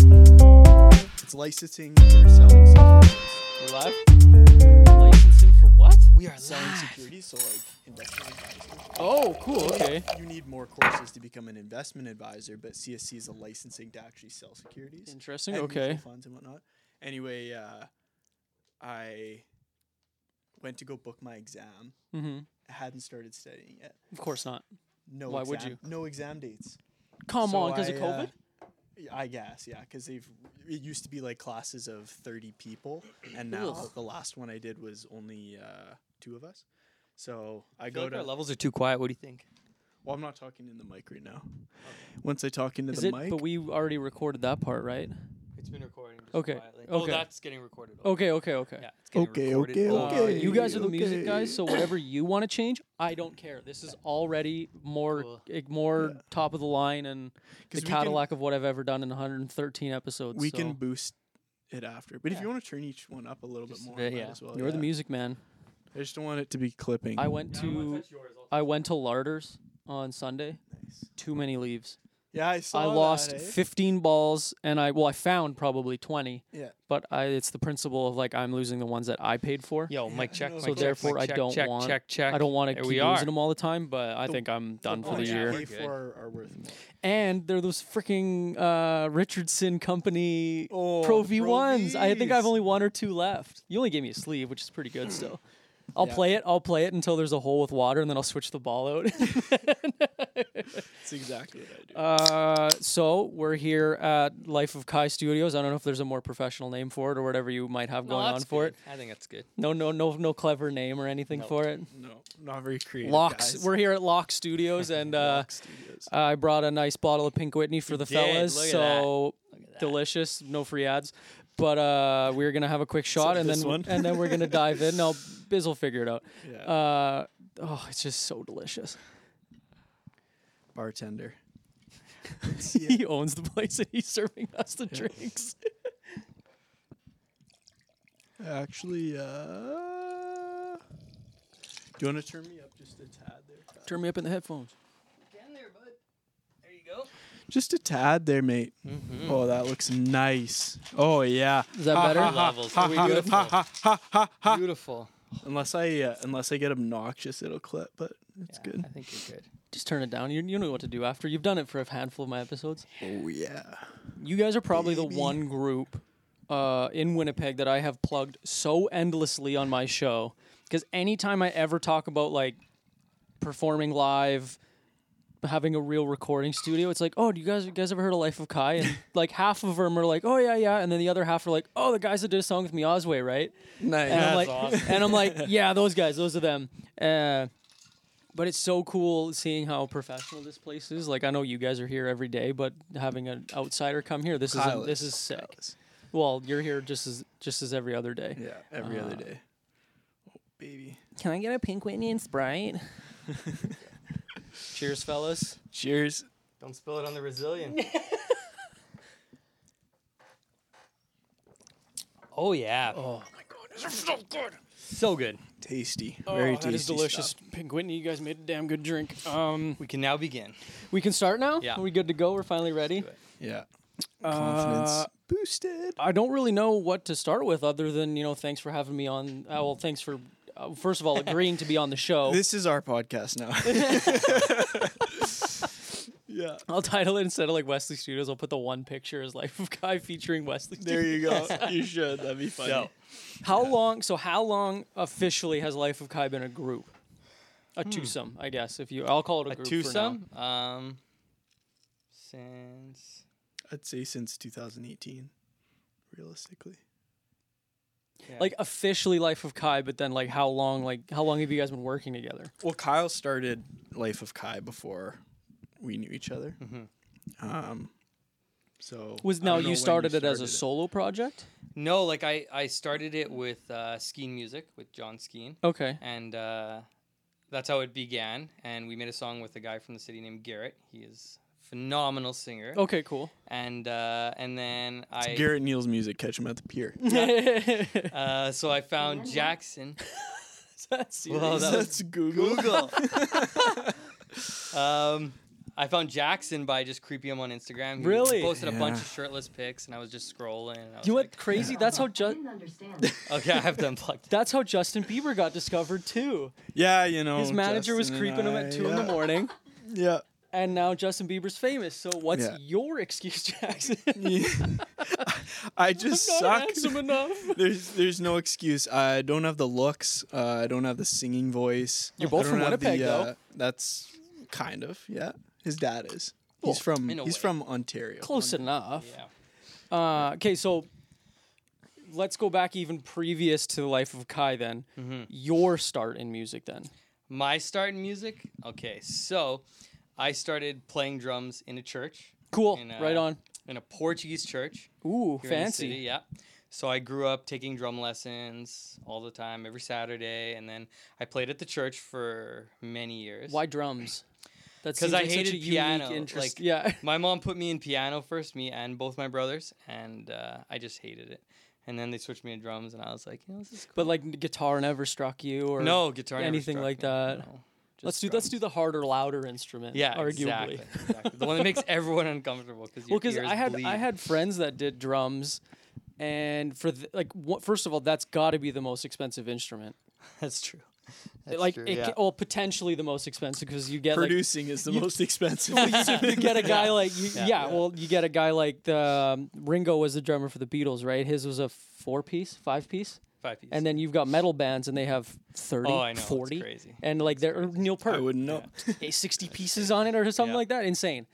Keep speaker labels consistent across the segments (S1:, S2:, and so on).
S1: It's licensing for selling securities.
S2: We're live. Licensing for what?
S1: We are selling securities, so like investment advisor.
S2: Oh, cool. Okay.
S1: You need more courses to become an investment advisor, but CSC is a licensing to actually sell securities.
S2: Interesting.
S1: and mutual
S2: Okay.
S1: Funds and whatnot. Anyway, uh, I went to go book my exam.
S2: Mm-hmm.
S1: I hadn't started studying yet.
S2: Of course not.
S1: No.
S2: Why
S1: exam,
S2: would
S1: No exam dates.
S2: Come
S1: So
S2: on, because of
S1: I,
S2: COVID.
S1: uh, Yeah, I guess, yeah, because they've it used to be like classes of thirty people, and now
S2: Ugh.
S1: the last one I did was only uh, two of us. So I,
S3: I
S1: go
S3: feel like
S1: to.
S3: our levels are too quiet. What do you think?
S1: well, I'm not talking in the mic right now. Once I talk into
S2: Is
S1: the
S2: it?
S1: mic,
S2: But we already recorded that part, right?
S3: It's been recording. Just
S2: Okay,
S3: Quietly. Oh,
S2: okay.
S3: that's getting recorded.
S2: Okay. Okay. Okay.
S3: Yeah, it's getting
S1: Okay,
S3: recorded.
S1: okay,
S3: Uh,
S2: Uh, you guys are the
S1: okay.
S2: music guys, so whatever you want to change, I don't care. This is already more
S3: Cool.
S2: eh, more top of the line and
S1: 'Cause we
S2: the
S1: can-
S2: Cadillac of what I've ever done in 113 episodes.
S1: we
S2: so.
S1: can boost it after. But if
S2: Yeah. uh,
S1: you want to turn each one up a little
S3: Just
S1: bit
S3: a
S1: more,
S3: bit,
S1: might
S3: yeah.
S1: as well.
S2: You're the
S1: yeah.
S2: music man.
S1: I just don't want it to be clipping.
S2: I went to I went to Larders on Sunday.
S1: Nice.
S2: Too many leaves.
S1: Yeah, I saw.
S2: I lost
S1: That, eh?
S2: 15 balls, and I well, I found probably 20.
S1: Yeah.
S2: But I, it's the principle of like I'm losing the ones that I paid for.
S3: Yo, mic check.
S1: So
S3: mic
S2: so
S3: check,
S2: therefore,
S3: mic
S2: I
S3: check,
S2: don't
S3: check,
S2: want
S3: Check, check.
S2: I don't want to
S3: There we
S2: keep
S3: are.
S2: losing them all the time. But I
S1: The-
S2: think I'm done for the
S1: ones
S3: yeah,
S2: year.
S1: we
S3: we're
S1: pay
S3: good.
S1: for are worth more.
S2: And they're those freaking uh, Richardson Company
S1: Oh,
S2: Pro
S1: the
S2: V
S1: Pro
S2: ones. I think I've
S1: Vs.
S2: only one or two left. You only gave me a sleeve, which is pretty good still. I'll
S1: Yeah.
S2: play it. I'll play it until there's a hole with water, and then I'll switch the ball out.
S1: That's exactly what I do.
S2: Uh, so we're here at Life of Kai Studios. I don't know if there's a more professional name for it or whatever you might have
S3: No,
S2: going on
S3: that's
S2: for
S3: good.
S2: it.
S3: I think that's good.
S2: No, no, no, no clever name or anything
S3: No.
S2: for it.
S1: no, not very creative.
S2: Locks.
S1: guys.
S2: We're here at Lock Studios, and uh,
S1: Lock Studios.
S2: I brought a nice bottle of Pink Whitney for the
S3: did.
S2: fellas.
S3: Look at
S2: so
S3: at that.
S2: delicious. No free ads, but uh, we're gonna have a quick shot, and
S1: this
S2: then
S1: one?
S2: and then we're gonna dive in. No, Biz will figure it out.
S1: Yeah.
S2: Uh, oh, it's just so delicious.
S1: bartender.
S2: He owns the place, and he's serving us the drinks.
S1: Actually, uh, do you want to turn me up just a tad there? Kyle?
S2: Turn me up in the headphones.
S3: There you go.
S1: Just a tad there, mate. Oh, that looks nice. Oh yeah.
S2: Mm-hmm. Is that better?
S3: levels. Are we beautiful? beautiful.
S1: Unless I uh, unless I get obnoxious, it'll clip, but it's good.
S3: I think you're good.
S2: Just turn it down. You, you know what to do after. You've done it for a handful of my episodes.
S1: Oh yeah.
S2: You guys are probably
S1: Baby.
S2: the one group uh, in Winnipeg that I have plugged so endlessly on my show. Because anytime I ever talk about like performing live, having a real recording studio, it's like, oh, do you guys you guys ever heard of Life of Kai? And like half of them are like, oh yeah, yeah, and then the other half are like, oh, the guys that did a song with me, Osway, right?
S1: Nice.
S2: and I'm
S3: That's
S2: like,
S3: awesome.
S2: and I'm like, yeah, those guys, those are them. Uh, but it's so cool seeing how professional this place is. Like, I know you guys are here every day, but having an outsider come here, this is
S1: Kyle
S2: this
S1: is-
S2: is
S1: Kyle
S2: sick.
S1: is-
S2: Well, you're here just as just as every other day.
S1: Yeah, every
S2: Uh,
S1: other day. Oh baby.
S2: Can I get a pink Whitney and Sprite? Cheers, fellas.
S1: Cheers.
S3: Don't spill it on the Brazilian. oh yeah.
S2: Oh my god,
S3: So good.
S1: Tasty. Very tasty.
S2: Oh, that is delicious.
S1: stuff.
S2: Pink Whitney, you guys made a damn good drink. Um,
S3: We can now begin.
S2: we can start now.
S3: Yeah.
S2: Are we good to go? We're finally ready.
S3: do it.
S1: Yeah. Confidence
S2: Uh,
S1: boosted.
S2: I don't really know what to start with other than, you know, thanks for having me on. Uh, well, thanks for, uh, first of all, agreeing to be on the show.
S1: This is our podcast now. yeah.
S2: I'll title it instead of like Wesley Studios, I'll put the one picture as Life of Guy featuring Wesley
S1: There
S2: Studios.
S1: you go. You should. That'd be funny.
S3: So,
S2: How long, so how long officially has Life of Kai been a group? A twosome, I guess, if you, I'll call it Hmm. a,
S3: a
S2: group.
S3: twosome. Um, since
S1: I'd say since 2018, realistically.
S3: yeah.
S2: For now. Like officially Life of Kai, but then like how long, like how long have you guys been working together?
S1: Well, Kyle started Mm-hmm. Life of Kai before we knew each other. Um, So
S2: Was
S1: I
S2: now
S1: don't know
S2: you
S1: when
S2: started it as a
S1: started
S2: solo project?
S3: No, like I, I started it with uh, Skeen Music with John Skeen,
S2: Okay.
S3: and uh, that's how it began. And we made a song with a guy from the city named Garrett. He is a phenomenal singer.
S2: Okay, cool.
S3: And uh, and then I
S1: It's Garrett Neal's music. Catch him at the pier.
S3: uh, so I found Jackson. Well, that was
S1: That's Google.
S3: Google. um, I found Jackson by just creeping him on Instagram. He
S2: Really?
S3: posted a bunch
S1: Yeah.
S3: of shirtless pics, and I was just scrolling. And I was
S2: you know
S3: like,
S2: what? Crazy. That's how
S4: I
S2: ju-
S4: didn't understand.
S3: Okay, I have to unplug. that.
S2: that's how Justin Bieber got discovered too.
S1: Yeah, you know.
S2: His manager was
S1: Oh, Justin
S2: creeping
S1: and
S2: him at
S1: I,
S2: two in the
S1: yeah.
S2: morning,
S1: Yeah.
S2: and now Justin Bieber's famous. So what's
S1: Yeah.
S2: your excuse, Jackson?
S1: I just
S2: Not
S1: suck.
S2: handsome enough.
S1: There's there's no excuse. I don't have the looks. Uh, I don't have the singing voice.
S2: You're
S1: I
S2: both
S1: don't
S2: from
S1: have uh,
S2: Winnipeg, though.
S1: That's kind of yeah. His dad is. He's from
S3: in a
S1: he's
S3: way.
S1: from Ontario.
S2: Close enough.
S3: Yeah.
S2: Uh, okay, so let's go back even previous to the life of Kai. Then
S3: Mm-hmm.
S2: your start in music. Then
S3: My start in music. Okay, so I started playing drums in a church.
S2: cool.
S3: In, uh,
S2: right on.
S3: In a Portuguese church.
S2: Ooh,
S3: here in the
S2: fancy.
S3: city, yeah. So I grew up taking drum lessons all the time, every Saturday, and then I played at the church for many years.
S2: Why drums? That's
S3: 'Cause I hated
S2: unique
S3: piano,
S2: interest.
S3: like-
S2: yeah.
S3: My mom put me in piano first, me and both my brothers, and uh, I just hated it. And then they switched me to drums, and I was like, you know, this is cool.
S2: But like n- guitar never struck you or
S3: no guitar, never
S2: anything
S3: struck
S2: like
S3: me,
S2: that.
S3: no.
S2: let's
S3: Just
S2: do let's
S3: drums.
S2: do the harder, louder instrument.
S3: yeah,
S2: arguably.
S3: exactly, exactly. the one that makes everyone uncomfortable because
S2: Well, because I had I had friends that did drums, and for the, like wha- first of all, that's got to be the most expensive instrument.
S3: that's true.
S2: like
S3: true,
S2: it
S3: yeah.
S2: ca- well, potentially the most expensive because you get like,
S1: Producing is the most expensive.
S2: you get a guy like you, yeah,
S3: Yeah.
S2: well you get a guy like the um, Ringo was the drummer for the Beatles right his was a four piece five piece
S3: Five piece.
S2: and then you've got metal bands and they have 30
S3: Oh, I know, it's
S2: 40
S3: crazy.
S2: and like they're or Neil Peart
S1: I wouldn't know.
S2: eh, 60 pieces on it or something
S3: Yeah.
S2: like that insane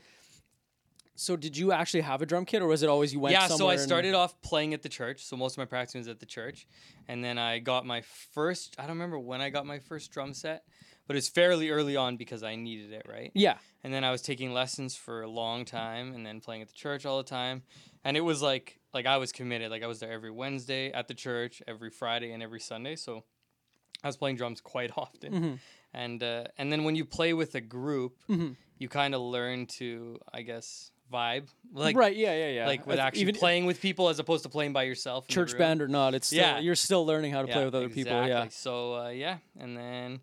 S2: so did you actually have a drum kit or was it always you went
S3: yeah, so
S2: somewhere
S3: I
S2: and-
S3: started off playing at the church. So most of my practicing was at the church, and then I got my first. I don't remember when I got my first drum set, but it's fairly early on because I needed it, right?
S2: yeah
S3: And then I was taking lessons for a long time and then playing at the church all the time. And it was like like I was committed. Like I was there every Wednesday at the church, every Friday and every Sunday. So I was playing drums quite often.
S2: Mm-hmm.
S3: And uh, and then when you play with a group, you kind of learn to I guess vibe like
S2: right yeah yeah yeah
S3: like with
S2: I th-
S3: actually
S2: even uh,
S3: playing with people as opposed to playing by yourself. in the
S2: church
S3: room.
S2: band or not it's still,
S3: Yeah.
S2: you're still learning how to play with other people yeah
S3: exactly. So uh, yeah, and then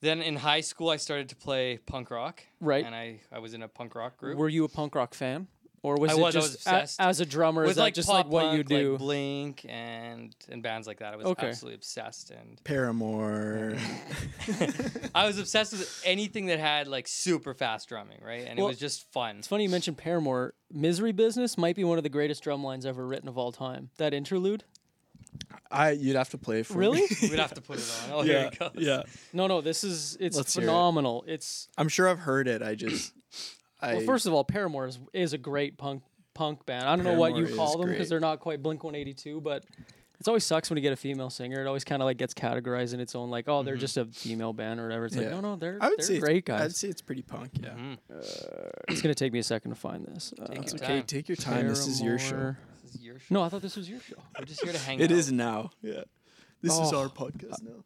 S3: then in high school I started to play punk rock.
S2: Right.
S3: And I I was in a punk rock group.
S2: were you a punk rock fan or was
S3: I
S2: it
S3: was, I was
S2: just a-
S3: obsessed.
S2: as a drummer is
S3: with
S2: that
S3: like
S2: just
S3: pop
S2: like what you
S3: punk,
S2: do
S3: like Blink and and bands like that. I was
S2: Okay.
S3: absolutely obsessed, and
S1: Paramore.
S3: I was obsessed with anything that had like super fast drumming, right? And
S2: Well,
S3: it was just fun.
S2: It's funny you mentioned Paramore. Misery Business might be one of the greatest drum lines ever written of all time. That interlude?
S1: I you'd have to play it for me.
S2: Really?
S3: We'd have to put it on. Oh, here
S1: yeah.
S3: it goes.
S1: Yeah.
S2: no, no, this is it's
S1: Let's hear it.
S2: phenomenal. It's
S1: I'm sure I've heard it. I just. I,
S2: well first of all, Paramore is, is a great punk punk band. I don't know what you
S1: Paramore is
S2: call them
S1: great.
S2: because they're not quite Blink 182, but it's always sucks when you get a female singer. It always kind of like gets categorized in its own like, oh, they're just a female band or whatever. It's like,
S1: Mm-hmm. Yeah.
S2: no, no, they're
S1: I would
S2: they're
S1: say it's-
S2: great
S1: I'd
S2: guys. Mm-hmm.
S1: say it's pretty punk. Yeah.
S2: It's gonna take me a second to find this. Uh,
S3: Take
S1: It's
S3: your
S1: okay.
S3: time.
S1: Take your time. This is your show.
S2: Paramore.
S3: This is your show.
S2: No, I thought this was your show.
S3: We're just here to hang out.
S1: It is now. Yeah. This is
S2: Oh.
S1: our podcast now.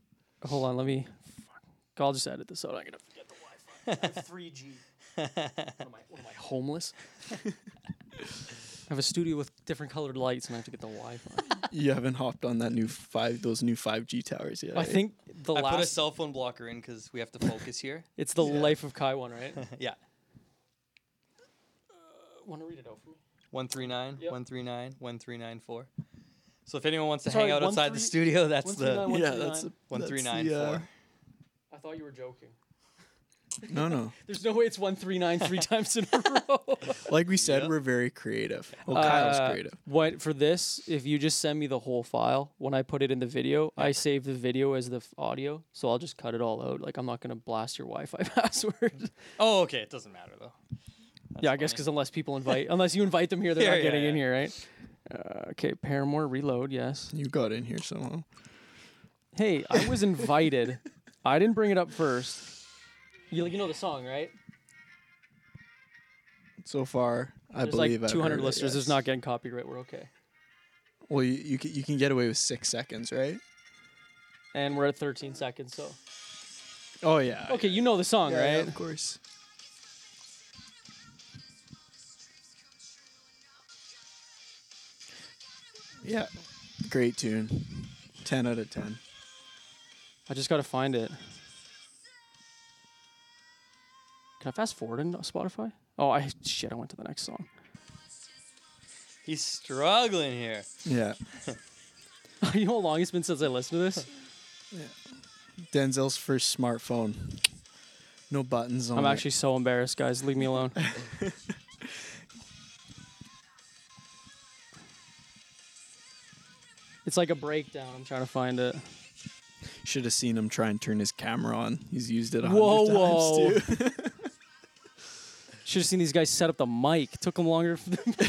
S2: Hold on, let me. Fuck. I'll just edit this out. I'm gonna forget the Wi-Fi. I have 3G. What am I, homeless? I have a studio with different colored lights, and I have to get the Wi-Fi.
S1: You haven't hopped on that new five, those new five G towers yet.
S2: I
S1: eh?
S2: think the
S3: I put a
S2: last.
S3: cell phone blocker in because we have to focus here.
S2: it's the Life of Kai one, right?
S3: yeah.
S2: Want to read it out for me?
S3: 139,
S2: Yep.
S3: 139, 1394. So if anyone wants to
S2: Sorry,
S3: hang out
S2: one
S3: outside
S2: three-
S3: the studio, that's the
S2: 139.
S1: Yeah, that's the-
S3: one
S1: that's
S3: three
S1: the,
S3: nine
S1: uh,
S3: four.
S2: I thought you were joking.
S1: No, no.
S2: There's no way it's one three nine three times in a row.
S1: Like we said, we're very creative. Well, Kyle's
S2: Uh,
S1: creative.
S2: What for this? If you just send me the whole file when I put it in the video, I save the video as the f- audio, so I'll just cut it all out. Like I'm not gonna blast your Wi-Fi password.
S3: Oh, okay. It doesn't matter though.
S2: yeah, I guess
S3: funny.
S2: because unless people invite, unless you invite them here, they're
S3: Yeah,
S2: not
S3: yeah,
S2: getting in
S3: yeah.
S2: here, right? Uh, okay, Paramore Reload. Yes.
S1: You got in here somehow.
S2: Hey, I was invited. I didn't bring it up first. You you know the song, right?
S1: So far, I
S2: There's
S1: believe
S2: like
S1: I've
S2: 200
S1: heard it,
S2: listeners.
S1: yes.
S2: There's not getting copyright. We're okay.
S1: Well, you you can, you can get away with six seconds, right?
S2: And we're at 13 seconds. So
S1: Oh yeah.
S2: okay, you know the song,
S1: Yeah, yeah,
S2: right?
S1: of course. Yeah, great tune. Ten out of ten.
S2: I just gotta find it. Can I fast forward in Spotify? Oh, I shit! I went to the next song.
S3: He's struggling here.
S1: Yeah,
S2: you know how long it's been since I listened to this?
S1: Denzel's first smartphone. No buttons on
S2: I'm
S1: it.
S2: actually so embarrassed, guys. Leave me alone. it's like a breakdown. I'm trying to find it.
S1: should have seen him try and turn his camera on. He's used it a
S2: Whoa,
S1: hundred times too.
S2: Should have seen these guys set up the mic. Took them longer. For them.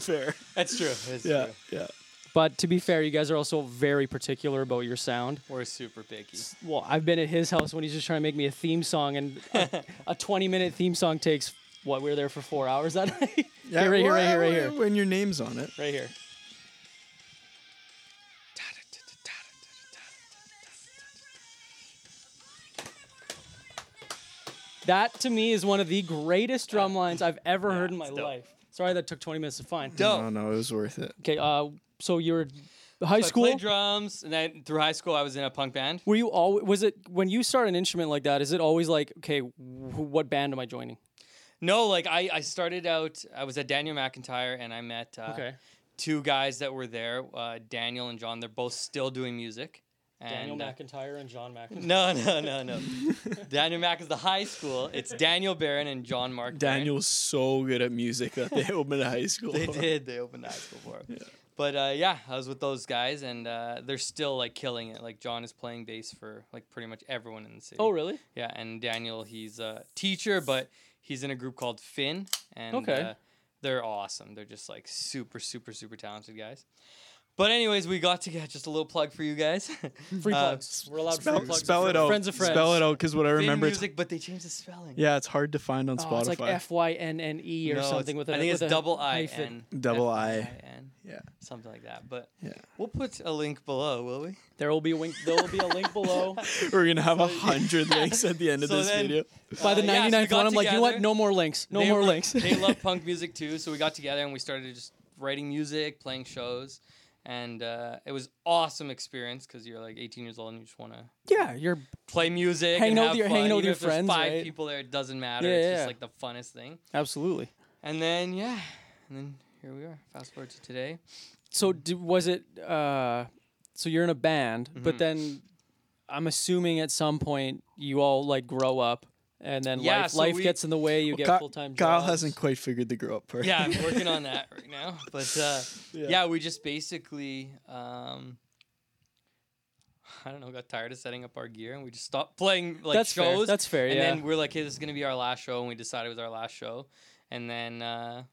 S1: Fair.
S3: That's true. That's
S1: Yeah,
S3: true.
S1: yeah.
S2: but to be fair, you guys are also very particular about your sound.
S3: We're super picky.
S2: Well, I've been at his house when he's just trying to make me a theme song, and a, a 20 minute theme song takes what? We were there for four hours that night.
S1: yeah
S2: here, right here, right
S1: well,
S2: here, right here,
S1: When your name's on it.
S2: right here. That to me is one of the greatest drum lines I've ever heard in my
S3: it's dope.
S2: life. Sorry that took 20 minutes to find.
S3: Dope.
S1: No, no, it was worth it.
S2: Okay, uh, so you were high
S3: So I
S2: school.
S3: played drums, and then through high school, I was in a punk band.
S2: Were you all? Was it when you start an instrument like that? Is it always like, okay, wh- what band am I joining?
S3: No, like I, I started out. I was at Daniel McIntyre, and I met uh,
S2: Okay.
S3: two guys that were there, uh, Daniel and John. They're both still doing music. And,
S2: Daniel
S3: uh,
S2: McIntyre and John McIntyre.
S3: No, no, no, no. Daniel Mack is the high school. It's Daniel Barron and John Mark. Barron.
S1: Daniel's so good at music that they opened a high school.
S3: They did. They opened the high school for him. But uh, yeah, I was with those guys, and uh, they're still like killing it. Like John is playing bass for like pretty much everyone in the city.
S2: Oh, really?
S3: Yeah, and Daniel, he's a teacher, but he's in a group called Finn, and
S2: Okay.
S3: uh, they're awesome. They're just like super, super, super talented guys. But anyways, we got to get just a little plug for you guys.
S2: Free
S3: Uh,
S2: plugs. We're allowed free
S1: Spell,
S2: plugs.
S1: spell
S2: for
S1: it out.
S2: Friends of friends.
S1: Spell it out because what I
S3: Finn
S1: remember, it's,
S3: music, but they changed the spelling.
S1: yeah, it's hard to find on
S2: Oh,
S1: Spotify.
S2: it's like F Y N N E or
S3: No, it's-
S2: something with a
S3: I think
S2: with
S3: it's
S2: a
S3: double I
S2: hyphen.
S3: N.
S1: Double I.
S3: F-I-N,
S1: yeah,
S3: Something like that. But
S1: yeah.
S3: we'll put a link below, will we?
S2: There will be a link. There will be a link below.
S1: We're gonna have a hundred links at the end of
S3: So
S1: this
S3: then-
S1: video.
S2: By the
S3: Uh, yeah, so
S2: 99th
S3: we got
S2: one, I'm like, you know what?
S3: together.
S2: No more links. No
S3: They
S2: more
S3: were-
S2: links.
S3: they love punk music too, so we got together and we started just writing music, playing shows, and uh, it was awesome experience because you're like 18 years old and you just want to
S2: yeah, you're
S3: play music,
S2: Hanging
S3: and
S2: out with
S3: have
S2: your-
S3: fun.
S2: hanging out with
S3: Even
S2: your
S3: if there's
S2: friends,
S3: Five
S2: right?
S3: people there, it doesn't matter.
S2: Yeah,
S3: it's
S2: yeah.
S3: just like the funnest thing.
S2: absolutely.
S3: And then yeah, and then here we are. Fast forward to today.
S2: So d was it? Uh, so you're in a band,
S3: Mm-hmm.
S2: but then I'm assuming at some point you all like grow up, and then
S3: Yeah,
S2: life,
S3: so
S2: life
S3: we-
S2: gets in the way. You
S1: Ky-
S2: get full time.
S1: Kyle hasn't quite figured the grow up part.
S3: Yeah, I'm working on that right now. But uh,
S1: Yeah.
S3: yeah. we just basically. Um, I don't know. Got tired of setting up our gear, and we just stopped playing like
S2: That's fair.
S3: shows.
S2: That's fair,
S3: And
S2: yeah.
S3: then we're like, "Hey, this is gonna be our last show," and we decided it was our last show. And then, uh,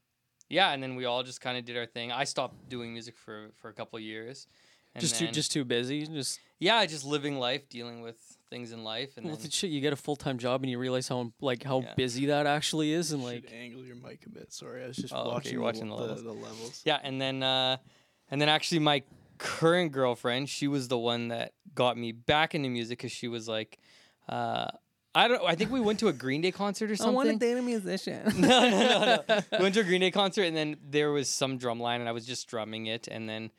S3: yeah, and then we all just kind of did our thing. I stopped doing music for for a couple of years. And
S2: Just too,
S3: then-
S2: just too busy. Just
S3: yeah, just living life, dealing with things in life, and
S2: well,
S3: then,
S2: shit. You get a full time job, and you realize how like how
S3: Yeah.
S2: busy that actually is, and like
S1: Should angle your mic a bit. Sorry, I was just
S3: Oh, okay,
S1: watching,
S3: you're watching
S1: the,
S3: the
S1: the,
S3: levels.
S1: the levels.
S3: yeah, and then, uh, and then actually my current girlfriend, she was the one that got me back into music because she was like, uh, I don't, I think we went to a Green Day concert or something.
S2: date a musician.
S3: no, no, no, no. We went to a Green Day concert, and then there was some drum line, and I was just drumming it. And then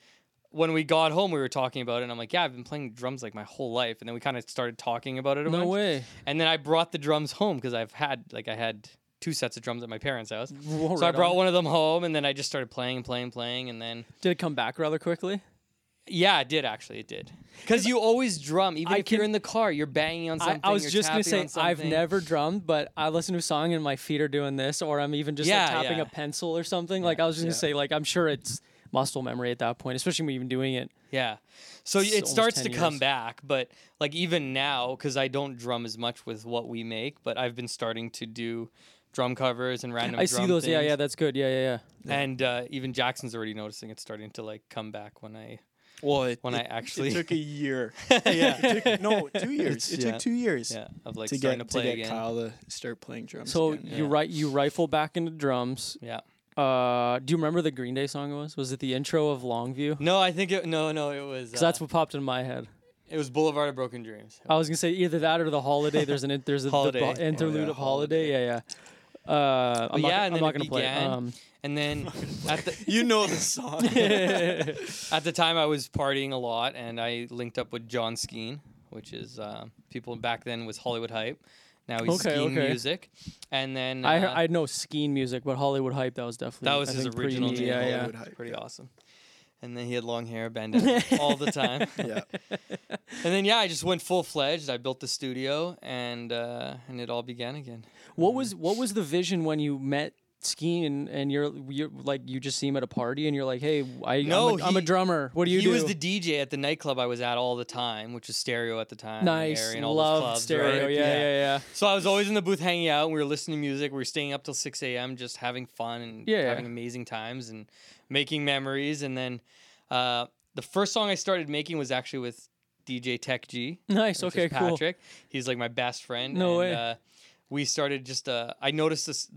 S3: when we got home, we were talking about it, and I'm like, yeah, I've been playing drums like my whole life. And then we kind of started talking about it. A
S2: no
S3: bunch.
S2: way.
S3: And then I brought the drums home because I've had like I had two sets of drums at my parents' house.
S2: Whoa,
S3: so I
S2: right
S3: brought
S2: on.
S3: one of them home, and then I just started playing, playing, playing, and then
S2: Did it come back rather quickly?
S3: yeah, it did actually, it did. Because you always drum, even
S2: I
S3: if you're
S2: can-
S3: in the car, you're banging on
S2: I,
S3: something.
S2: I was
S3: you're
S2: just gonna say
S3: tapping on
S2: I've
S3: something.
S2: never drummed, but I listen to a song and my feet are doing this, or I'm even just like,
S3: Yeah,
S2: tapping
S3: yeah.
S2: a pencil or something. like I was just gonna
S1: yeah.
S2: say, like I'm sure it's muscle memory at that point, especially when you've been doing it.
S3: Yeah. So
S2: It's
S3: it
S2: almost
S3: starts
S2: 10
S3: to come
S2: years.
S3: back, but like even now, because I don't drum as much with what we make, but I've been starting to do drum covers and random.
S2: I see
S3: drum
S2: those. Yeah,
S3: things.
S2: yeah, that's good. Yeah, yeah, yeah.
S3: And uh, even Jackson's already noticing it's starting to like come back when I.
S1: Well, it,
S3: When I
S1: it-
S3: actually-
S1: it took a year.
S3: yeah.
S1: It took- no, two years.
S3: It's-
S1: It
S3: yeah.
S1: took two years
S3: Yeah. Of like
S1: to
S3: starting
S1: get
S3: to play
S1: to get
S3: again.
S1: Kyle to start playing drums.
S2: So
S1: again.
S2: you
S3: Yeah.
S2: right, you rifle back into drums.
S3: Yeah.
S2: Uh, do you remember the Green Day song it was? Was it the intro of Longview?
S3: No, I think it. No, no, it was.
S2: Because
S3: uh,
S2: that's Oh. what popped in my head.
S3: it was Boulevard of Broken Dreams.
S2: I was gonna say either that or the holiday. There's an in- there's a
S3: Holiday.
S2: The, bo-
S3: Oh,
S2: interlude
S3: yeah,
S2: of holiday. Yeah, yeah. Uh, I'm
S3: But
S2: not,
S3: yeah,
S2: I'm
S3: and then
S2: not
S3: it
S2: gonna play. it.
S3: began.
S2: Um,
S3: And then at the
S1: You know the song.
S3: at the time I was partying a lot, and I linked up with John Skeen, which is uh, people back then was Hollywood hype. Now he's
S2: Okay,
S3: Skeen
S2: okay.
S3: music, and then
S2: I
S3: uh,
S2: I know skiing music, but Hollywood hype that was definitely
S3: that was
S2: I
S3: his
S2: think,
S3: original
S2: pre-
S3: name.
S2: Yeah, yeah.
S1: Hollywood hype,
S3: pretty
S1: yeah.
S3: awesome. And then he had long hair, bandana all the time.
S1: yeah.
S3: And then yeah, I just went full fledged. I built the studio, and uh, and it all began again.
S2: What was what was the vision when you met skiing and, and you're you're like you just see him at a party and you're like, hey, I
S3: No,
S2: I'm, a, am a
S3: he-
S2: drummer. What do you
S3: he
S2: do?
S3: was the DJ at the nightclub I was at all the time, which was Stereo at the time. and
S2: nice,
S3: Airy and all those
S2: love
S3: clubs,
S2: stereo.
S3: right?
S2: Yeah, yeah, yeah,
S3: So I was always in the booth hanging out. And we were listening to music. We were staying up till 6 a.m. just having fun and
S2: Yeah.
S3: having amazing times and making memories. And then uh, the first song I started making was actually with DJ Tech G.
S2: Nice.
S3: which
S2: Okay,
S3: is
S2: cool.
S3: Patrick. He's like my best friend.
S2: No
S3: and,
S2: way.
S3: Uh, we started just uh, I noticed this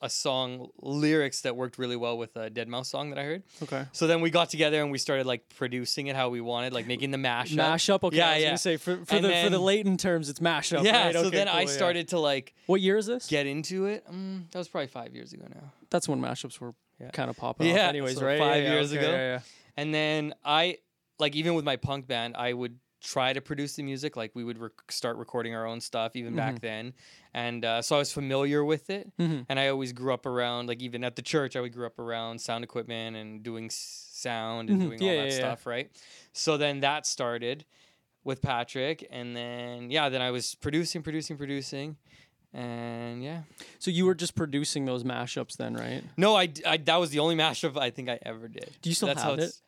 S3: a song lyrics that worked really well with a Dead Mouse song that I heard.
S2: Okay.
S3: So then we got together and we started like producing it how we wanted, like making the mashup.
S2: Mashup. Okay,
S3: Yeah,
S2: I was
S3: yeah.
S2: gonna say for, for
S3: And
S2: the for the
S3: then-
S2: Leighton terms, it's mashup.
S3: yeah.
S2: right?
S3: so
S2: Okay,
S3: then I
S2: cool, yeah.
S3: started to like
S2: What year is this?
S3: get into it. Mm, that was probably five years ago now.
S2: That's when mashups were
S3: Yeah.
S2: kind of popping off.
S3: Yeah,
S2: Anyways,
S3: so
S2: right? Yeah,
S3: five
S2: yeah,
S3: years
S2: okay,
S3: ago.
S2: Yeah, yeah.
S3: And then I, like, even with my punk band, I would try to produce the music. Like, we would rec- start recording our own stuff even back then. And uh, so I was familiar with it.
S2: Mhm.
S3: And I always grew up around, like, even at the church, I would grew up around sound equipment and doing s- sound and
S2: Mhm.
S3: doing
S2: Yeah,
S3: all
S2: yeah,
S3: that
S2: yeah.
S3: stuff, right? So then that started with Patrick. And then, yeah, then I was producing, producing, producing. And yeah.
S2: So you were just producing those mashups then, right?
S3: No, I, d- I- that was the only mashup I think I ever did.
S2: Do you still
S3: That's
S2: have
S3: how it's-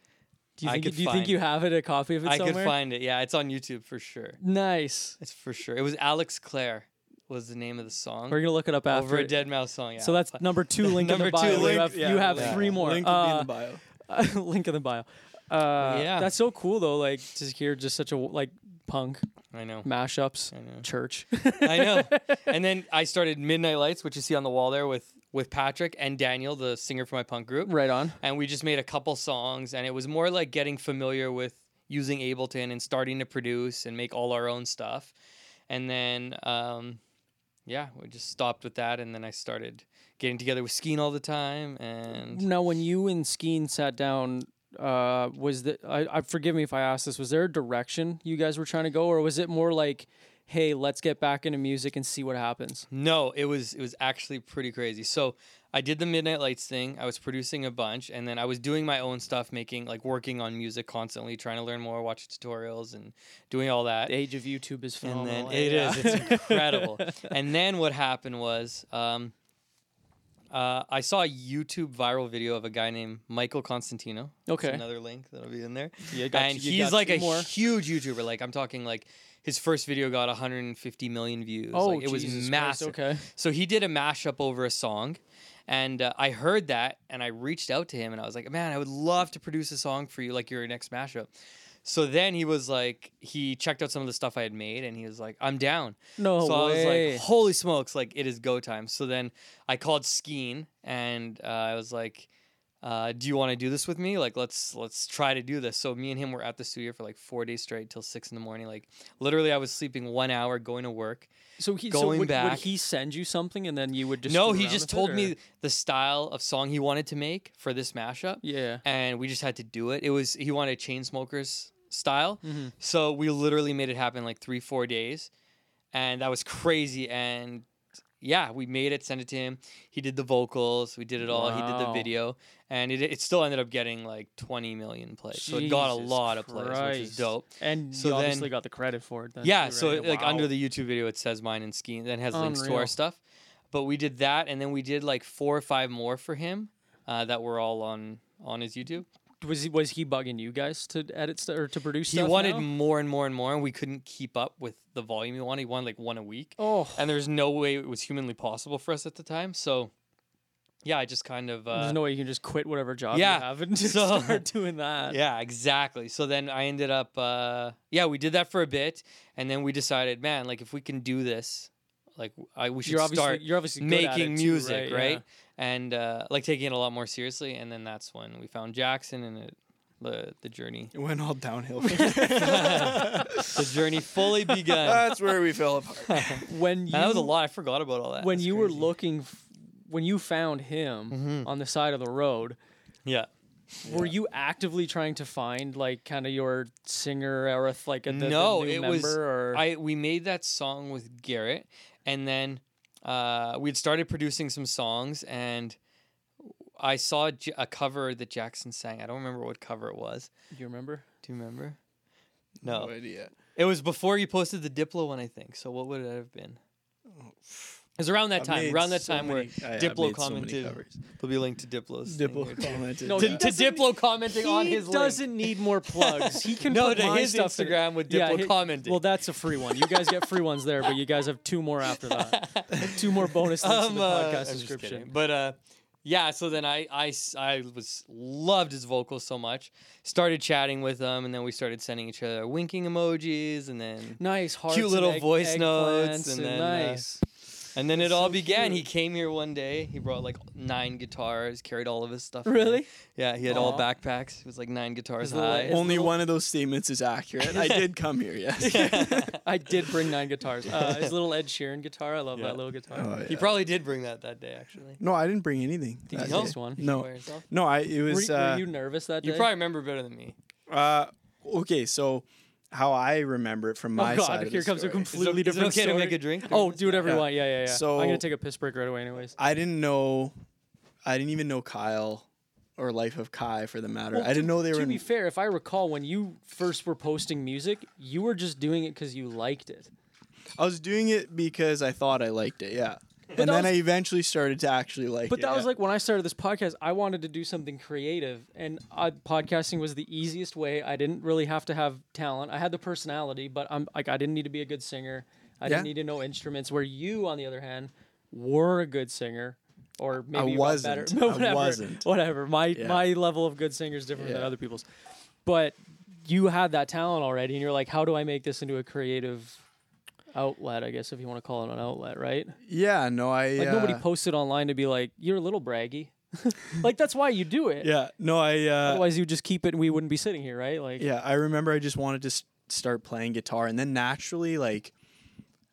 S2: Do you
S3: I
S2: think
S3: could
S2: do you think
S3: find-
S2: you have it a copy of it
S3: I could
S2: somewhere?
S3: find it. Yeah, it's on YouTube for sure.
S2: nice.
S3: It's for sure. It was Alex Clare was the name of the song.
S2: We're gonna look it up after.
S3: Over a
S2: it.
S3: Dead Mouse song. Yeah.
S2: So that's number two link in
S3: Number
S2: the
S3: two
S2: bio. You
S3: link,
S2: have, you
S1: yeah,
S2: have
S3: link.
S2: three more.
S1: Link will be in
S2: uh,
S1: the bio.
S2: link in the bio. Uh,
S3: Yeah.
S2: that's so cool though. Like to hear just such a like punk
S3: I know.
S2: mashups,
S3: I know.
S2: church.
S3: I know. And then I started Midnight Lights, which you see on the wall there with with Patrick and Daniel, the singer for my punk group.
S2: right on.
S3: And we just made a couple songs and it was more like getting familiar with using Ableton and starting to produce and make all our own stuff. And then um yeah, we just stopped with that and then I started getting together with Skeen all the time and
S2: Now, when you and Skeen sat down, uh, was the I, I forgive me if I asked this? Was there a direction you guys were trying to go, or was it more like, hey, let's get back into music and see what happens?
S3: No, it was it was actually pretty crazy. So I did the Midnight Lights thing. I was producing a bunch, and then I was doing my own stuff, making like working on music constantly, trying to learn more, watch tutorials, and doing all that.
S2: The age of YouTube is
S3: And
S2: phenomenal.
S3: then it is it's incredible. and then what happened was, um, uh, I saw a YouTube viral video of a guy named Michael Constantino. That's
S2: Okay.
S3: another link that'll be in there
S2: Yeah, got
S3: and
S2: you- you
S3: he's
S2: got
S3: like
S2: two
S3: a
S2: more.
S3: huge YouTuber. Like I'm talking like his first video got 150 million views.
S2: Oh,
S3: like, it
S2: Jesus
S3: was
S2: Christ,
S3: massive.
S2: okay.
S3: So he did a mashup over a song, and uh, I heard that, and I reached out to him, and I was like, "Man, I would love to produce a song for you, like your next mashup." So then he was like, he checked out some of the stuff I had made, and he was like, "I'm down."
S2: No
S3: so I was
S2: way.
S3: like, "Holy smokes! Like it is go time." So then I called Skeen, and uh, I was like, uh, "Do you want to do this with me? Like let's let's try to do this." So me and him were at the studio for like four days straight till six in the morning. Like literally, I was sleeping one hour going to work.
S2: so he so
S3: going
S2: would, would
S3: back-
S2: he send you something and then you would just
S3: no,
S2: screw
S3: he
S2: around
S3: just
S2: with
S3: told
S2: it, or-
S3: me the style of song he wanted to make for this mashup.
S2: Yeah.
S3: and we just had to do it. It was he wanted chain smokers style,
S2: Mm-hmm.
S3: so we literally made it happen in like three four days, and that was crazy. And yeah, we made it, sent it to him. He did the vocals, we did it all. He did
S2: Wow.
S3: the video, and it, it still ended up getting like 20 million plays. So it got a
S2: Jesus
S3: lot of plays, which is
S2: Christ.
S3: dope.
S2: And
S3: So
S2: you
S3: then-
S2: obviously got the credit for it. Then
S3: Yeah,
S2: too,
S3: so
S2: right?
S3: it- like under
S2: Wow.
S3: the YouTube video, it says mine and skiing, then has links to
S2: Unreal.
S3: our stuff. But we did that, and then we did like four or five more for him uh, that were all on on his YouTube.
S2: was he was he bugging you guys to edit st- or to produce?
S3: he
S2: stuff
S3: wanted
S2: now?
S3: more and more and more, and we couldn't keep up with the volume he wanted. He wanted like one a week,
S2: Oh,
S3: and there's no way it was humanly possible for us at the time. So, yeah, I just kind of uh,
S2: There's no way you can just quit whatever job
S3: yeah,
S2: you have and just
S3: so-
S2: start doing that.
S3: yeah, exactly. So then I ended up, uh, yeah, we did that for a bit, and then we decided, man, like if we can do this, Like I we should
S2: You're obviously
S3: start
S2: you're obviously good at it
S3: making
S2: too,
S3: music,
S2: right?
S3: right?
S2: Yeah.
S3: And uh, like taking it a lot more seriously. And then that's when we found Jackson and it, the the journey.
S1: It went all downhill. from there.
S3: The journey fully begun.
S1: That's where we fell apart.
S2: When Uh, you
S3: that was a lot. I forgot about all that.
S2: when
S3: That's
S2: you were
S3: crazy. Mm-hmm.
S2: looking f- when you found him on the side of the road
S3: yeah.
S2: were you actively trying to find like kind of your singer or if, like a the, the
S3: no,
S2: new
S3: it
S2: member
S3: was.
S2: or
S3: I we made that song with Garrett, and then uh, we'd started producing some songs, and I saw J- a cover that Jackson sang. I don't remember what cover it was.
S2: do you remember
S3: Do you remember? No,
S1: idea.
S3: it was before you posted the Diplo one, I think. So what would it have been? It was around that
S1: I've
S3: time.
S1: made
S3: Around that
S1: so
S3: time
S1: many- I-
S3: where
S1: I've
S3: Diplo
S1: made so many
S3: commented.
S1: covers.
S3: there'll be a link to Diplo's. thing here,
S1: Diplo
S3: too.
S1: commented.
S2: No,
S1: that.
S2: he
S3: to, to
S2: doesn't-
S3: Diplo commenting on his
S2: he
S3: link.
S2: doesn't need more plugs he can
S3: No,
S2: put
S3: to
S2: my
S3: his
S2: stuff in it.
S3: Instagram with
S2: Yeah,
S3: Diplo
S2: hi-
S3: commenting.
S2: well that's a free one you guys get free ones there but you guys have two more after that two more bonus links in the
S3: Um, uh,
S2: podcast
S3: I'm just kidding.
S2: description
S3: But uh, yeah, so then I, I s- I was loved his vocals so much. Started chatting with him, and then we started sending each other winking emojis, and then
S2: nice hearts and
S3: little
S2: egg-
S3: voice notes,
S2: eggplants
S3: and then, uh,
S2: nice
S3: and then it
S2: That's
S3: all
S2: so
S3: began.
S2: cute.
S3: He came here one day. He brought like nine guitars, carried all of his stuff. in.
S2: Really?
S3: Yeah, he had all
S2: Aw.
S3: backpacks. It was like nine guitars
S2: His little-
S3: high.
S2: his
S1: Only
S2: little-
S1: one of those statements is accurate. I did come here, yes.
S2: I did bring nine guitars. Uh, his little Ed Sheeran guitar. I love
S3: Yeah.
S2: that little guitar.
S1: Oh, yeah.
S3: He probably did bring that that day, actually.
S1: no, I didn't bring anything.
S2: Think
S1: that
S2: you
S1: day.
S2: just one?
S3: By
S1: No,
S3: yourself?
S1: no, I it
S2: Were,
S1: was.
S2: you- were
S1: uh,
S2: you nervous that day?
S3: You probably remember better than me.
S1: Uh, okay, so how I remember it from
S2: Oh
S1: my
S2: God!
S1: side. of
S2: here
S1: the
S2: comes a
S1: story.
S2: completely
S3: is it
S2: different
S3: okay to
S2: story.
S3: make a drink
S2: Oh,
S3: during
S2: do whatever
S1: Yeah.
S2: you want. Yeah, yeah, yeah.
S1: So-
S2: I'm gonna take a piss break right away, anyways.
S1: I didn't know. I didn't even know Kyle or Life of Kai for the matter.
S2: Well,
S1: I didn't know they
S2: to
S1: were.
S2: be
S1: In,
S2: fair, if I recall, when you first were posting music, you were just doing it because you liked it.
S1: I was doing it because I thought I liked it. Yeah. and
S2: that
S1: then
S2: was-
S1: I eventually started to actually like
S2: But
S1: it.
S2: that was
S1: yeah.
S2: like when I started this podcast, I wanted to do something creative, and I, podcasting was the easiest way. I didn't really have to have talent. I had the personality, but I'm like I didn't need to be a good singer. I
S1: Yeah.
S2: didn't need to know instruments. Where you, on the other hand, were a good singer, or maybe you got better.
S1: wasn't. I
S2: whatever,
S1: wasn't.
S2: Whatever. My my level of good singer is different than
S1: Yeah.
S2: other people's, but you had that talent already, and you're like, how do I make this into a creative? outlet i guess if you want to call it an outlet right
S1: Yeah. No, I.
S2: like nobody
S1: uh,
S2: posted online to be like, you're a little braggy. like that's why you do it.
S1: Yeah. No, I. Uh,
S2: Otherwise you would just keep it and we wouldn't be sitting here, right? Like
S1: yeah i remember i just wanted to s- start playing guitar and then naturally like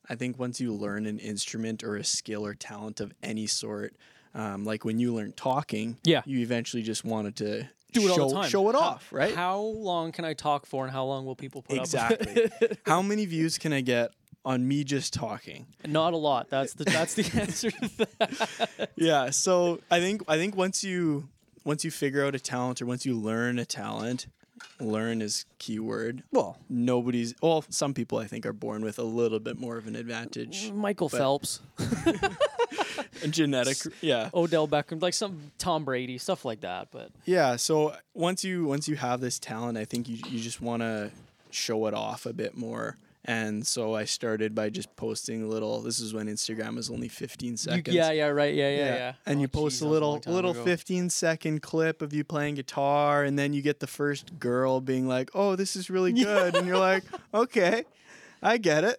S1: i think once you learn an instrument or a skill or talent of any sort um, like when you learn talking
S2: Yeah.
S1: you eventually just wanted to
S2: do it
S1: show,
S2: all the time.
S1: show it
S2: How-
S1: off right
S2: How long can I talk for and how long will people put up with
S1: exactly how many views can i get on me just talking
S2: it? Not a lot. That's the that's the answer to that.
S1: yeah so i think i think once you once you figure out a talent or once you learn a talent learn is keyword
S2: Well
S1: nobody's well some people i think are born with a little bit more of an advantage
S2: Michael Phelps, Mm-hmm.
S1: genetic yeah
S2: Odell Beckham, like some Tom Brady, stuff like that. But
S1: yeah so once you once you have this talent i think you, you just want to show it off a bit more and so i started by just posting little this is when instagram was only 15
S2: you,
S1: seconds
S2: yeah, yeah, right, yeah, yeah, yeah.
S1: and
S2: Oh,
S1: you post
S2: geez,
S1: a
S2: that was long
S1: little
S2: time
S1: little
S2: ago.
S1: 15 second clip of you playing guitar and then you get the first girl being like oh this is really good and you're like okay i get it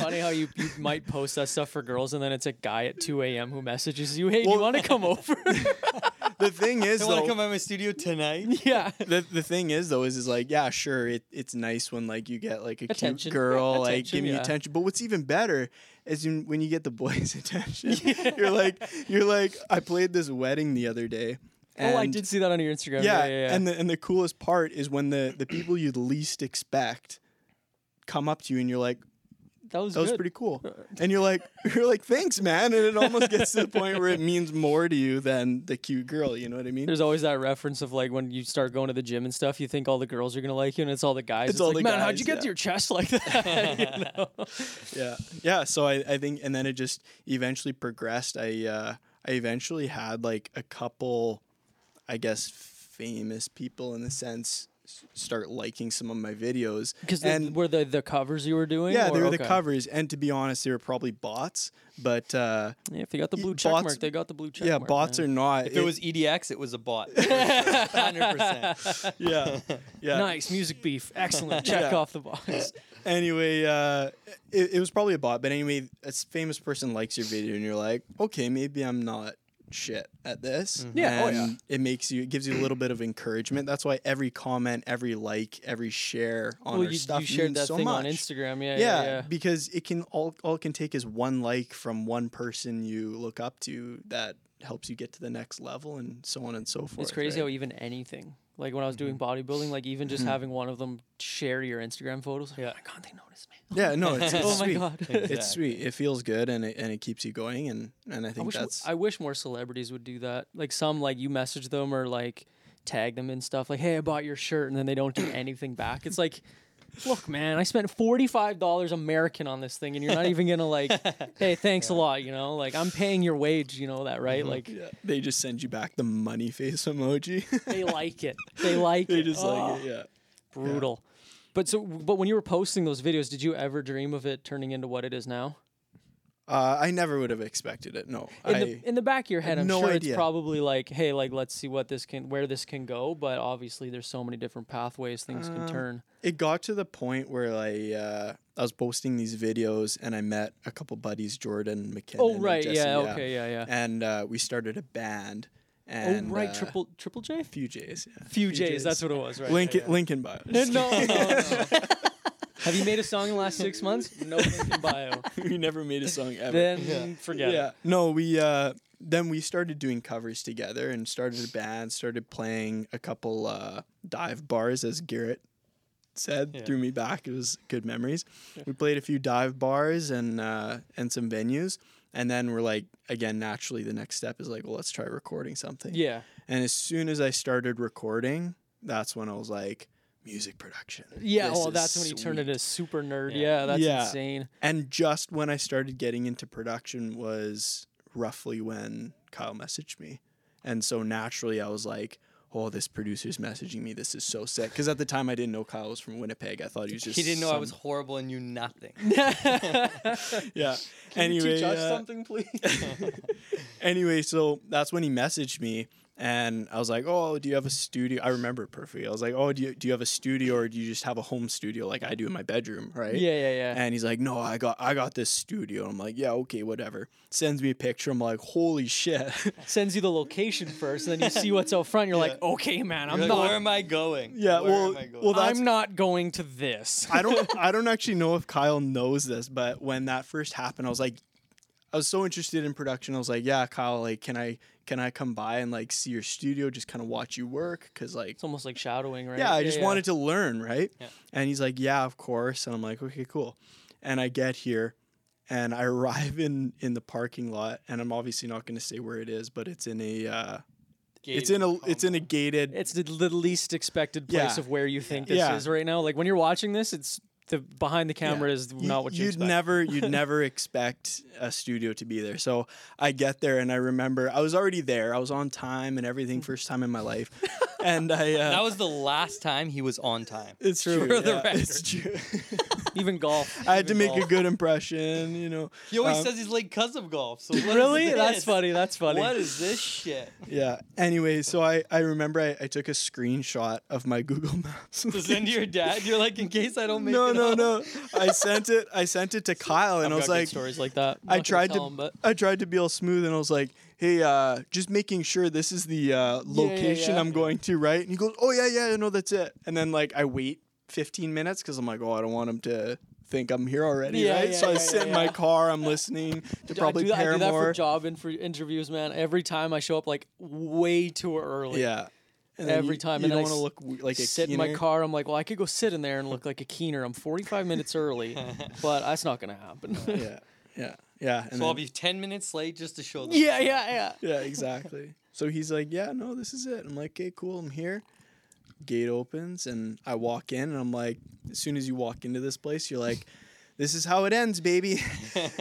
S2: Funny how you, you might post that stuff for girls and then it's a guy at 2 a.m. who messages you, hey, do you
S1: Well-
S2: want to come over?
S1: the thing is
S3: You want
S1: though,
S3: to come by my studio tonight?
S2: yeah.
S1: the the thing is though is is like yeah sure it, it's nice when like you get like a
S2: Attention.
S1: cute girl like
S2: Attention,
S1: giving you
S2: yeah.
S1: attention but what's even better is in, when you get the boys attention you're like you're like I played this wedding the other day and
S2: oh, I did see that on your Instagram.
S1: yeah,
S2: Yeah, yeah, yeah.
S1: and the and the coolest part is when the the people you'd least expect come up to you and you're like
S2: that was
S1: that was
S2: good.
S1: pretty cool and you're like you're like thanks man and it almost gets to the point where it means more to you than the cute girl you know what I mean
S2: There's always that reference of like when you start going to the gym and stuff, you think all the girls are gonna like you, and it's all the guys. It's,
S1: all
S2: like,
S1: the
S2: man, how'd you
S1: guys,
S2: get to
S1: yeah."
S2: your chest like that? You know?
S1: yeah yeah so I, I think and then it just eventually progressed i uh i eventually had like a couple i guess famous people in the sense s- start liking some of my videos.
S2: Because
S1: and
S2: were the the covers you were doing?
S1: yeah, they
S2: or-
S1: were the
S2: okay.
S1: covers, and to be honest, they were probably bots. But uh,
S2: Yeah, if they got the
S1: Y-
S2: blue check
S1: bots-
S2: mark, they got the blue check
S1: yeah,
S2: mark,
S1: bots
S2: man.
S1: are not.
S3: If it was EDX, it was a bot. 100%.
S1: yeah, yeah.
S2: nice music beef. Excellent. Check
S1: Yeah.
S2: off the box.
S1: anyway, uh, it, it was probably a bot, but anyway, a s- famous person likes your video, and you're like, okay, maybe I'm not shit at this.
S2: Yeah, oh, yeah.
S1: And It makes you, it gives you a little bit of encouragement. That's why every comment, every like, every share on
S2: well,
S1: our
S2: you,
S1: stuff
S2: you shared
S1: means
S2: that
S1: so
S2: thing
S1: much.
S2: on Instagram. Yeah,
S1: Yeah,
S2: yeah, yeah.
S1: because it can all all it can take is one like from one person you look up to that helps you get to the next level, and so on and so forth.
S2: It's crazy
S1: right?
S2: how even anything, like when I was doing
S1: Mm-hmm.
S2: bodybuilding, like even just having one of them share your Instagram photos, like,
S3: Yeah.
S2: oh my God, they noticed me.
S1: yeah, no, it's, it's
S2: oh my
S1: sweet.
S2: God.
S1: It's sweet. It feels good, and it and it keeps you going, and and I
S2: I
S1: think
S2: wish,
S1: that's.
S2: I wish more celebrities would do that. Like some, like you message them or like tag them and stuff. Like, hey, I bought your shirt, and then they don't do anything back. It's like, look, man, I spent forty five dollars American on this thing, and you're not even gonna like, hey, thanks a lot. You know, like I'm paying your wage. You know that, right? Like
S1: Mm-hmm. Yeah, they just send you back the money face emoji.
S2: they like it. They like
S1: they
S2: it.
S1: just
S2: Oh,
S1: like it, yeah.
S2: brutal. But so, but when you were posting those videos, did you ever dream of it turning into what it is now?
S1: Uh, I never would have expected it. No,
S2: in
S1: I
S2: the in the back of your head,
S1: had
S2: I'm
S1: no
S2: sure
S1: idea.
S2: it's probably like, hey, like let's see what this can, where this can go. But obviously, there's so many different pathways things
S1: Uh,
S2: can turn.
S1: it got to the point where I uh, I was posting these videos and I met a couple buddies, Jordan McKinnon.
S2: Oh
S1: and
S2: right,
S1: Jesse,
S2: yeah, okay, yeah, yeah.
S1: and uh, we started a band. And,
S2: oh right,
S1: uh,
S2: triple triple J, few,
S1: few J's. Yeah.
S2: J's. That's what it was, right?
S1: Lincoln Lincoln bio.
S2: no, no, no. Have you made a song in the last six months? No link in bio.
S1: we never made a song ever.
S2: Then forget
S1: yeah.
S2: it.
S1: No, we uh then we started doing covers together and started a band, started playing a couple uh dive bars as Garrett said,
S3: Yeah.
S1: threw me back. It was good memories. We played a few dive bars and uh and some venues. And then we're like, again, naturally the next step is like, well, let's try recording something.
S2: Yeah,
S1: And as soon as I started recording, that's when I was like, music production.
S2: yeah.
S1: This
S2: oh,
S1: is
S2: that's when you turned
S1: sweet."
S2: into super nerd. Yeah,
S3: Yeah.
S2: that's
S1: Yeah.
S2: insane.
S1: And just when I started getting into production was roughly when Kyle messaged me. And so naturally I was like, oh, this producer's messaging me. This is so sick. Because at the time I didn't know Kyle was from Winnipeg. I thought he was just.
S3: he didn't know I
S1: some-
S3: was horrible and knew nothing.
S1: Yeah. anyway, uh,
S3: please?
S1: anyway, so that's when he messaged me. And I was like, oh, do you have a studio? I remember it perfectly. I was like, oh, do you, do you have a studio or do you just have a home studio like I do in my bedroom, right?
S2: Yeah, yeah, yeah.
S1: And he's like, "No, I got I got this studio." I'm like, "Yeah, okay, whatever." Sends me a picture. I'm like, "Holy shit!"
S2: Sends you the location first, and then you see what's out front. You're like, okay, man, I'm
S3: You're like,
S2: not.
S3: Where am I going?
S1: Yeah,
S3: Where
S1: well-
S3: am I going?
S1: well, that's-
S2: I'm not going to this.
S1: I don't I don't actually know if Kyle knows this, but when that first happened, I was like, I was so interested in production. I was like, "Yeah, Kyle, like, can I can I come by and like see your studio, just kind of watch you work?" Because like,
S2: It's almost like shadowing, right?
S1: yeah, I just wanted to learn, right?
S3: Yeah.
S1: And he's like, "Yeah, of course." And I'm like, "Okay, cool." And I get here. And I arrive in, in the parking lot, and I'm obviously not going to say where it is, but it's in a uh, it's in a it's in a gated
S2: It's the the least expected place
S1: Yeah.
S2: of where you think this
S1: Yeah.
S2: is right now. Like when you're watching this, it's the behind the camera is
S1: you-
S2: not what you
S1: you'd
S2: expect.
S1: never you'd never expect a studio to be there. So I get there and I remember I was already there. I was on time and everything first time in my life. And I uh,
S3: That was the last time he was on time.
S1: it's true.
S3: for the
S1: yeah,
S3: record.
S1: it's true.
S2: Even golf.
S1: I had to make a
S3: Involved.
S1: good impression, you know.
S3: He always
S1: Um,
S3: says he's late because of golf. So what is
S2: really? That's
S3: this?
S2: funny. That's funny.
S3: What is this shit?
S1: Yeah. Anyway, so I I remember I, I took a screenshot of my Google Maps.
S3: To send to your dad? You're like, in case I don't make
S1: no,
S3: it
S1: no,
S3: up."
S1: no. I sent it. I sent it to Kyle, and
S2: I've
S1: I was
S2: got good
S1: like,
S2: stories like that. I'm
S1: I
S2: not gonna
S1: tried to
S2: tell 'em, but
S1: I tried to be all smooth and I was like, "Hey, uh, just making sure this is the uh, location
S2: yeah.
S1: I'm going to, right?" And he goes, "Oh yeah, yeah, no, that's it." And then like I wait 15 minutes because I'm like, "Oh, I don't want him to think I'm here already,
S2: Yeah,
S1: right?"
S2: yeah,
S1: so I
S2: yeah,
S1: sit
S2: yeah,
S1: in my
S2: yeah.
S1: car, I'm listening to
S2: I
S1: probably
S2: do, that, I do that for
S1: Paramore,
S2: job and for interviews, man. Every time I show up, like way too early.
S1: yeah, and then
S2: Every
S1: you-
S2: time,
S1: you
S2: and
S1: don't
S2: then
S1: want
S2: I
S1: to
S2: s-
S1: look w- like a
S2: sit in my
S1: keener.
S2: car. I'm like, well, I could go sit in there and look like a keener. I'm 45 minutes early, but that's not gonna happen.
S1: Yeah, yeah, yeah. And
S3: So I'll
S1: then-
S3: be 10 minutes late just to show them.
S2: yeah, yeah, yeah.
S1: Yeah, exactly. so he's like, "Yeah, no, this is it." I'm like, "Okay, cool, I'm here." Gate opens and I walk in and I'm like, as soon as you walk into this place, you're like, "This is how it ends, baby.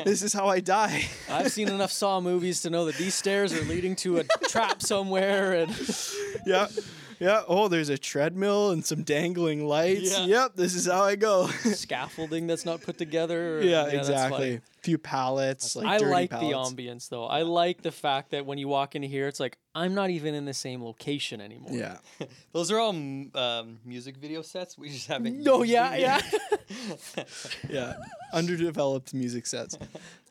S1: this is how I die."
S2: I've seen enough Saw movies to know that these stairs are leading to a trap somewhere, and
S1: yeah. yeah. Oh, there's a treadmill and some dangling lights.
S3: Yeah.
S1: Yep, this is how I go.
S2: Scaffolding that's not put together. or-
S1: yeah,
S2: that's funny.
S1: exactly. Few pallets, like
S2: I
S1: dirty
S2: like
S1: pallets.
S2: the ambience though. I like the fact that when you walk into here, it's like I'm not even in the same location anymore.
S1: Yeah,
S3: Those are all m- um, music video sets. We just haven't.
S2: No,
S3: used
S2: yeah,
S3: them
S2: yeah.
S3: yet.
S1: yeah. Underdeveloped music sets.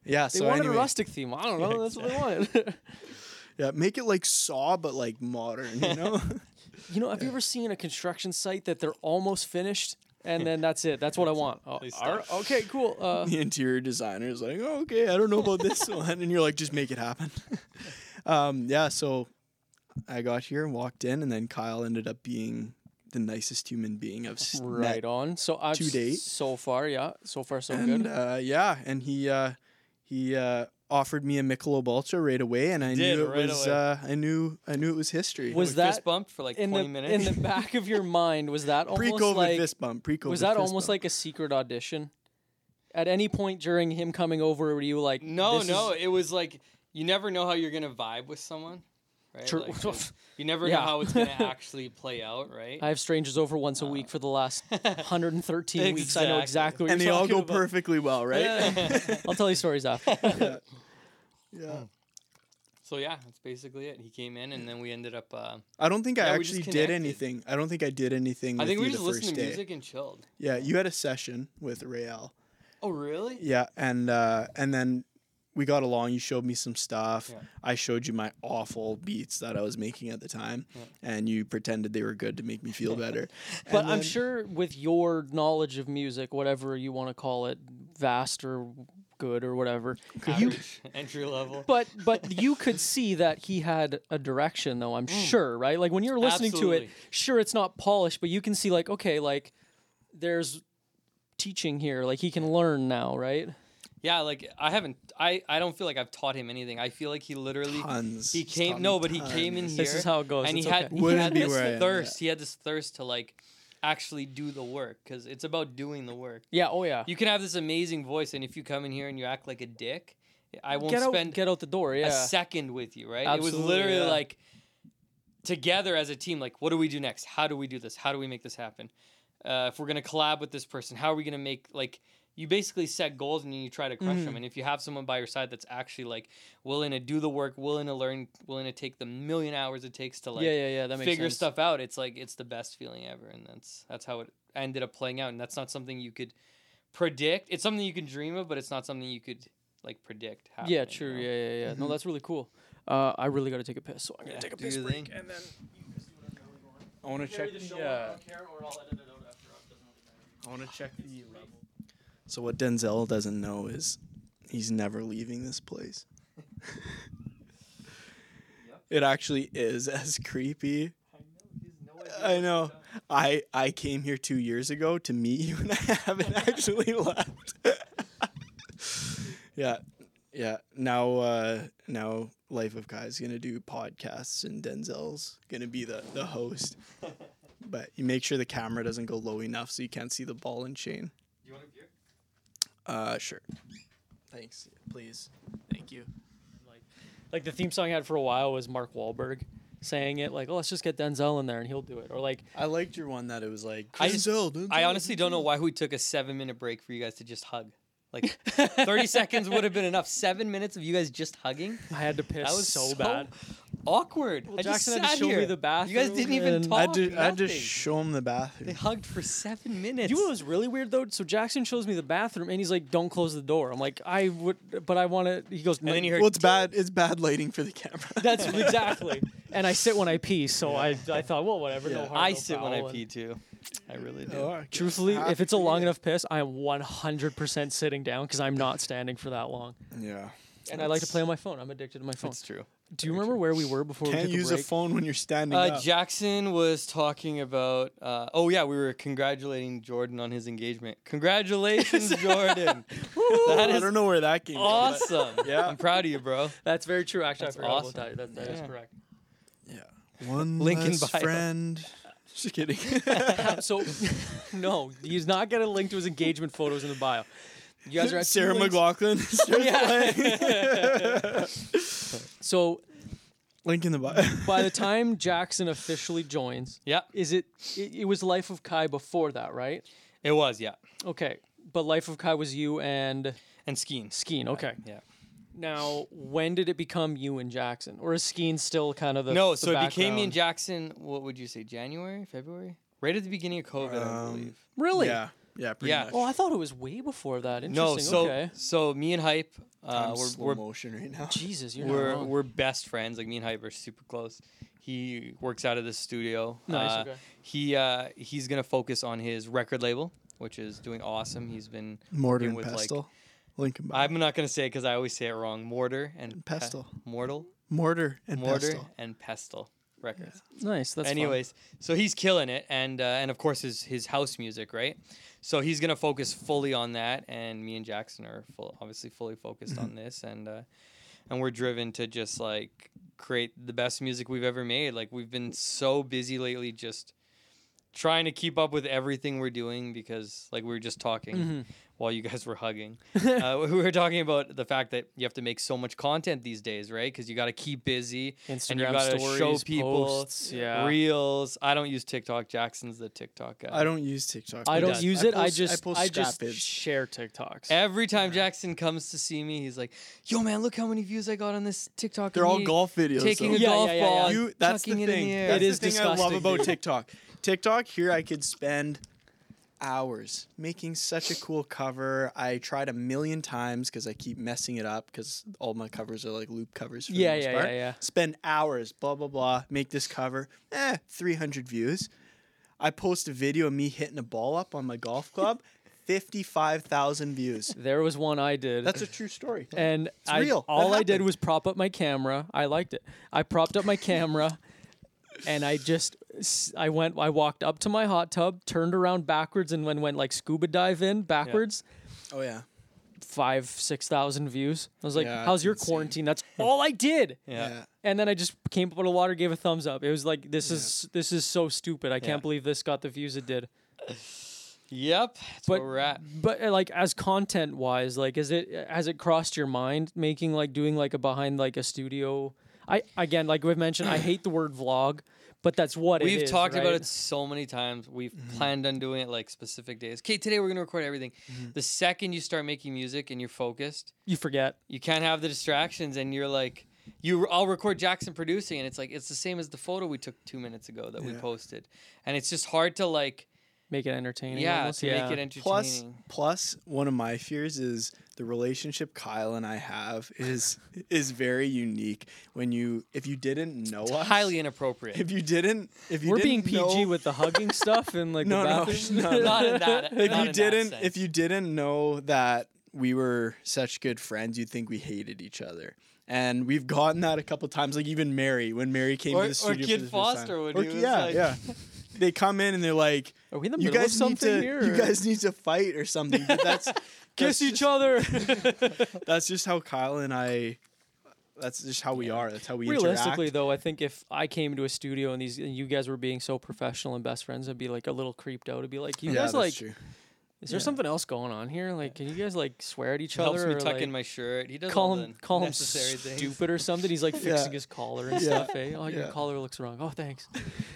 S1: Yeah.
S2: They
S1: so
S2: wanted
S1: anyway,
S2: a rustic theme. I don't know. That's what they wanted.
S1: yeah, make it like Saw, but like modern. You know.
S2: you know, have you ever seen a construction site that they're almost finished and then that's it? That's what I want. Oh,
S3: Please
S2: ar-
S3: stop.
S2: okay, cool. Uh,
S1: the interior designer is like, oh, okay, I don't know about this one, and you're like, just make it happen. um, yeah, so I got here and walked in, and then Kyle ended up being the nicest human being I've s-
S2: right
S1: met.
S2: on. So I've
S1: To date.
S2: so far, yeah, so far so
S1: And
S2: good.
S1: uh, yeah, and he uh, he uh, offered me a Michelob Ultra right away, and I
S3: did,
S1: knew it
S3: right
S1: was
S3: away.
S1: uh, I knew I knew it was history.
S2: Was
S3: We
S2: that
S3: fist bumped for like
S2: in the
S3: twenty minutes?
S2: in the back of your mind was that almost
S1: pre-COVID
S2: like
S1: fist bump? Pre-COVID
S2: was that
S1: fist
S2: almost
S1: bump.
S2: like a secret audition? At any point during him coming over, were you like,
S3: no,
S2: this
S3: no,
S2: is-
S3: it was like you never know how you're gonna vibe with someone, right?
S2: True.
S3: Like, 'cause you never
S2: Yeah.
S3: know how it's gonna actually play out, right?
S2: I have strangers over once a week for the last 113 weeks. I know exactly
S3: Exactly.
S2: what
S1: and they
S2: you're
S1: all
S2: talking
S1: go
S2: about.
S1: perfectly well, right?
S2: I'll tell you stories after.
S1: yeah.
S3: so yeah, that's basically it. He came in, and then we ended up. Uh,
S1: I don't think I
S3: Yeah, we just
S1: actually did
S3: connected.
S1: anything. I don't think I did anything.
S3: I
S1: with
S3: think
S1: you
S3: we just
S1: the first
S3: listened to
S1: day.
S3: music and chilled.
S1: Yeah, you had a session with Rael.
S3: Oh really?
S1: Yeah, and uh, and then we got along. You showed me some stuff.
S3: Yeah.
S1: I showed you my awful beats that I was making at the time, and you pretended they were good to make me feel better.
S2: But
S1: And
S2: I'm
S1: then-
S2: sure with your knowledge of music, whatever you want to call it, vast or good or whatever, you.
S3: Average, entry level.
S2: But but you could see that he had a direction, though. I'm sure, right? Like when you're listening to it,
S3: Mm. Absolutely.
S2: sure it's not polished, but you can see like okay, like there's teaching here. Like he can learn now, right?
S3: Yeah, like I haven't. I I don't feel like I've taught him anything. I feel like he literally
S1: Tons.
S3: He
S1: He's
S3: came
S1: taught
S3: no,
S1: me
S3: but he came in
S1: tons.
S3: here.
S2: This is how it goes,
S3: And
S2: it's
S3: he had
S2: okay.
S3: he
S1: Wouldn't
S3: had
S1: be
S3: this
S1: where I am,
S3: thirst. He had this thirst to like actually do the work because it's about doing the work.
S2: Yeah. Oh yeah.
S3: You can have this amazing voice, and if you come in here and you act like a dick, I won't
S2: get out.
S3: spend
S2: get out the door.
S3: a
S2: Yeah.
S3: second with you. Right? it was
S2: Absolutely,
S3: literally
S2: yeah.
S3: like together as a team. Like, what do we do next? How do we do this? How do we make this happen? Uh, if we're gonna collab with this person, how are we gonna make like? You basically set goals and you try to
S2: Mm-hmm.
S3: crush them. And if you have someone by your side that's actually like willing to do the work, willing to learn, willing to take the million hours it takes to like
S2: yeah. Yeah. Yeah. That makes
S3: figure
S2: sense.
S3: stuff out, it's like it's the best feeling ever, and that's that's how it ended up playing out. And that's not something you could predict. It's something you can dream of, but it's not something you could like predict. Happening,
S2: Yeah.
S3: you
S2: True.
S3: know? Mm-hmm.
S2: Yeah. Yeah. Yeah. No, that's really cool. Uh, I really got to take a piss, so I'm gonna
S3: Yeah,
S2: take a
S3: do
S2: piss
S3: your
S2: break.
S3: thing.
S1: I want to check. uh,
S2: Yeah.
S1: I want to check the level. So what Denzel doesn't know is he's never leaving this place. It actually is as creepy. I know. I I came here two years ago to meet you, and I haven't actually left. yeah, yeah. Now, uh, now, Life of Kai is gonna do podcasts, and Denzel's gonna be the the host. But you make sure the camera doesn't go low enough so you can't see the ball and chain.
S3: You want a beer?
S1: Uh, sure. Thanks, please. Thank you.
S2: Like the theme song I had for a while was Mark Wahlberg saying it like, "Oh, let's just get Denzel in there and he'll do it," or like,
S1: I liked your one that it was like.
S3: I just-
S1: Denzel, Denzel,
S3: I honestly don't know why we took a seven minute break for you guys to just hug. Like thirty seconds would have been enough. Seven minutes of you guys just hugging.
S2: "I had to piss
S3: That was
S2: so bad."
S3: Awkward. I just
S2: Jackson had to
S3: sat
S2: show me
S3: here.
S2: the
S3: You guys
S2: bathroom
S3: didn't even
S2: and-
S3: talk.
S1: I just, I
S3: nothing.
S1: just show him the
S3: they
S1: bathroom.
S3: hugged for seven minutes.
S2: You know what was really weird though? So Jackson shows me the bathroom and he's like, "Don't close the door." I'm like, "I would," but I want to. He goes, "No."
S3: then you heard-
S1: Well, it's bad. It's bad lighting for the camera.
S2: "That's exactly." And I sit when I pee, so I, I thought, well, whatever. No
S1: Yeah.
S2: harm,
S3: I
S2: no
S3: sit when I
S2: foul, and-
S3: pee too. I really do.
S1: Oh,
S2: Truthfully,
S1: happy
S2: if it's a
S1: for
S2: long
S1: you.
S2: enough piss, I am 100% sitting down because I'm not standing for that long.
S1: yeah.
S2: And I like to play on my phone. I'm addicted to my phone.
S3: That's true.
S2: Do you remember where we were before we
S1: Can't
S2: took
S1: use
S2: a
S1: a
S2: break?
S1: phone when you're standing
S3: Uh,
S1: up.
S3: Jackson was talking about. Uh, oh yeah, we were congratulating Jordan on his engagement. Congratulations, Jordan! that
S1: I
S3: is
S1: don't know where that came from. but-
S3: awesome.
S1: Yeah.
S3: I'm proud of you, bro.
S2: That's very true. Actually,
S3: That's
S2: I forgot
S3: awesome.
S2: about that. That, that is
S3: Yeah.
S2: correct.
S1: Yeah. One
S3: Link in
S1: less
S3: bio.
S1: friend. Just kidding.
S2: so, no, he's not going to link to his engagement photos in the bio. You guys are at two
S1: Sarah
S2: links.
S1: McLaughlin.
S2: Yeah. so,
S1: Link in the bio.
S2: By the time Jackson officially joins,
S3: Yeah,
S2: is it, it? It was Life of Kai before that, right?
S3: it was. Yeah,
S2: Okay, but Life of Kai was you and
S3: and skiing.
S2: Skeen. Okay.
S3: Yeah.
S2: Now, when did it become you and Jackson, or is Skeen still kind of the
S3: no,
S2: the
S3: so it became me
S2: background?
S3: and Jackson. What would you say? January, February, right at the beginning of COVID, I
S1: Um,
S3: believe.
S2: Really?
S1: Yeah. Yeah. Pretty
S3: Yeah.
S1: Much.
S2: Oh, I thought it was way before that. Interesting.
S3: No, so
S2: okay.
S3: so me and Hype,
S1: I'm
S3: uh,
S1: slow
S3: we're we're,
S1: motion right now.
S2: Jesus, you're
S3: we're,
S2: not wrong.
S3: we're best friends. Like me and Hype are super close. He works out of the studio.
S2: Nice,
S3: Uh,
S2: okay.
S3: He uh, he's gonna focus on his record label, which is doing awesome. He's been
S1: Mortar
S3: working
S1: and
S3: with, like-
S1: pestle. Link in bio.
S3: I'm not gonna say it because I always say it wrong. Mortar and Pe-
S1: Pestle.
S3: mortal,
S1: Mortar and
S3: mortar
S1: pestle.
S3: and pestle records.
S2: nice. That's fun.
S3: Anyways, so he's killing it, and uh, and of course his his house music, right? So he's gonna focus fully on that, and me and Jackson are full, obviously fully focused on this, and uh, and we're driven to just like create the best music we've ever made. Like we've been so busy lately, just trying to keep up with everything we're doing because like we were just talking
S2: Mm-hmm.
S3: while you guys were hugging uh, we were talking about the fact that you have to make so much content these days right because you got to keep busy and you
S2: Instagram
S3: gotta show
S2: stories,
S3: people
S2: posts, yeah.
S3: reels. I don't use TikTok. Jackson's the TikTok guy.
S1: I don't use TikTok.
S2: I don't
S3: does.
S2: use
S1: I
S2: it. I
S1: post- I
S2: just
S1: post
S2: I,
S1: scrap
S2: just
S1: bids.
S2: share TikToks.
S3: Every time Jackson comes to see me, he's like, "Yo, man, look how many views I got on this TikTok."
S1: They're
S3: of
S1: all
S3: me
S1: golf videos.
S3: taking
S1: though.
S3: a
S2: Yeah,
S3: golf
S2: yeah, yeah,
S3: ball.
S2: yeah.
S3: and
S1: You, that's the
S3: tucking
S1: thing.
S3: it in the air."
S1: That's
S2: It is
S1: the thing I love
S2: disgusting,
S1: about
S2: dude.
S1: TikTok. TikTok here, I could spend hours making such a cool cover. I tried a million times because I keep messing it up because all my covers are like loop covers. For
S2: Yeah,
S1: the most
S2: yeah, yeah,
S1: part.
S2: yeah.
S1: Spend hours, blah blah blah. Make this cover, eh, three hundred views. I post a video of me hitting a ball up on my golf club, fifty-five thousand views.
S2: there was one I did.
S1: That's a true story.
S2: and I,
S1: real. That
S2: all I did
S1: happened.
S2: was prop up my camera. I liked it. I propped up my camera, and I just s- I went I walked up to my hot tub, turned around backwards, and then went like scuba dive in backwards.
S1: oh yeah,
S2: Five six thousand views. I was like,
S1: Yeah,
S2: "How's
S1: it's
S2: your
S1: insane.
S2: quarantine?" That's all I did.
S3: Yeah.
S1: yeah.
S2: And then I just came up out of water, gave a thumbs up. It was like, "This is this is so stupid. I
S3: Yeah.
S2: can't believe this got the views it did."
S3: Yep. That's
S2: But-
S3: where we're at.
S2: But uh, like as content wise, like is it has it crossed your mind making like doing like a behind like a studio? I again like we've mentioned, I hate the word vlog, but that's what it
S3: We've
S2: is,
S3: talked about
S2: right?
S3: it so many times. We've
S1: Mm-hmm.
S3: planned on doing it like specific days. Okay, today we're gonna record everything.
S1: Mm-hmm.
S3: The second you start making music and you're focused,
S2: You forget.
S3: you can't have the distractions, and you're like, you. I'll record Jackson producing, and it's like it's the same as the photo we took two minutes ago that we
S1: Yeah.
S3: posted, and it's just hard to like,
S2: Make it entertaining.
S3: yeah,
S2: almost,
S3: to
S2: yeah.
S3: make it entertaining.
S1: Plus, plus, one of my fears is the relationship Kyle and I have is is very unique. When you, if you didn't know us,
S3: highly inappropriate.
S1: if you didn't, if you
S2: We're being
S1: didn't
S2: PG
S1: know,
S2: with the hugging stuff and like
S1: No,
S2: the
S1: no,
S2: bathroom.
S1: no, no.
S3: not in that.
S1: if
S3: not in
S1: you
S3: that
S1: didn't,
S3: sense.
S1: if you didn't know that we were such good friends, you'd think we hated each other. And we've gotten that a couple times, like even Mary when Mary came
S3: Or-
S1: to
S3: or
S1: the studio.
S3: Kid
S1: for the first
S3: Foster
S1: time.
S3: when
S1: Or-
S3: he was
S1: yeah,
S3: like-
S1: yeah. They come in and they're like,
S2: Are we in the
S1: "You
S2: middle
S1: guys
S2: of
S1: need
S2: something
S1: to,
S2: here?
S1: you
S2: or-
S1: guys need to fight or something." But that's
S2: kiss
S1: that's
S2: each other.
S1: that's just how Kyle and I. That's just how we are. That's how we
S2: Realistically,
S1: interact.
S2: though, I think if I came to a studio and these and you guys were being so professional and best friends, I'd be like a little creeped out. I'd be like, you
S1: yeah,
S2: guys
S1: that's
S2: like
S1: true.
S2: Is there something else going on here? Like, can you guys like swear at each
S3: helps
S2: other?
S3: me
S2: or,
S3: tuck
S2: like,
S3: in my shirt. He does
S2: call
S3: all
S2: him
S3: the
S2: call him
S3: necessary things.
S2: stupid or something. He's like fixing his collar and
S1: Yeah.
S2: stuff. Eh? Oh, your
S1: Yeah.
S2: collar looks wrong. Oh, thanks.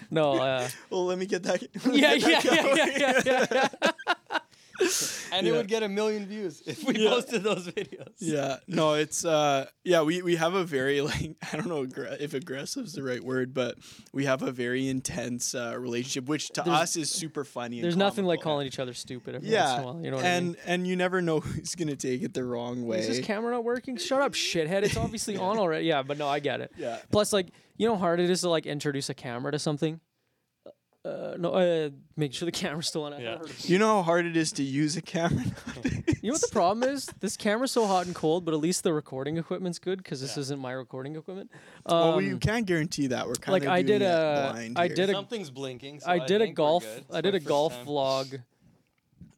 S2: No. Uh,
S1: Well, let me get that.
S2: yeah, yeah, yeah, yeah, yeah, yeah, yeah.
S3: and it
S1: Yeah.
S3: would get a million views if we posted those videos.
S1: Yeah, no, it's uh, yeah, we we have a very like I don't know aggra- if aggressive is the right word, but we have a very intense uh, relationship, which to
S2: There's-
S1: us is super funny.
S2: There's
S1: and
S2: nothing like
S1: comical.
S2: calling each other stupid every once
S1: Yeah,
S2: in a while. You know what
S1: and
S2: I mean?
S1: and you never know who's gonna take it the wrong way.
S2: Is this camera not working? Shut up, shithead. It's obviously on already. Yeah, but no, I get it.
S1: Yeah.
S2: Plus, like, you know how hard it is to like introduce a camera to something. Uh, no, uh, make sure the camera's still on. I
S3: Yeah.
S2: heard
S1: you know how hard it is to use a camera. nowadays?
S2: You know what the problem is? This camera's so hot and cold, but at least the recording equipment's good because this isn't my recording equipment. Um,
S1: well, we can't guarantee that we're kind
S2: like,
S1: of
S2: I did a-
S1: blind
S2: I
S1: here.
S2: did a-
S3: Something's blinking. So
S2: I did a
S3: think we're
S2: golf.
S3: good. It's
S2: I did
S3: my
S2: a
S3: first
S2: golf
S3: time.
S2: vlog.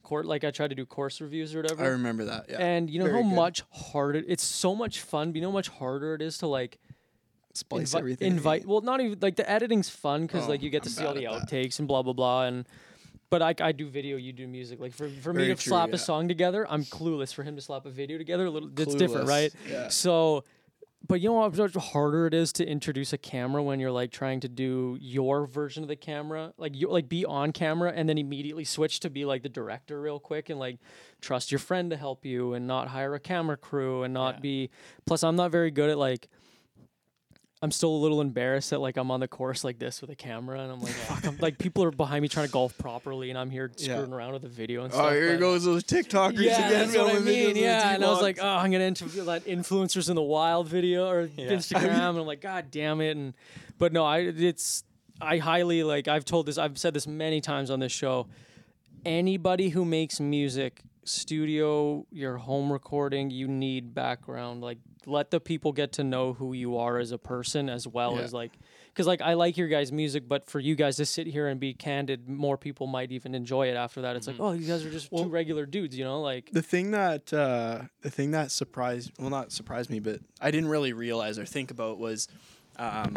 S2: Court like I tried to do course reviews or
S1: I
S2: whatever.
S1: remember that. Yeah,
S2: and you know
S1: very
S2: how
S1: good.
S2: much harder it's so much fun, but you know how much harder it is to like
S1: splice
S2: invi-
S1: everything.
S2: invite. Well, not even like the editing's fun because
S1: Oh,
S2: like you get to
S1: I'm
S2: see all
S1: bad
S2: the
S1: at that.
S2: outtakes and blah blah blah. And but I, I do video, you do music. Like for, for me
S1: Very
S2: to
S1: true,
S2: slap
S1: yeah.
S2: a song together, I'm clueless. For him to slap a video together, a little it's different,
S1: Clueless,
S2: right?
S1: yeah.
S2: So, But you know how much harder it is to introduce a camera when you're like trying to do your version of the camera, like you like be on camera and then immediately switch to be like the director real quick and like trust your friend to help you and not hire a camera crew and not
S3: Yeah.
S2: be. Plus, I'm not very good at like. I'm still a little embarrassed that like I'm on the course like this with a camera and I'm like, fuck, I'm, like people are behind me trying to golf properly and I'm here
S1: Yeah.
S2: screwing around with the video and stuff.
S1: Oh, here
S2: but-
S1: goes those TikTokers
S2: yeah,
S1: again.
S2: that's what I
S1: filming videos
S2: mean.
S1: with
S2: Yeah,
S1: their
S2: and I was like,
S1: T-Logs.
S2: oh, I'm gonna interview that influencers in the wild video or
S3: Yeah.
S2: Instagram, and I'm like, god damn it. And but no, I it's I highly like I've told this, I've said this many times on this show. Anybody who makes music, studio, your home recording, you need background. Like let the people get to know who you are as a person as well
S1: Yeah.
S2: as like because like I like your guys' music, but for you guys to sit here and be candid, more people might even enjoy it after that. It's
S1: Mm-hmm.
S2: like, oh, you guys are just two regular dudes, you know? Like
S1: the thing that uh, the thing that surprised well not surprised me but i didn't really realize or think about was um,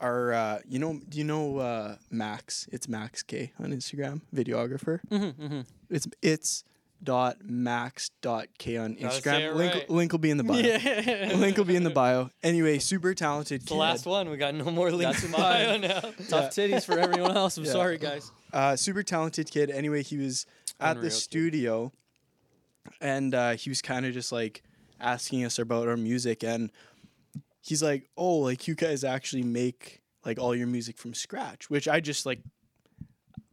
S1: our uh, you know do you know uh, max it's max k on instagram videographer
S2: Mm-hmm,
S1: it's it's dot max dot k on
S3: Gotta say
S1: instagram
S3: it
S1: link,
S3: right.
S1: link will be in the bio link will be in the bio anyway super talented
S3: The
S1: kid.
S3: last one. We got no more links in bio
S2: mine.
S3: now.
S2: tough titties for everyone else. I'm
S1: Yeah.
S2: sorry, guys.
S1: uh, super talented kid. Anyway, he was at
S3: Unreal
S1: the
S3: kid.
S1: studio, and uh, he was kind of just like asking us about our music, and he's like, "Oh, like you guys actually make like all your music from scratch," which I just like.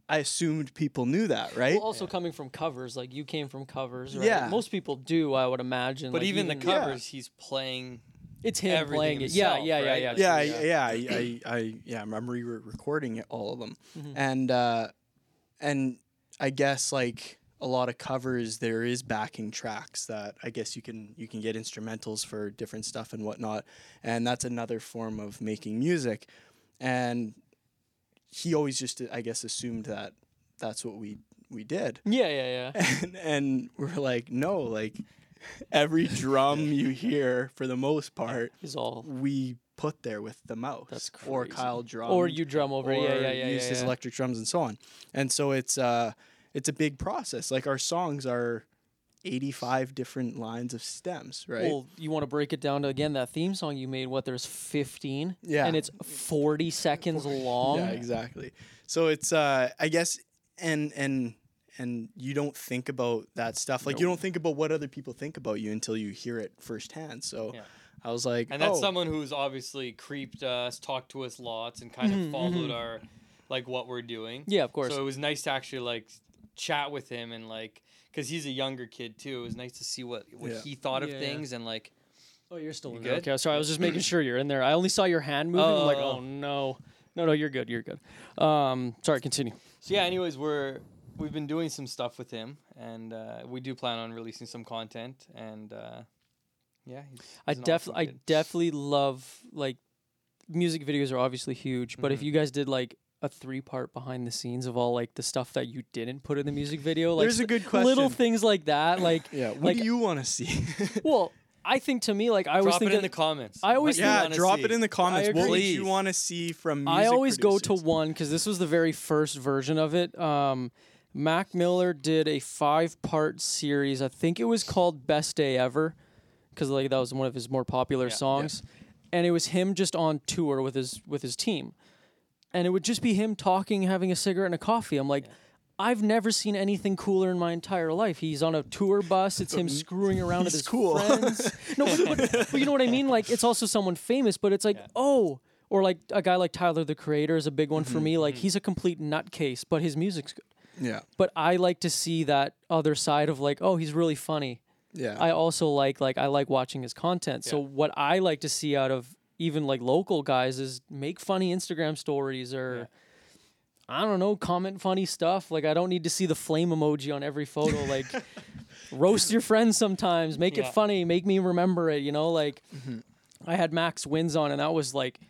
S1: I assumed people knew that, right?
S2: Well, also coming from covers, like you came from covers, right?
S1: Yeah.
S2: Most people do, I would imagine.
S3: But
S2: like,
S3: even the
S1: Yeah.
S3: covers, he's playing.
S2: it's him
S3: everything
S2: playing it. Yeah,
S3: himself,
S2: yeah, yeah,
S3: right?
S2: yeah.
S3: Like,
S1: yeah, I,
S3: Yeah.
S1: yeah, I, I, I, yeah, I remember we were recording it, all of them, and uh, and I guess like a lot of covers, there is backing tracks that I guess you can you can get instrumentals for different stuff and whatnot, and that's another form of making music, and he always just I guess assumed that that's what we we did,
S2: Yeah, yeah, yeah.
S1: and, and we're like no, like every drum you hear for the most part
S2: Is all.
S1: we put there with the mouse.
S2: That's
S1: Or
S2: crazy.
S1: Kyle drum.
S2: Or you drum over it. Yeah,
S1: Um, or
S2: yeah, yeah.
S1: used
S2: yeah,
S1: his
S2: yeah.
S1: electric drums and so on. And so it's uh it's a big process. Like our songs are 85 different lines of stems, right?
S2: Well, you want to break it down to again that theme song you made. What there's 15,
S1: Yeah.
S2: and it's 40 seconds long.
S1: yeah, exactly. So it's uh I guess and and and you don't think about that stuff. Like you don't think about what other people think about you until you hear it firsthand. So
S3: Yeah.
S1: I was like,
S3: And that's
S1: oh,
S3: someone who's obviously creeped us, talked to us lots, and kind of followed our, like, what we're doing.
S2: Mm-hmm, Yeah, of course.
S3: So it was nice to actually like chat with him and like, cause he's a younger kid too. It was nice to see what what
S1: Yeah.
S3: he thought of
S2: Yeah, yeah.
S3: things and like.
S2: oh, you're still in
S3: good?
S2: Okay, sorry. I was just making sure you're in there. I only saw your hand moving. I'm like,
S3: Oh.
S2: oh no, no, no, you're good. You're good. Um, sorry. Continue.
S3: So yeah. Anyways, we're we've been doing some stuff with him, and uh, we do plan on releasing some content. And uh, yeah, he's,
S2: I
S3: he's an awesome
S2: definitely, I
S3: kid.
S2: definitely love like music videos are obviously huge, but if
S1: Mm-hmm.
S2: you guys did like a three part behind the scenes of all like the stuff that you didn't put in the music video, like
S1: There's a good
S2: little
S1: question.
S2: things like that, like
S1: yeah, what
S2: like
S1: do you want to see?
S2: well, I think to me like I was
S3: drop it
S2: thinking
S3: in the comments.
S2: I always
S3: What do you
S1: yeah,
S3: wanna
S1: drop
S3: see?
S1: it in the comments. What would
S3: agree.
S1: you
S3: Please.
S1: want to see from music
S2: I always go to
S1: producers?
S2: one because this was the very first version of it. Um, Mac Miller did a five part series. I think it was called Best Day Ever because like that was one of his more popular songs, and it was him just on tour with his with his team, and it would just be him talking, having a cigarette and a coffee. I'm like. I've never seen anything cooler in my entire life. He's on a tour bus. It's him screwing around with
S1: He's
S2: his
S1: cool.
S2: friends. No, but, but, but you know what I mean? Like, it's also someone famous, but it's like, oh, or like a guy like Tyler the Creator is a big one for
S1: Mm-hmm,
S2: me. Like, he's a complete nutcase, but his music's good.
S1: Yeah,
S2: But I like to see that other side of like, oh, he's really funny.
S1: yeah.
S2: I also like like I like watching his content. So what I like to see out of even like local guys is make funny Instagram stories or I don't know, comment funny stuff. Like I don't need to see the flame emoji on every photo. Like roast your friends sometimes, make
S3: Yeah.
S2: it funny, make me remember it, you know? Like I had Max Wins on and that was like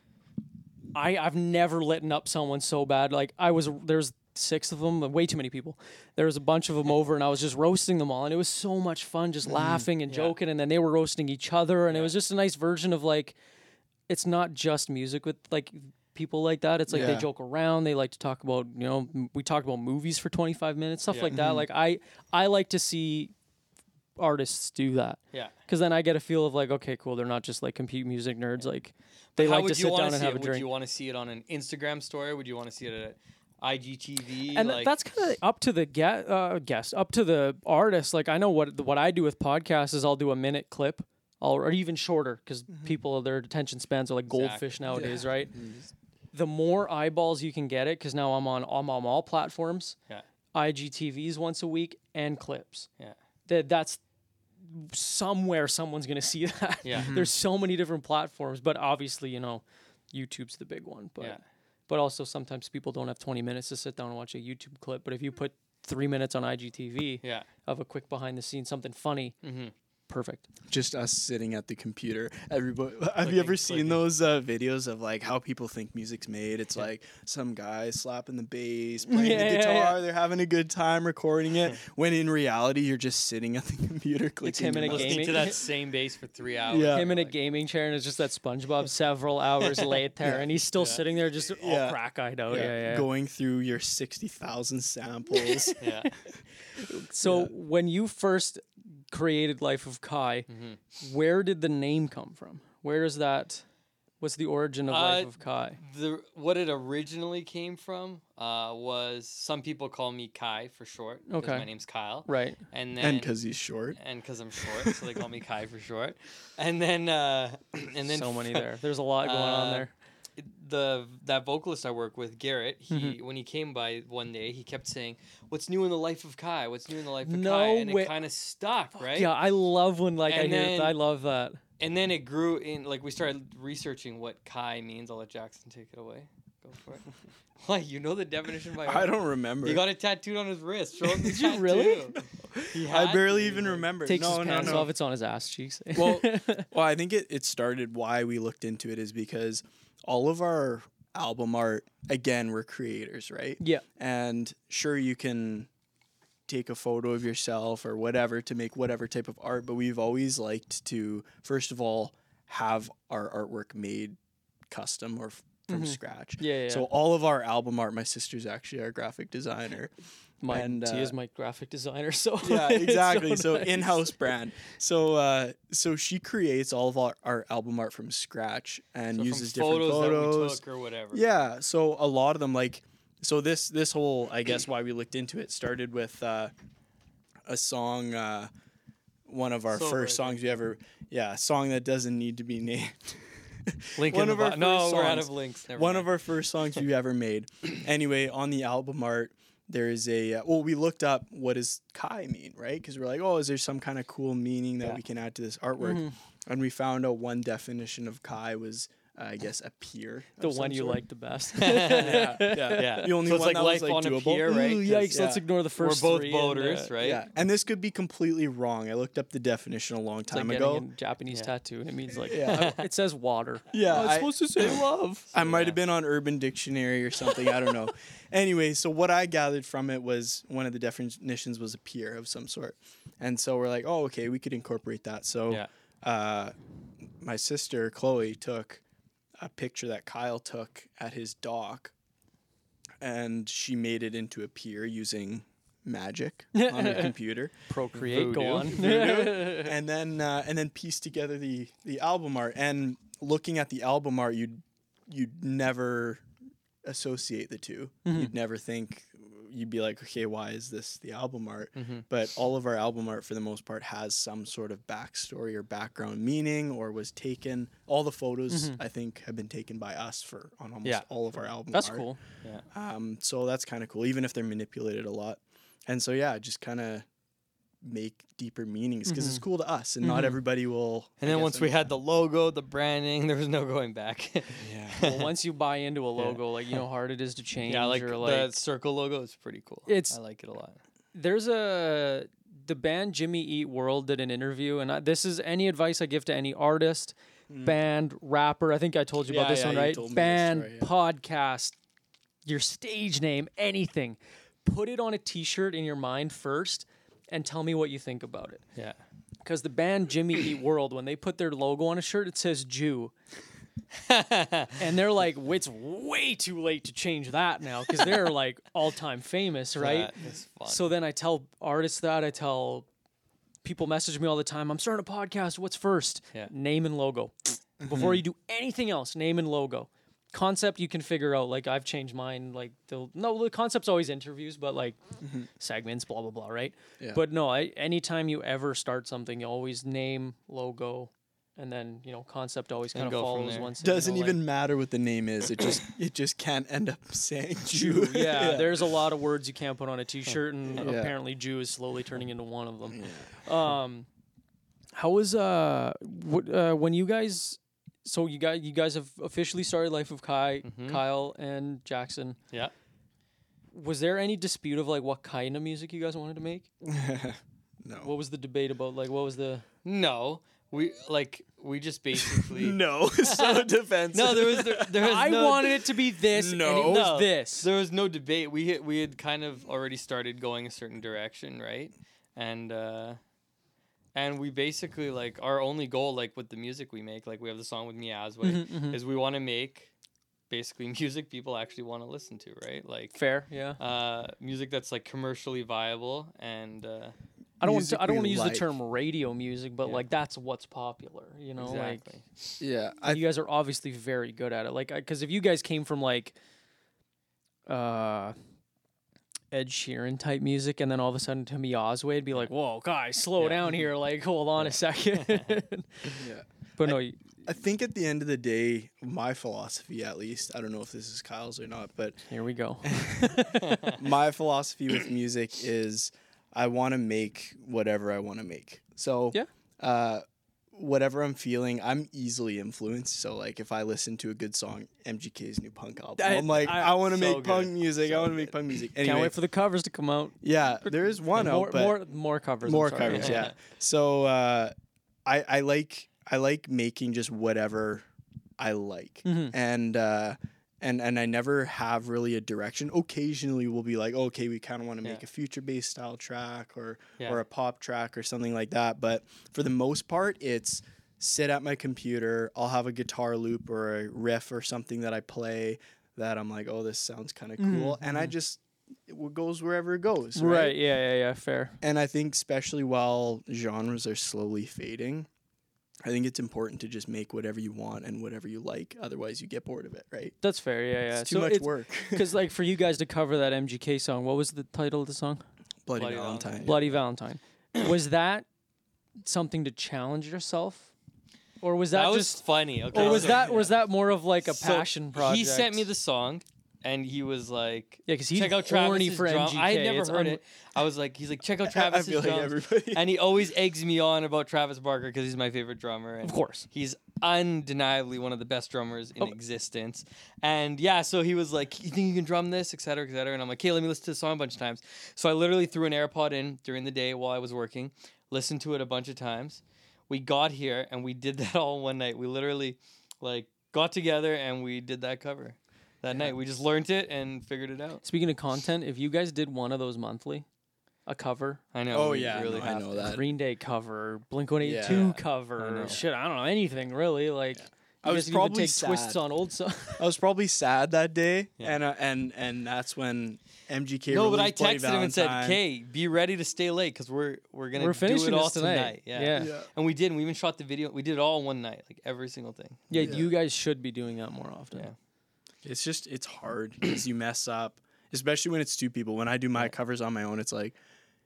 S2: I I've never lit up someone so bad. Like I was there's six of them, way too many people. There was a bunch of them over, and I was just roasting them all, and it was so much fun, just laughing and joking, and then they were roasting each other, and it was just a nice version of like, it's not just music with like people like that. It's like
S1: Yeah.
S2: they joke around, they like to talk about you know m- we talked about movies for 25 minutes, stuff like that. Like I I like to see artists do that.
S3: Yeah.
S2: Because then I get a feel of like, okay, cool. They're not just like compute music nerds. Like they
S3: How
S2: like
S3: would
S2: to
S3: you
S2: sit
S3: wanna
S2: down and
S3: see
S2: have
S3: it?
S2: a drink.
S3: Would you want to see it on an Instagram story? Would you want to see it at IGTV?
S2: and th-
S3: like,
S2: that's kind of up to the gue- uh, guest, up to the artist. Like I know what what I do with podcasts is I'll do a minute clip, I'll, or even shorter, because
S3: Mm-hmm.
S2: people their attention spans are like goldfish nowadays, right? The more eyeballs you can get it, because now I'm on I'm on all platforms,
S3: Yeah.
S2: IGTVs once a week and clips.
S3: Yeah.
S2: that that's somewhere someone's gonna see that.
S3: Yeah.
S1: Mm-hmm.
S2: there's so many different platforms, but obviously you know, YouTube's the big one, but
S3: yeah.
S2: but also sometimes people don't have 20 minutes to sit down and watch a YouTube clip. But if you put three minutes on IGTV
S3: Yeah.
S2: of a quick behind the scenes, something funny,
S3: Mm-hmm.
S2: perfect.
S1: just us sitting at the computer. Everybody, have
S3: Clicking,
S1: you ever seen
S3: clicking.
S1: those uh, videos of like how people think music's made? It's like some guy slapping the bass, playing
S2: Yeah,
S1: the
S2: yeah,
S1: guitar,
S2: yeah.
S1: they're having a good time recording it. when in reality, you're just sitting at the computer clicking.
S2: him in a
S1: mouse.
S2: game.
S3: Listening to
S2: gaming-
S3: that same bass for three hours.
S1: Yeah.
S2: Him in a
S3: like-
S2: gaming chair and it's just that SpongeBob several hours later, and he's still sitting there just all
S1: Yeah.
S2: crack eyed out. Oh, Yeah, yeah. yeah.
S1: Going through your sixty thousand samples.
S3: Yeah.
S2: So when you first created Life of Kai,
S1: Mm-hmm.
S2: where did the name come from? Where is that? What's the origin of Life
S3: Uh,
S2: of Kai?
S3: the what it originally came from uh, was some people call me Kai for short. 'cause
S2: Okay.
S3: My name's Kyle.
S2: Right.
S3: And then
S1: and because he's short.
S3: and 'cause I'm short, so they call me Kai for short. And then uh, and then
S2: so many there. There's a lot going on
S3: Uh,
S2: there.
S3: the that vocalist I work with, Garrett, he
S2: Mm-hmm.
S3: when he came by one day, he kept saying, "What's new in the life of Kai? What's new in the life of
S2: No
S3: Kai?" And
S2: way.
S3: it kind of stuck, right?
S2: Yeah, I love when like I
S3: And
S2: hear.
S3: then-
S2: I love that.
S3: And then it grew in like we started researching what Kai means. I'll let Jackson take it away. Go for it. Why you know the definition by
S1: I
S3: heart.
S1: don't remember.
S3: He got it tattooed on his wrist. Show him the
S2: Did you really?
S3: tattoo. He had
S1: I barely
S3: to.
S1: even remember.
S2: takes
S1: no,
S2: his
S1: no,
S2: pants
S1: no.
S2: off. It's on his ass cheeks.
S1: Well, well, I think it, it started why we looked into it is because all of our album art, again, we're creators, right?
S2: yeah,
S1: And sure, you can take a photo of yourself or whatever to make whatever type of art, but we've always liked to, first of all, have our artwork made custom or f- from scratch.
S2: Mm-hmm. Yeah, yeah,
S1: So
S2: yeah.
S1: all of our album art, my sister's actually our graphic designer.
S2: my
S1: and,
S2: he
S1: uh,
S2: is my graphic designer. So
S1: yeah
S2: it's
S1: exactly so,
S2: nice.
S1: in-house brand so uh so she creates all of our, our album art from scratch and
S3: So from
S1: uses different
S3: photos,
S1: photos,
S3: that we took or whatever.
S1: yeah so a lot of them like so this this whole i guess why we looked into it started with uh a song uh one of our
S3: Sober,
S1: first
S3: I think.
S1: songs we ever yeah a song that doesn't need to be named
S3: Link
S1: One
S3: in
S1: of
S3: the
S1: our
S3: bio- No,
S1: first
S3: we're out
S1: songs.
S3: of links. Never
S1: one
S3: mind.
S1: of our first songs we ever made. Anyway, on the album art, there is a uh, well, we looked up what does Kai mean, right? Because we're like, oh, is there some kind of cool meaning that we can add to this artwork?
S3: Mm-hmm.
S1: And we found out one definition of Kai was, uh, I guess, a pier.
S2: the
S1: of
S2: one
S1: some
S2: you
S1: sort.
S2: like the best.
S1: Yeah, yeah,
S3: Yeah.
S1: The only
S3: so it's
S1: one
S3: like
S1: that
S3: life
S1: was,
S3: on
S1: like,
S3: a
S1: doable.
S3: pier, right?
S2: Ooh,
S3: 'Cause
S2: yikes!
S1: yeah.
S2: Let's ignore the
S3: We're
S2: first.
S3: both
S2: three and,
S3: boaters,
S2: uh,
S3: right?
S1: yeah. And this could be completely wrong. I looked up the definition a long
S2: It's like
S1: time
S2: getting
S1: ago.
S2: a Japanese
S3: Yeah.
S2: tattoo, and it means like
S1: Yeah.
S2: it says water.
S1: Yeah,
S2: oh, it's
S1: I-
S2: supposed to say love.
S1: I might
S3: yeah.
S1: have been on Urban Dictionary or something. I don't know. anyway, so what I gathered from it was one of the definitions was a peer of some sort, and so we're like, oh, okay, we could incorporate that. So,
S3: Yeah.
S1: uh, my sister Chloe took a picture that Kyle took at his dock, and she made it into a peer using magic on her computer
S2: Procreate. Go on.
S1: and then uh, and then piece together the the album art and looking at the album art you'd you'd never associate the 2 you you'd never think you'd be like okay why is this the album art but all of our album art for the most part has some sort of backstory or background meaning or was taken all the photos i think have been taken by us for on almost
S3: Yeah.
S1: all of our album
S2: That's
S1: art.
S2: cool.
S1: Um, so that's kind of cool, even if they're manipulated a lot. And so yeah, just kind of make deeper meanings because it's cool to us, and not everybody will.
S3: Mm-hmm. And
S1: I
S3: then
S1: guess,
S3: once we had the logo, the branding, there was no going back.
S1: yeah,
S2: Well, once you buy into a logo, like you know how hard it is to change.
S3: yeah, like,
S2: or,
S3: the circle logo is pretty cool.
S2: It's-
S3: I like it a lot.
S2: there's a the band Jimmy Eat World did an interview, and I, this is any advice I give to any artist, band, rapper. I think I told you
S1: Mm. Yeah,
S2: about this
S1: yeah,
S2: one,
S1: you
S2: right?
S1: told me this
S2: Band,
S1: story, yeah.
S2: podcast, your stage name, anything. Put it on a T-shirt in your mind first, and tell me what you think about it.
S3: Yeah.
S2: Because the band Jimmy Eat World, when they put their logo on a shirt, it says Jew. and they're like, it's way too late to change that now because they're like all time famous, right?
S3: That is fun.
S2: So then I tell artists that I tell people message me all the time. I'm starting a podcast. What's first?
S3: Yeah.
S2: Name and logo. Before you do anything else, name and logo. Concept you can figure out. Like I've changed mine. Like the no, the concept's always interviews, but like
S3: Mm-hmm.
S2: segments, blah blah blah, right?
S1: Yeah.
S2: But no, I, anytime you ever start something, you always name logo, and then you know concept always
S3: And
S2: kind of
S3: go from
S2: follows
S3: there.
S2: once.
S1: Doesn't
S2: you know, like-
S1: even matter what the name is. It just it just can't end up saying Jew.
S2: Jew. Yeah, there's a lot of words you can't put on a T-shirt, and
S1: Yeah.
S2: apparently Jew is slowly turning into one of them. Um, how was uh, what, uh when you guys? So you guys, you guys have officially started Life of Kai,
S3: Mhm.
S2: Kyle, and Jackson.
S3: Yeah.
S2: Was there any dispute of like what kind of music you guys wanted to make?
S1: no.
S2: What was the debate about? Like, what was the
S3: No, we like we just basically
S1: No. so defensive.
S3: no. There was there, there was
S2: I
S3: no,
S2: wanted it to be this, and it
S1: No.
S2: was
S3: No.
S2: this.
S3: There was no debate. We had, we had kind of already started going a certain direction, right? And uh, and we basically like our only goal, like with the music we make, like we have the song with Miazwe,
S2: Mhm, mhm.
S3: is we want to make basically music people actually want to listen to, right? Like
S2: Fair, yeah.
S3: uh, music that's like commercially viable and uh,
S2: I don't want to,
S1: music
S2: I don't
S1: we
S2: want to use
S1: like.
S2: the term radio music, but
S3: Yeah.
S2: like that's what's popular, you know, like
S3: exactly.
S1: Yeah. I
S2: you guys are obviously very good at it. Like, because if you guys came from like, uh, Ed Sheeran type music, and then all of a sudden to Miyazue, it'd be like, "Whoa, guys, slow
S3: Yeah.
S2: down here! Like, hold on a second.
S1: yeah.
S2: but no, you-
S1: I think at the end of the day, my philosophy at least, I don't know if this is Kyle's or not, but
S2: here we go.
S1: my philosophy with music is I want to make whatever I want to make. So
S2: Yeah.
S1: uh, whatever I'm feeling, I'm easily influenced. So like if I listen to a good song, MGK's new punk album,
S2: That-
S1: I'm like,
S2: I-
S1: I, want to
S3: so
S1: make
S3: good.
S1: punk music. I want to make punk music.
S2: Can't
S1: Anyway,
S2: wait for the covers to come out.
S1: yeah, there is one
S2: more,
S1: out, but
S2: more, more covers. I'm
S1: more
S2: sorry.
S1: covers. Yeah. So uh, I I like I like making just whatever I like,
S2: Mhm.
S1: and uh, and and I never have really a direction. Occasionally, we'll be like, okay, we kind of want to make
S3: Yeah.
S1: a future based style track or
S3: Yeah.
S1: or a pop track or something like that. But for the most part, it's sit at my computer. I'll have a guitar loop or a riff or something that I play that I'm like, oh, this sounds kind of cool, and I just it goes wherever it goes.
S2: Mm, mm-hmm. Right.
S1: right?
S2: Yeah. Yeah. Yeah. Fair.
S1: and I think especially while genres are slowly fading, I think it's important to just make whatever you want and whatever you like. Otherwise, you get bored of it, right?
S2: That's fair. Yeah. Yeah.
S1: It's too
S2: so
S1: much
S2: it's,
S1: work.
S2: Because like for you guys to cover that MGK song, what was the title of the song?
S1: Bloody,
S3: Bloody
S1: Valentine.
S3: Valentine.
S2: Bloody Valentine. Was that something to challenge yourself, or was that,
S3: that was
S2: just,
S3: funny. Okay,
S2: or was
S3: so-
S2: that was that more of like a
S3: So,
S2: passion project?
S3: He sent me the song, and he was like,
S2: yeah, because he's
S3: check out
S2: horny
S3: Travis's
S2: for
S3: drum. I had
S2: MGK.
S3: never
S2: It's
S3: heard
S2: unre-
S3: it. I was like, he's like, check out
S1: I
S3: Travis's
S1: feel like
S3: drums.
S1: everybody.
S3: and he always eggs me on about Travis Barker because he's my favorite drummer. And
S2: Of course.
S3: he's undeniably one of the best drummers
S1: Oh.
S3: in existence. And yeah, so he was like, "You think you can drum this, et cetera, et cetera?" And I'm like, "Okay, let me listen to the song a bunch of times." So I literally threw an AirPod in during the day while I was working, listened to it a bunch of times. We got here and we did that all one night. We literally, like, got together and we did that cover that night. We just learned it and figured it out.
S2: Speaking of content, if you guys did one of those monthly, a cover,
S3: I know.
S1: oh
S3: we
S1: yeah,
S3: really
S1: no, I
S3: have
S1: know that.
S2: Green Day cover, Blink One Eight
S1: Yeah.
S2: Two
S3: I
S2: cover,
S3: know.
S2: shit, I don't know anything really. Like,
S1: I
S2: you
S1: was
S2: guys could even
S1: probably
S2: take twists
S1: sad.
S2: on old songs.
S1: I was probably sad that day,
S3: Yeah.
S1: and uh, and and that's when MGK.
S3: No, but I
S1: released Bloody
S3: texted him and said,
S1: Valentine.
S3: "K, be ready to stay late because we're we're gonna
S2: We're
S3: do
S2: finishing
S3: it all
S2: this tonight."
S3: Yeah.
S2: Yeah.
S1: Yeah.
S3: and we did. And we even shot the video. We did it all in one night, like every single thing.
S2: yeah,
S1: Yeah.
S2: you guys should be doing that more often.
S3: Yeah.
S1: It's just it's hard because you mess up, especially when it's two people. When I do my covers on my own, it's like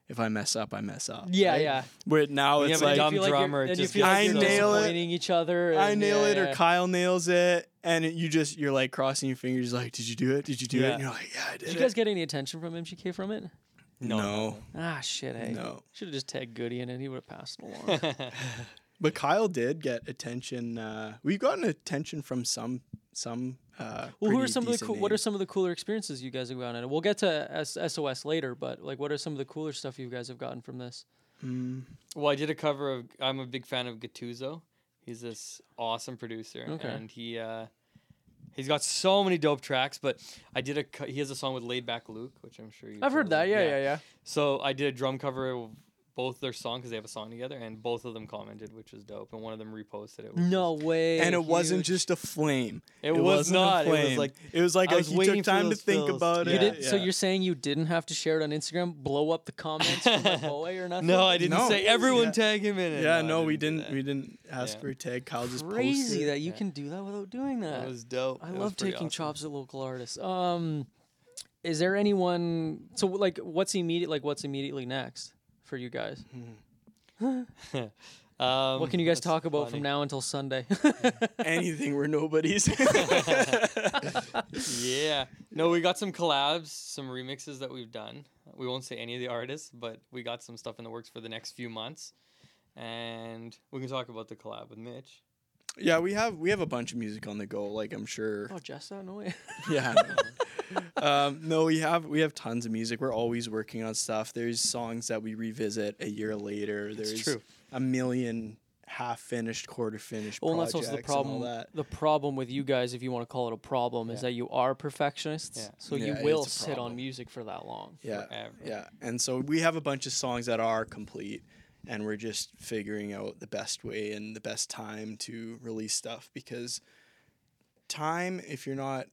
S1: if I mess up, I mess up.
S2: Yeah,
S1: right?
S2: yeah.
S1: Where now
S3: When you
S1: it's
S3: have a
S1: like
S3: dumb
S2: feel like you're-
S3: drummer, it
S2: and you
S3: just
S2: feel
S1: gets
S2: like you're
S1: I nail it.
S2: disappointing each other.
S1: I
S2: and-
S1: nail
S2: yeah,
S1: it
S2: yeah.
S1: or Kyle nails it, and it, you just you're like crossing your fingers, like, did you do it? Did you do it?
S3: Yeah.
S1: And you're like, yeah, I did.
S2: Did you
S1: it."
S2: guys get any attention from MGK from it?
S1: no.
S2: Ah, shit, hey.
S1: No.
S2: Should have just tagged Goody in it. He would have passed it along.
S1: but Kyle did get attention. Uh, we've gotten attention from some some. Uh,
S2: well, who are
S1: pretty
S2: some of the
S1: decent
S2: cool, what are
S1: names.
S2: some of the cooler experiences you guys have gotten? And we'll get to S- SOS later, but like, what are some of the cooler stuff you guys have gotten from this?
S1: Mm,
S3: Well, I did a cover of. I'm a big fan of Gattuso. He's this awesome producer,
S2: Okay.
S3: and he uh, he's got so many dope tracks. But I did a. co- He has a song with Laid Back Luke, which I'm sure you.
S2: I've heard that. Yeah, yeah, yeah.
S3: So I did a drum cover of both their song because they have a song together, and both of them commented, which was dope. And one of them reposted it. Which
S2: No way.
S1: and it wasn't
S3: huge.
S1: just a flame.
S3: It was
S1: wasn't
S3: not.
S1: A
S3: It was
S1: flame.
S3: like-
S1: it was like
S3: I
S1: a-
S3: was
S1: he
S3: waiting
S1: took
S3: for
S1: time to
S3: those
S1: think
S3: fills.
S1: about it.
S3: You
S2: You did,
S1: yeah.
S2: So you're saying you didn't have to share it on Instagram, blow up the comments from like Bowie or nothing?
S3: No, I didn't
S1: No.
S3: say everyone
S1: Yeah.
S3: tag him in. it.
S1: Yeah, no,
S3: I
S1: we
S3: do
S1: didn't.
S3: that.
S1: we didn't ask
S3: Yeah.
S1: for a tag. Kyle just
S2: Crazy
S1: posted.
S2: that you
S3: Yeah.
S2: can do that without doing that.
S3: That was dope.
S2: I
S3: It was
S2: love
S3: pretty
S2: taking
S3: awesome.
S2: chops at local artists. Um, is there anyone? So like, what's immediate? Like, what's immediately next for you guys?
S3: Um,
S2: What can you guys
S3: Hmm, that's
S2: talk about
S3: funny. Hmm.
S2: from now until Sunday?
S1: anything we're nobodies.
S3: yeah. No, we got some collabs, some remixes that we've done. We won't say any of the artists, but we got some stuff in the works for the next few months. And we can talk about the collab with Mitch.
S1: yeah, we have we have a bunch of music on the go. Like I'm sure.
S2: oh, just that noise.
S1: Yeah. um, no, we have we have tons of music. We're always working on stuff. There's songs that we revisit a year later. There's
S3: true.
S1: a million half finished, quarter finished.
S2: Well, and that's
S1: projects
S2: also the
S1: and all
S2: problem.
S1: that.
S2: The problem with you guys, if you want to call it a problem, is that you are perfectionists.
S3: Yeah.
S2: So
S1: Yeah,
S2: you will
S1: it's a
S2: sit on
S1: problem.
S2: music for that long.
S1: Yeah.
S3: forever.
S1: Yeah. And so we have a bunch of songs that are complete and we're just figuring out the best way and the best time to release stuff because time if you're not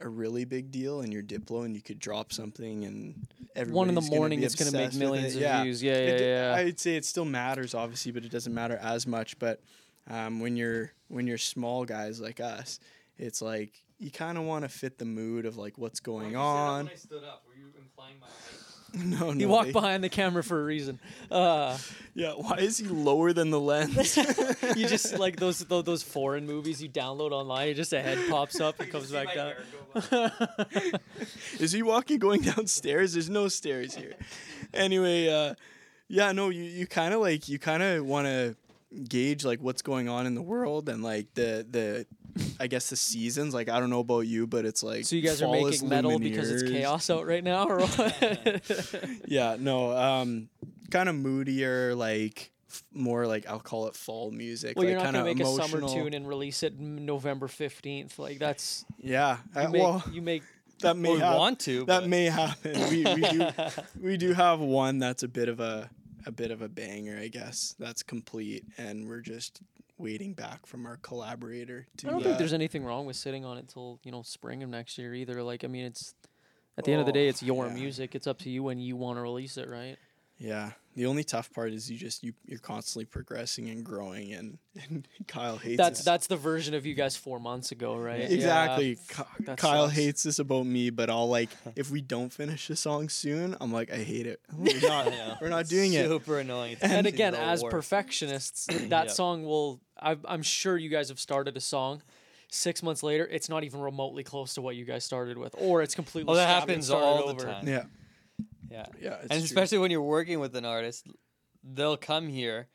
S1: a really big deal and you're Diplo and you could drop something and everyone
S2: One in the morning, it's going to make millions of views. Yeah, yeah,
S1: it-
S2: yeah.
S1: I'd say it still matters, obviously, but it doesn't matter as much. But um, when you're when you're small guys like us, it's like you kind of want to fit the mood of like what's going on. No, no,
S2: you walk
S1: they-
S2: behind the camera for a reason. Uh,
S1: Yeah, why is he lower than the lens?
S2: you just like those tho- those foreign movies you download online. Just a head pops up and comes back down.
S1: is he walking going downstairs? There's no stairs here. Anyway, uh, yeah, no, you, you kind of like you kind of want to gauge like what's going on in the world and like the the I guess the seasons. Like I don't know about you, but it's like
S2: So you guys are
S1: fall is
S2: making metal because it's
S1: Lumineers.
S2: chaos out right now, or what?
S1: Yeah, no, um, kind of moodier, like f- more like I'll call it fall music.
S2: well,
S1: like,
S2: you're not
S1: kinda
S2: gonna make a summer
S1: emotional.
S2: tune and release it m- November fifteenth. Like that's
S1: Yeah, I,
S2: you
S1: Uh,
S2: make,
S1: well,
S2: you make
S1: that may
S3: Well, we
S1: hap-
S3: want to,
S1: That
S3: but-
S1: may happen. We, we do we do have one that's a bit of a a bit of a banger, I guess. That's complete, and we're just waiting back from our collaborator to.
S2: I don't
S1: uh,
S2: think there's anything wrong with sitting on it till you know spring of next year either. Like I mean, it's at the end of the
S1: Oh,
S2: day, it's your
S1: yeah.
S2: music. It's up to you when you want to release it, right?
S1: Yeah, the only tough part is you just you you're constantly progressing and growing, and, and Kyle hates.
S2: That's
S1: it.
S2: that's the version of you guys four months ago, right? Yeah.
S1: Exactly. Ky-
S2: that
S1: Kyle
S2: sucks.
S1: hates this about me, but I'll like if we don't finish the song soon, I'm like I hate it. We're
S3: I
S1: not,
S3: know.
S1: we're not doing it.
S3: Super annoying. It's
S2: And
S3: actually
S2: again,
S3: the
S2: as
S3: worst.
S2: perfectionists, that
S3: Yep.
S2: song will. i I'm sure you guys have started a song. Six months later, it's not even remotely close to what you guys started with, or it's completely.
S3: Oh, that
S2: scrapped and
S3: happens
S2: started
S3: all the
S2: over.
S3: time.
S1: Yeah,
S3: Yeah.
S1: yeah. It's
S3: and
S1: true.
S3: especially when you're working with an artist, they'll come here,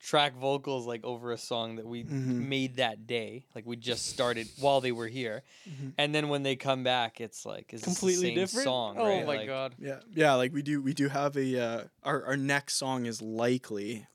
S3: track vocals like over a song that we
S1: Mm-hmm.
S3: made that day, like we just started while they were here,
S1: Mm-hmm.
S3: and then when they come back, it's like is this the
S2: Completely
S3: same
S2: different.
S3: song.
S2: oh
S3: right?
S2: my
S3: Like,
S2: god!
S1: Yeah, yeah. Like we do, we do have a uh, our our next song is likely.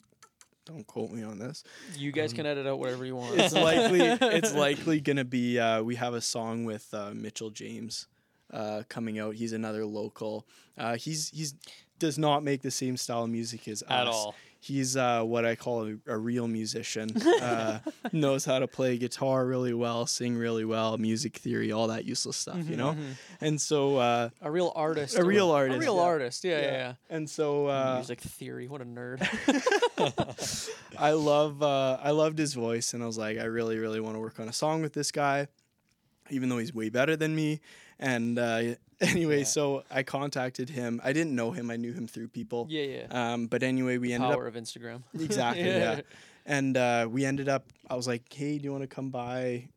S1: Don't quote me on this.
S2: You guys
S3: um,
S2: can edit out whatever you want.
S1: It's likely it's likely gonna be. Uh, we have a song with uh, Mitchell James uh, coming out. He's another local. Uh, he's he's does not make the same style of music as
S3: At
S1: us.
S3: all.
S1: He's uh, what I call a, a real musician. Uh, knows how to play guitar really well, sing really well, music theory, all that useless stuff,
S2: Mm-hmm,
S1: you know. And so uh,
S2: a real artist.
S1: A real artist,
S2: A real
S1: yeah.
S2: artist. Yeah, yeah. yeah.
S1: and so uh,
S2: Music theory. What a nerd.
S1: I love uh, I loved his voice, and I was like, I really, really want to work on a song with this guy, even though he's way better than me. And uh, anyway, so I contacted him. I didn't know him. I knew him through people.
S2: Yeah, yeah.
S1: Um, but anyway, we ended up
S2: Power of Instagram.
S1: exactly
S2: Yeah.
S1: yeah. And uh, we ended up. I was like, hey, do you want to come by?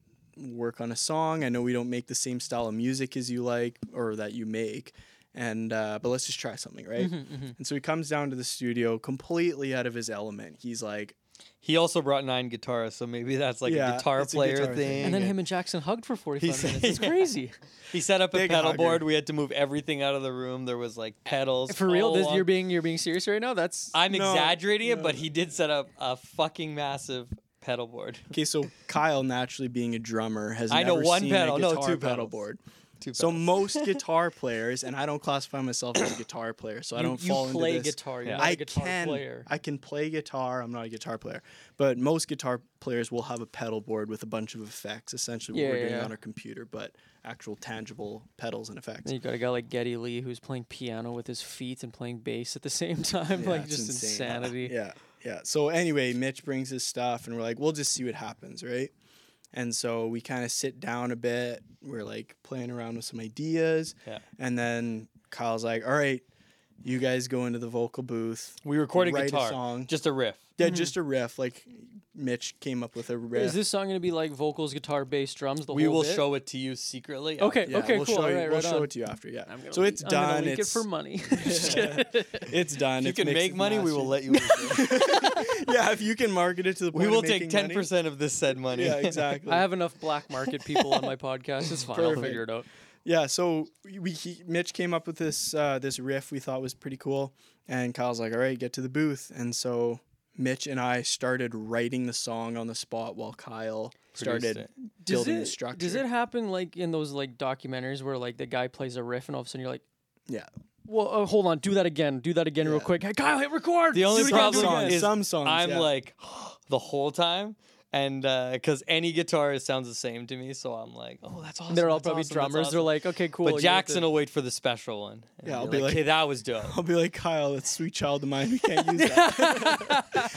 S1: work on a song i know we don't make the same style of music as you like or that you make and uh, but let's just try something right
S2: Mm-hmm,
S1: and so he comes down to the studio completely out of his element he's like
S3: He also brought nine guitars, so maybe that's like
S1: Yeah,
S3: a guitar
S1: it's a
S3: player
S1: guitar
S3: thing.
S1: thing.
S2: And then
S1: Yeah.
S2: him and Jackson hugged for 45
S3: He's-
S2: minutes. It's crazy.
S3: he set up a
S1: Big
S3: pedal
S1: hugger.
S3: board. We had to move everything out of the room. There was like pedals
S2: For real,
S3: all
S2: this,
S3: along-
S2: you're being you're being serious right now. That's
S3: I'm
S1: No,
S3: exaggerating it,
S1: no,
S3: but
S1: no.
S3: he did set up a fucking massive pedal board.
S1: Okay, so Kyle naturally being a drummer has
S3: I know
S1: never
S3: one
S1: seen
S3: pedal,
S1: a
S3: no,
S1: guitar
S3: two
S1: pedal
S3: pedals.
S1: board.
S4: Too
S1: So
S4: fast.
S1: most guitar players, and I don't classify myself as a guitar player, so I
S2: You-
S1: don't
S2: you
S1: fall
S2: play
S1: into this.
S2: guitar. You're
S4: Yeah.
S2: not a
S1: I
S2: guitar
S1: can
S2: player.
S1: I can play guitar. I'm not a guitar player, but most guitar players will have a pedal board with a bunch of effects. Essentially,
S2: Yeah,
S1: what we're
S2: yeah,
S1: doing
S2: yeah.
S1: on our computer, but actual tangible pedals and effects.
S2: Then you got a guy like Getty Lee who's playing piano with his feet and playing bass at the same time,
S1: Yeah,
S2: like
S1: it's
S2: just
S1: insane.
S2: insanity.
S1: Yeah, yeah. So anyway, Mitch brings his stuff, and we're like, we'll just see what happens, right? And so we kind of sit down a bit. We're like playing around with some ideas,
S3: Yeah.
S1: and then Kyle's like, "All right, you guys go into the vocal booth.
S3: We recorded
S1: write
S3: guitar,
S1: a song.
S3: just a riff.
S1: yeah, just a riff. Like Mitch came up with a riff.
S2: Mm-hmm. Is this song going to be like vocals, guitar, bass, drums? The
S3: We
S2: whole
S3: will
S2: bit?
S3: show it to you secretly.
S2: Okay,
S1: yeah,
S2: okay,
S1: we'll
S2: cool.
S1: Show
S2: All
S1: you,
S2: right,
S1: we'll
S2: right
S1: show
S2: on.
S1: it to you after. Yeah.
S2: I'm gonna
S1: So it's
S2: leak- I'm
S1: done.
S2: gonna leak
S1: it's,
S2: it for money. Just kidding.
S1: it's done.
S3: If you
S1: it's
S3: can
S1: mixed,
S3: make
S1: it's
S3: money, we will
S1: mastered.
S3: let you. use it.
S1: yeah, if you can market it to the point
S3: we will
S1: of
S3: take
S1: making money.
S3: ten percent of this said money.
S1: Yeah, exactly.
S2: I have enough black market people on my podcast. It's fine. I'll
S1: Perfect.
S2: figure it out.
S1: Yeah, so we- we he, Mitch came up with this uh, this riff we thought was pretty cool, and Kyle's like, "All right, get to the booth." And so Mitch and I started writing the song on the spot while Kyle started
S3: it.
S2: Does
S1: building
S2: it,
S1: the structure.
S2: does it happen like in those like documentaries where like the guy plays a riff and all of a sudden you're like,
S1: Yeah.
S2: well, uh, hold on, do that again, do that again real
S1: Yeah.
S2: quick. Hey, Kyle, hit record.
S3: The only
S2: Do it again, do it
S3: problem
S1: songs,
S2: again.
S3: is
S1: some songs,
S3: I'm
S1: yeah.
S3: like the whole time, and because any guitarist sounds the same to me, so I'm like, oh, that's awesome.
S2: they're all
S3: that's
S2: probably
S3: awesome, that's
S2: drummers. They're
S3: awesome."
S2: like, okay, cool. you
S3: but
S2: have
S3: Jackson
S2: to-
S3: will wait for the special one. and
S1: Yeah, I'll be like-
S3: okay, that was dope.
S1: I'll be like, "Kyle, that's sweet child of mine. We can't use that."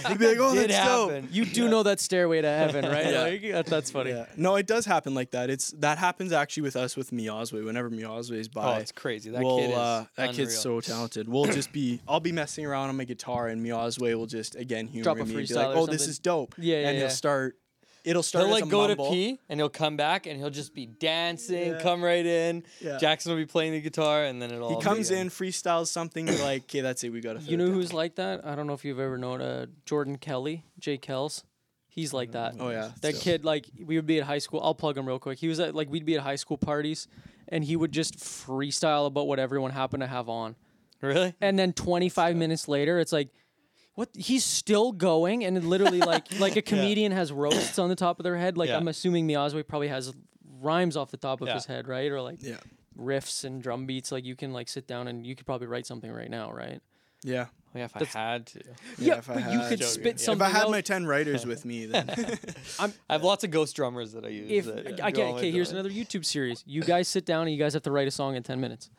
S1: He'd be like, "Oh,
S3: Did
S1: that's dope."
S3: happen.
S2: you do know that stairway to heaven, right? Like, that- that's funny.
S1: Yeah. No, it does happen like that. It's that happens actually with us with Miazwe. Whenever Miazwe is by,
S3: Oh, it's crazy. That
S1: we'll,
S3: kid is
S1: uh, that kid's so
S3: unreal.
S1: talented. We'll just be, I'll be messing around on my guitar, and Miazwe will just again humor
S2: Drop
S1: me,
S2: a
S1: and be
S2: freestyle
S1: like,
S2: or
S1: "Oh, this
S2: something.
S1: is dope."
S2: Yeah, yeah,
S1: and
S2: yeah.
S1: he'll start. It'll start
S3: He'll
S1: as
S3: like
S1: a
S3: go
S1: mumble.
S3: to pee and he'll come back and he'll just be dancing,
S1: Yeah.
S3: come right in.
S1: Yeah.
S3: Jackson will be playing the guitar and then it'll.
S1: He
S3: all
S1: comes
S3: begin.
S1: in, freestyles something, you're like, "Okay, that's it. We got to."
S2: You know who's like that? I don't know if you've ever known uh, Jordan Kelly, Jay Kells. He's like that.
S1: Oh, yeah.
S2: That kid, like we would be at high school. I'll plug him real quick. He was at like we'd be at high school parties, and he would just freestyle about what everyone happened to have on.
S3: Really?
S2: And then 25 minutes later, it's like, what? He's still going, and it literally like like a comedian has roasts on the top of their head. Like
S3: Yeah.
S2: I'm assuming Miazwe probably has rhymes off the top of
S3: Yeah.
S2: his head, right? Or like
S1: Yeah.
S2: riffs and drum beats. Like you can like sit down and you could probably write something right now, right?
S1: Yeah.
S3: Oh, yeah, if I had to.
S1: Yeah,
S2: Yeah,
S1: if I
S2: but you
S1: had-
S2: could
S1: Joking.
S2: spit
S3: If I
S1: If
S2: something.
S1: I had
S2: out.
S1: my ten writers with me, then
S3: I have lots of ghost drummers that I use.
S2: if
S3: that
S2: I, I
S3: do
S2: get
S3: all my
S2: okay, here's
S3: drumming.
S2: another YouTube series. You guys sit down and you guys have to write a song in ten minutes.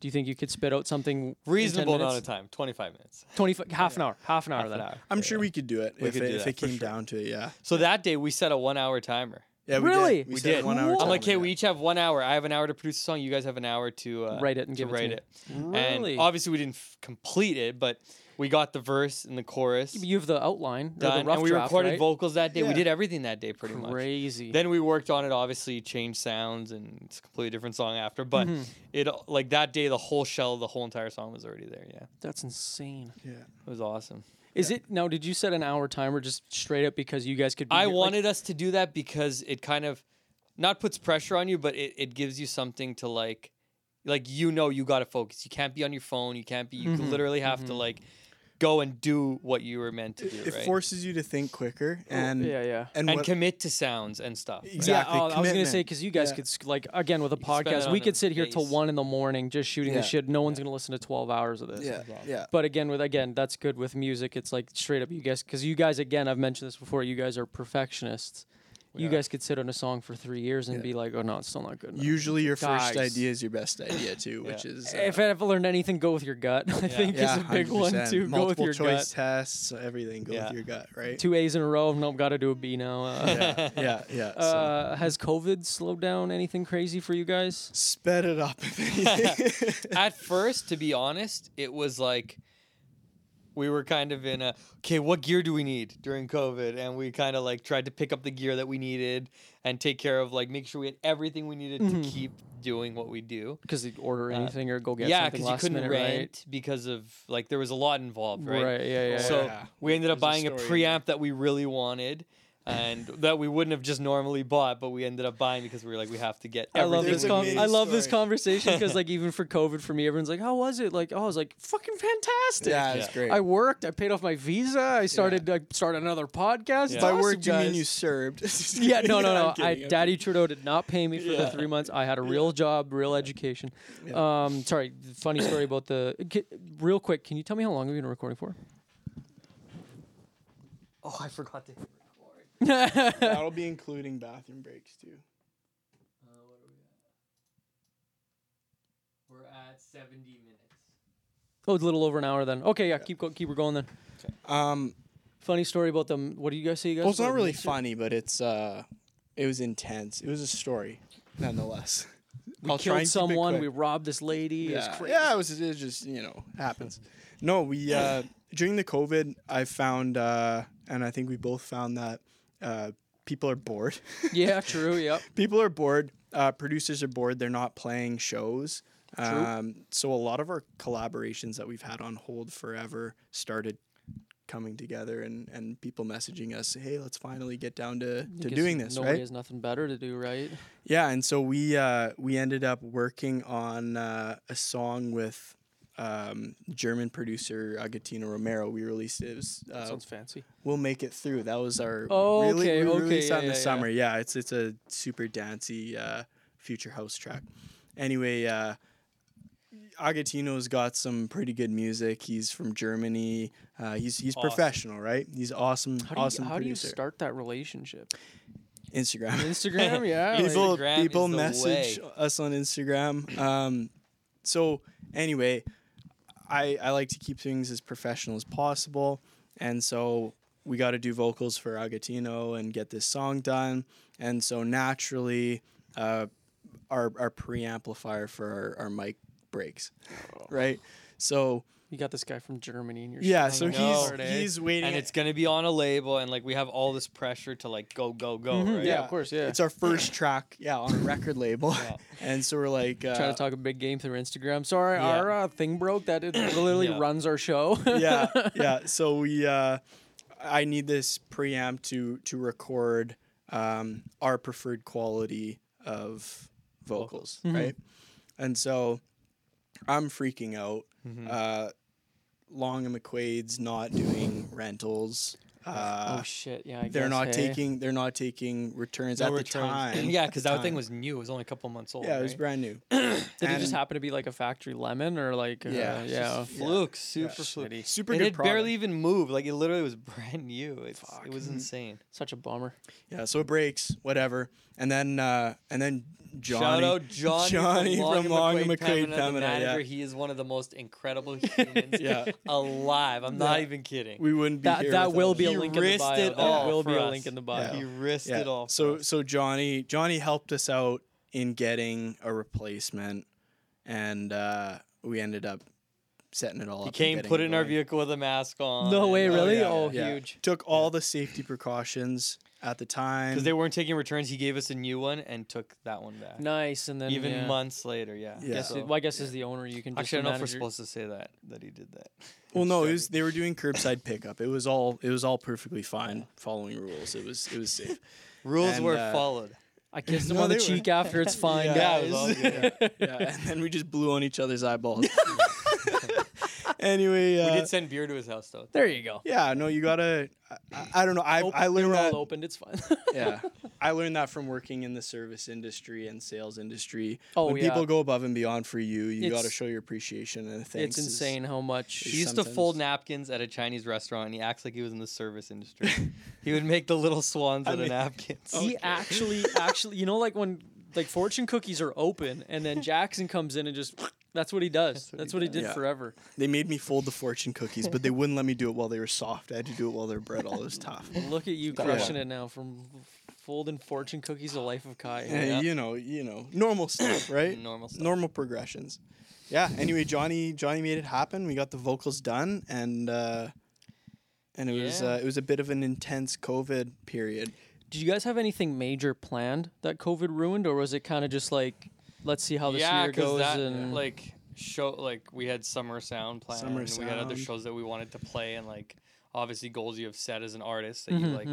S2: Do you think you could spit out something
S3: Reasonable
S2: in 10
S3: amount
S2: minutes?
S3: of time, 25 minutes.
S2: Twenty fi- half an hour, half an hour of
S3: Half
S2: that.
S3: an hour.
S1: I'm sure we could do it if
S3: could
S1: it,
S3: do
S1: if
S3: that,
S1: it
S3: for
S1: came down to it. Yeah.
S3: So that day we set a one hour timer.
S1: Yeah. We
S2: Really?
S1: did. We
S3: We
S1: set
S3: did.
S1: One hour.
S2: Cool.
S3: I'm
S1: timer,
S3: like, hey,
S1: yeah.
S3: we each have one hour. I have an hour to produce a song. You guys have an hour to uh,
S2: Write it and
S3: to
S2: give it to
S3: write
S2: me.
S3: it.
S2: Really?
S3: And obviously we didn't f- complete it, but we got the verse and the chorus
S2: You have the outline, or the
S3: done,
S2: rough
S3: and we
S2: draft,
S3: recorded
S2: right?
S3: vocals that day.
S1: Yeah.
S3: We did everything that day, pretty much.
S2: Crazy.
S3: Then we worked on it, obviously changed sounds, and it's a completely different song after. But
S2: Mm-hmm.
S3: it like that day, the whole shell, of the whole entire song was already there. Yeah,
S2: That's insane.
S1: Yeah.
S3: it was awesome.
S2: Is it now? Did you set an hour timer just straight up because you guys could? Be
S3: I
S2: here- like,
S3: wanted us to do that because it kind of not puts pressure on you, but it, it gives you something to like, like you know you got to focus. You can't be on your phone. You can't be. You
S2: Mm-hmm.
S3: literally have to like go and do what you were meant to do,
S1: It
S3: right?
S1: forces you to think quicker and
S2: yeah, yeah.
S1: and,
S3: and
S1: what-
S3: commit to sounds and stuff. right?
S1: exactly
S2: Yeah, oh, I was gonna say
S1: commitment.
S2: because you guys
S1: Yeah.
S2: could could like again with a
S3: could spend
S2: podcast,
S3: it
S2: we
S3: on
S2: could
S3: a
S2: sit here till
S3: bass.
S2: one in the morning just shooting the
S1: Yeah.
S2: shit. No one's gonna listen to twelve hours of this.
S1: Yeah. Yeah.
S2: But again, with again, that's good with music. It's like straight up, you guys, because you guys, again, I've mentioned this before. You guys are perfectionists. You guys could sit on a song for three years and be like, "Oh no, it's still not good." Enough.
S1: Usually, your
S2: Guys.
S1: first idea is your best idea too, which is uh,
S2: if I've learned anything, go with your gut. I think
S1: yeah,
S2: is a big one
S1: 100%.
S2: too.
S1: Multiple
S2: go with your
S1: choice
S2: gut.
S1: tests, everything. Go
S3: Yeah.
S1: with your gut, right?
S2: Two A's in a row. Nope, got to do a B now. Uh,
S1: yeah, yeah. yeah. So,
S2: uh, has COVID slowed down anything crazy for you guys?
S1: sped it up. If anything.
S3: at first, to be honest, it was like we were kind of in a okay, what gear do we need during COVID? And we kind of like tried to pick up the gear that we needed and take care of like make sure we had everything we needed
S2: Mm-hmm.
S3: to keep doing what we do.
S2: Because you order anything or go get
S3: yeah,
S2: something
S3: because you
S2: last
S3: couldn't
S2: minute,
S3: rent
S2: right?
S3: because of like there was a lot involved, right?
S2: Right, yeah, yeah,
S3: So
S1: yeah.
S3: we ended up
S1: There's a
S3: buying a,
S1: story in there.
S3: preamp that we really wanted. and that we wouldn't have just normally bought, but we ended up buying because we were like, we have to get.
S2: I love
S3: everything
S1: There's
S2: this.
S3: we
S1: a
S2: Con-
S3: need.
S1: amazing
S2: I love this
S1: story.
S2: conversation because, like, even for COVID, for me, everyone's like, "How was it?" Like, "Oh, I was like, fucking fantastic."
S1: Yeah, it's
S3: Yeah.
S1: great.
S2: I worked. I paid off my visa. I started. I started another podcast.
S3: Yeah.
S2: It's
S1: By
S2: awesome,
S1: work, do you mean
S2: guys.
S1: you served?
S2: Yeah, no, no,
S1: I'm
S2: no. I,
S1: kidding, I'm
S2: Daddy Trudeau did not pay me for the
S1: Yeah.
S2: three months. I had a real job, real education. Um, sorry, funny story about the. Ki real quick, can you tell me how long have you been recording for?
S3: Oh, I forgot to.
S1: kidding. That'll be including bathroom breaks too.
S3: We're at seventy minutes.
S2: Oh, it's a little over an hour then. Okay, yeah, keep go, keep her going then.
S1: Um,
S2: Funny story about them. What do you guys say? You guys.
S1: well, it's not
S2: about
S1: really
S2: mixer?
S1: funny, but it's uh, it was intense. It was a story, nonetheless.
S2: We
S1: I'll try
S2: killed
S1: and keep it
S2: someone.
S1: quick.
S2: We robbed this lady. It was
S1: Yeah.
S2: cra-
S1: Yeah, it was, it was just, you know, happens. No, we, uh, during the COVID, I found, uh, and I think we both found that uh, people are bored.
S2: yeah, true. Yep.
S1: people are bored. Uh, producers are bored. They're not playing shows. Um, so a lot of our collaborations that we've had on hold forever started coming together and, and people messaging us, hey, let's finally get down to, to
S2: Guess
S1: doing this,
S2: Nobody
S1: right?
S2: has nothing better to do, right?
S1: Yeah, and so we uh, we ended up working on uh, a song with um, German producer Agostino Romero. We released it. it was, uh,
S2: Sounds fancy.
S1: we'll make it through. That was our
S2: Oh,
S1: really
S2: okay,
S1: we
S2: okay,
S1: released that
S2: yeah,
S1: in the
S2: yeah,
S1: summer. Yeah. it's it's a super dancey uh, future house track. Anyway, uh, Agostino's got some pretty good music. He's from Germany. Uh, he's he's
S3: Awesome.
S1: professional, right? He's awesome,
S2: How do you,
S1: awesome
S2: how do you
S1: producer.
S2: start that relationship?
S1: Instagram.
S2: Instagram, yeah. like-
S1: people
S3: Instagram
S1: people
S3: is the
S1: message us on Instagram. Um, so anyway, I I like to keep things as professional as possible, and so we got to do vocals for Agatino and get this song done, and so naturally, uh, our our preamplifier for our, our mic breaks,
S3: Oh.
S1: right? So
S2: you got this guy from Germany, and you're
S1: yeah, so
S2: selling
S3: know,
S1: he's
S3: it is.
S1: he's waiting.
S3: And it's gonna be on a label, and like we have all this pressure to like go, go, go.
S2: Mhm,
S3: right?
S2: yeah, of course, yeah.
S1: It's our first track, yeah, on a record label, and so we're like uh,
S2: trying to talk a big game through Instagram. Sorry,
S3: Yeah.
S2: our uh, thing broke. That it literally
S3: Yeah.
S2: runs our show.
S1: yeah, yeah. So we, uh, I need this preamp to to record um, our preferred quality of vocals,
S3: Mm-hmm.
S1: right? And so I'm freaking out.
S3: Mm-hmm.
S1: Uh, Long and McQuaid's not doing rentals. Uh,
S2: oh shit! Yeah, I
S1: they're
S2: guess,
S1: not
S2: hey.
S1: taking they're not taking returns at the time.
S3: yeah,
S1: at
S3: because
S1: the
S3: that
S1: time.
S3: thing was new. It was only a couple months old.
S1: yeah, it was
S3: right?
S1: brand new.
S2: Did it just
S1: and-
S2: happen to be like a factory lemon or like uh,
S1: Yeah,
S2: yeah,
S1: it's
S2: yeah?
S1: just-
S3: fluke, super
S1: Yeah.
S3: fluke.
S2: Shitty.
S1: Super
S3: and
S1: good
S3: it barely
S1: product.
S3: even moved. Like it literally was brand new. It's, It was insane.
S2: Such a bummer.
S1: Yeah, so it breaks, whatever, and then uh, and then Johnny,
S3: Shout out Johnny,
S1: Johnny
S3: from Long and McQuaid, Pemina, the
S1: Pemina, yeah.
S3: manager. He is one of the most incredible humans
S1: Yeah.
S3: alive. I'm not
S1: Yeah.
S3: even kidding.
S1: we wouldn't be
S2: That
S1: here
S2: that
S1: without
S2: will be
S1: him.
S2: a
S3: He
S2: link in the
S3: risked
S2: bio.
S3: it
S2: That
S3: all
S2: will
S3: for
S2: be a
S3: us.
S2: link in the
S1: Yeah.
S2: bio.
S3: He risked it all. for
S1: So
S3: us.
S1: so Johnny Johnny helped us out in getting a replacement, and uh, we ended up setting it all up.
S3: he
S1: and
S3: came,
S1: getting
S3: put it in our
S1: going.
S3: vehicle with a mask on.
S2: No way,
S3: and-
S2: really?
S3: yeah,
S2: Oh,
S1: Yeah.
S2: huge.
S1: Took all the safety precautions at the time.
S3: Because they weren't taking returns, he gave us a new one and took that one back.
S2: Nice, and then
S3: Even
S2: yeah.
S3: months later, yeah.
S1: Yeah.
S2: Guess
S3: So-
S2: it, well, I guess as the owner, you can just
S3: Actually, I don't know if we're
S2: manage your-
S3: supposed to say that that he did that.
S1: well, no, it was they were doing curbside pickup. It was all it was all perfectly fine, following rules. It was it was safe.
S3: Rules
S1: And,
S3: were
S1: uh,
S3: followed.
S2: I kissed him
S1: No,
S2: on the
S1: they were-
S2: cheek after. It's fine,
S3: Yeah,
S2: guys.
S3: it was all
S1: yeah, and then we just blew on each other's eyeballs. anyway, uh,
S3: we did send beer to his house though.
S2: There you go.
S1: yeah, no, you gotta. I, I- I don't know. I I
S2: they
S1: learned
S2: were
S1: that.
S2: all opened. It's fine.
S1: yeah i learned that from working in the service industry and sales industry
S2: Oh,
S1: when
S2: yeah.
S1: people go above and beyond for you you got to
S2: It's-
S1: show your appreciation and thanks
S2: it's insane how much.
S1: It's
S3: He used to
S1: sometimes-
S3: fold napkins at a Chinese restaurant, and he acts like he was in the service industry. he would make the little swans out
S1: mean-
S3: of napkins.
S2: He actually, actually, you know, like when like fortune cookies are open, and then Jackson comes in and just that's what he does. That's what he, did
S1: Yeah.
S2: forever.
S1: they made me fold the fortune cookies but they wouldn't let me do it while they were soft i had to do it while they were bread all it was tough
S2: Look at you crushing it now from folding fortune cookies to life of Kai.
S1: And, you know you know normal stuff right
S3: Normal stuff.
S1: normal progressions yeah anyway johnny johnny made it happen we got the vocals done and uh and it was
S3: Yeah.
S1: uh, it was a bit of an intense covid period
S2: Did you guys have anything major planned that COVID ruined, or was it kind of just like, let's see how this
S3: yeah,
S2: year
S3: 'cause
S2: goes?
S3: that
S2: and
S3: like show like we had summer sound planned.
S1: Summer
S3: We had other
S1: Sound.
S2: Mm-hmm,
S3: shows that we wanted to play, and like obviously goals you have set as an artist that you like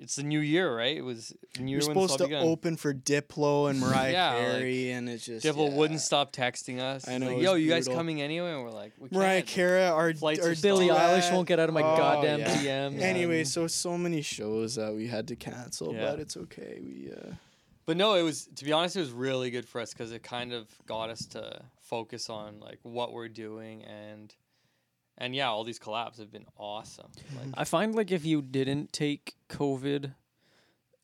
S3: It's the new year, right? It was new year
S1: You're
S3: when this all
S1: supposed to
S3: began.
S1: open for Diplo and Mariah
S3: Yeah, like,
S1: Carey, and it's just
S3: Diplo
S1: yeah.
S3: wouldn't stop texting us.
S1: I
S3: He's
S1: know,
S3: Like,
S1: it
S3: Yo,
S1: was
S3: you guys
S1: brutal.
S3: coming anyway? And we're like, we
S1: Mariah
S3: can't.
S1: Carey, our,
S3: Flights
S1: our
S3: are
S2: Billie
S1: duet.
S2: Eilish won't get out of my
S1: Oh,
S2: goddamn
S1: yeah.
S2: DMs.
S1: Anyway, so so many shows that we had to cancel,
S3: Yeah.
S1: but it's okay. We uh,
S3: But no, it was to be honest, it was really good for us because it kind of got us to focus on like what we're doing and and yeah, all these collabs have been awesome. Like,
S1: Mm-hmm.
S2: I find like if you didn't take COVID,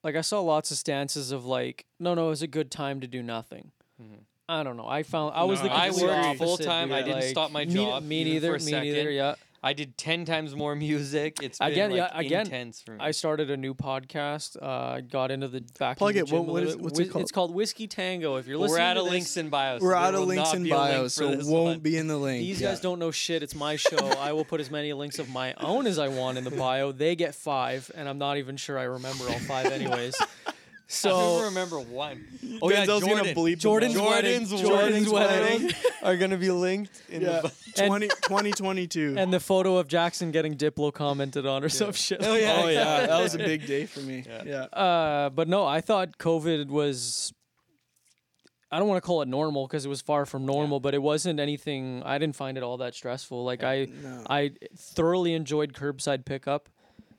S2: like I saw lots of stances of like, no, no, it was a good time to do nothing.
S1: Mm-hmm.
S3: Mhm.
S2: I don't know. I found I was
S1: No,
S2: the
S1: I
S3: I
S2: complete
S1: worked
S3: worked
S2: opposite,
S3: full time. I
S2: dude.
S3: didn't
S2: Like,
S3: stop my
S2: me-
S3: job.
S2: Me
S3: even
S2: neither.
S3: for
S2: Me
S3: a second. Mm.
S2: neither. Yeah.
S3: I did ten times more music. It's been
S2: Again,
S3: like
S2: yeah, again,
S3: intense for me.
S2: I started a new podcast. Uh, got into the back.
S1: Plug
S2: into
S1: it.
S2: the gym
S1: What-
S2: a
S1: what
S2: little
S1: is-
S2: bit.
S1: what's it
S2: Whi- It's called Whiskey Tango. If you're
S3: We're
S2: listening,
S3: out
S2: to
S3: of
S2: this,
S3: links in bio. so
S1: we're
S3: there
S1: out of
S3: will
S1: links
S3: not
S1: in
S3: be a link
S1: bio,
S3: for
S1: so it
S3: this
S1: won't
S3: one.
S1: be in the link.
S2: These
S1: yeah.
S2: guys don't know shit. It's my show. I will put as many links of my own as I want in the bio. They get five, and I'm not even sure I remember all five, anyways.
S3: I don't even
S2: So
S3: remember one. Oh yeah,
S1: Denzel's gonna
S3: Jordan.
S1: bleep them
S2: Jordan's
S1: out.
S2: wedding.
S3: Jordan's wedding.
S2: Jordan's wedding.
S3: are gonna be linked in
S1: Yeah.
S3: the. bio.
S1: 20, 2022.
S2: and the photo of Jackson getting Diplo commented on or some shit.
S3: Oh, yeah.
S1: oh yeah, that was a big day for me. Yeah.
S2: Uh, but no, I thought COVID was. I don't want to call it normal because it was far from normal, but it wasn't anything. I didn't find it all that stressful. Like I,
S1: No.
S2: I thoroughly enjoyed curbside pickup.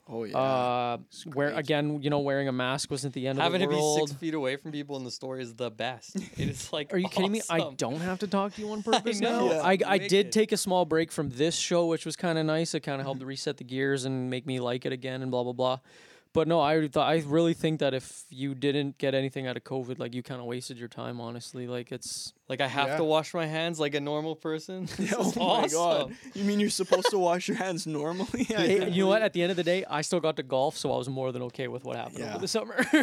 S1: Oh yeah.
S2: Uh, where
S1: great.
S2: again, you know, wearing a mask wasn't the end
S3: Having
S2: of
S3: to
S2: the
S3: be
S2: world.
S3: six feet away from people in the store is the best. It is like,
S2: Are you kidding me? I
S3: awesome.
S2: don't have to talk to you on purpose
S3: know,
S2: now.
S3: Yeah.
S2: I, I
S3: wicked.
S2: did take a small break from this show, which was kind of nice. It kind of helped reset the gears and make me like it again and blah blah blah. But no, I th- I really think that if you didn't get anything out of COVID, like you kind of wasted your time. Honestly, like it's
S3: Like I have
S1: Yeah.
S3: to wash my hands like a normal person. This
S1: Yeah,
S3: is
S1: oh my
S3: awesome.
S1: god. You mean you're supposed to wash your hands normally? I
S2: Hey,
S1: couldn't
S2: you know what?
S1: believe-
S2: At the end of the day, I still got to golf, so I was more than okay with what happened
S1: Yeah.
S2: over the summer.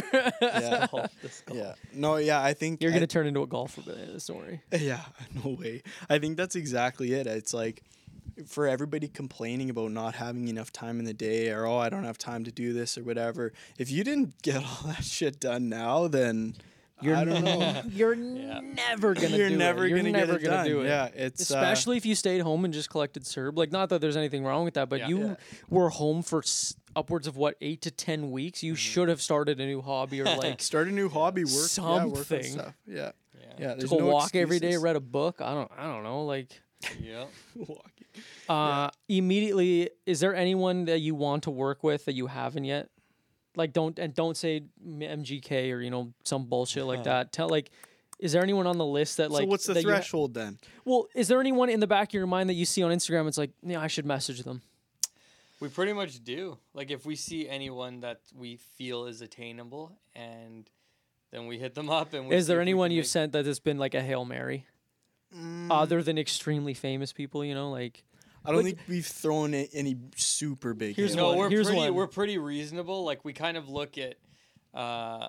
S1: Yeah.
S3: Oh, this guy.
S1: Yeah. No, yeah, I think
S2: You're
S1: I-
S2: gonna turn into a golfer eh, by the end of the story.
S1: Yeah, no way. I think that's exactly it. It's like for everybody complaining about not having enough time in the day or oh, I don't have time to do this or whatever. If you didn't get all that shit done now, then
S2: You're
S1: I don't know.
S2: You're never gonna.
S1: You're
S2: do
S1: never
S2: it. You're
S1: gonna
S2: never
S1: get it
S2: gonna
S1: done.
S2: do it.
S1: Yeah, it's uh,
S2: especially if you stayed home and just collected serb like not that there's anything wrong with that but
S3: Yeah.
S2: you
S1: Yeah.
S2: were home for s- upwards of what 8 to 10 weeks
S1: Mm-hmm.
S2: you should have started a new hobby or like
S1: start a new hobby, work, yeah, work on
S2: Something.
S1: stuff. Yeah.
S3: Yeah.
S1: Yeah, there's
S2: go
S1: no
S2: walk every day
S1: excuses.
S2: read a book i don't i don't know like
S3: Yeah.
S1: Walking.
S2: uh immediately is there anyone that you want to work with that you haven't yet like don't and don't say M- mgk or you know some bullshit like that tell like is there anyone on the list that like
S1: so what's the
S2: that you ha-
S1: threshold then?
S2: well is there anyone in the back of your mind that you see on instagram it's like yeah i should message them
S3: We pretty much do. Like if we see anyone that we feel is attainable and then we hit them up and we
S2: Is
S3: see if
S2: there
S3: we
S2: anyone
S3: can
S2: you've
S3: make-
S2: sent that has been like a Hail Mary?
S3: Mm.
S2: Other than extremely famous people, you know, like
S1: I don't
S2: Like-
S1: think we've thrown a- any super big.
S2: Here's
S1: hit.
S3: No,
S2: one.
S3: we're
S2: Here's
S3: pretty
S2: one.
S3: we're pretty reasonable. Like we kind of look at uh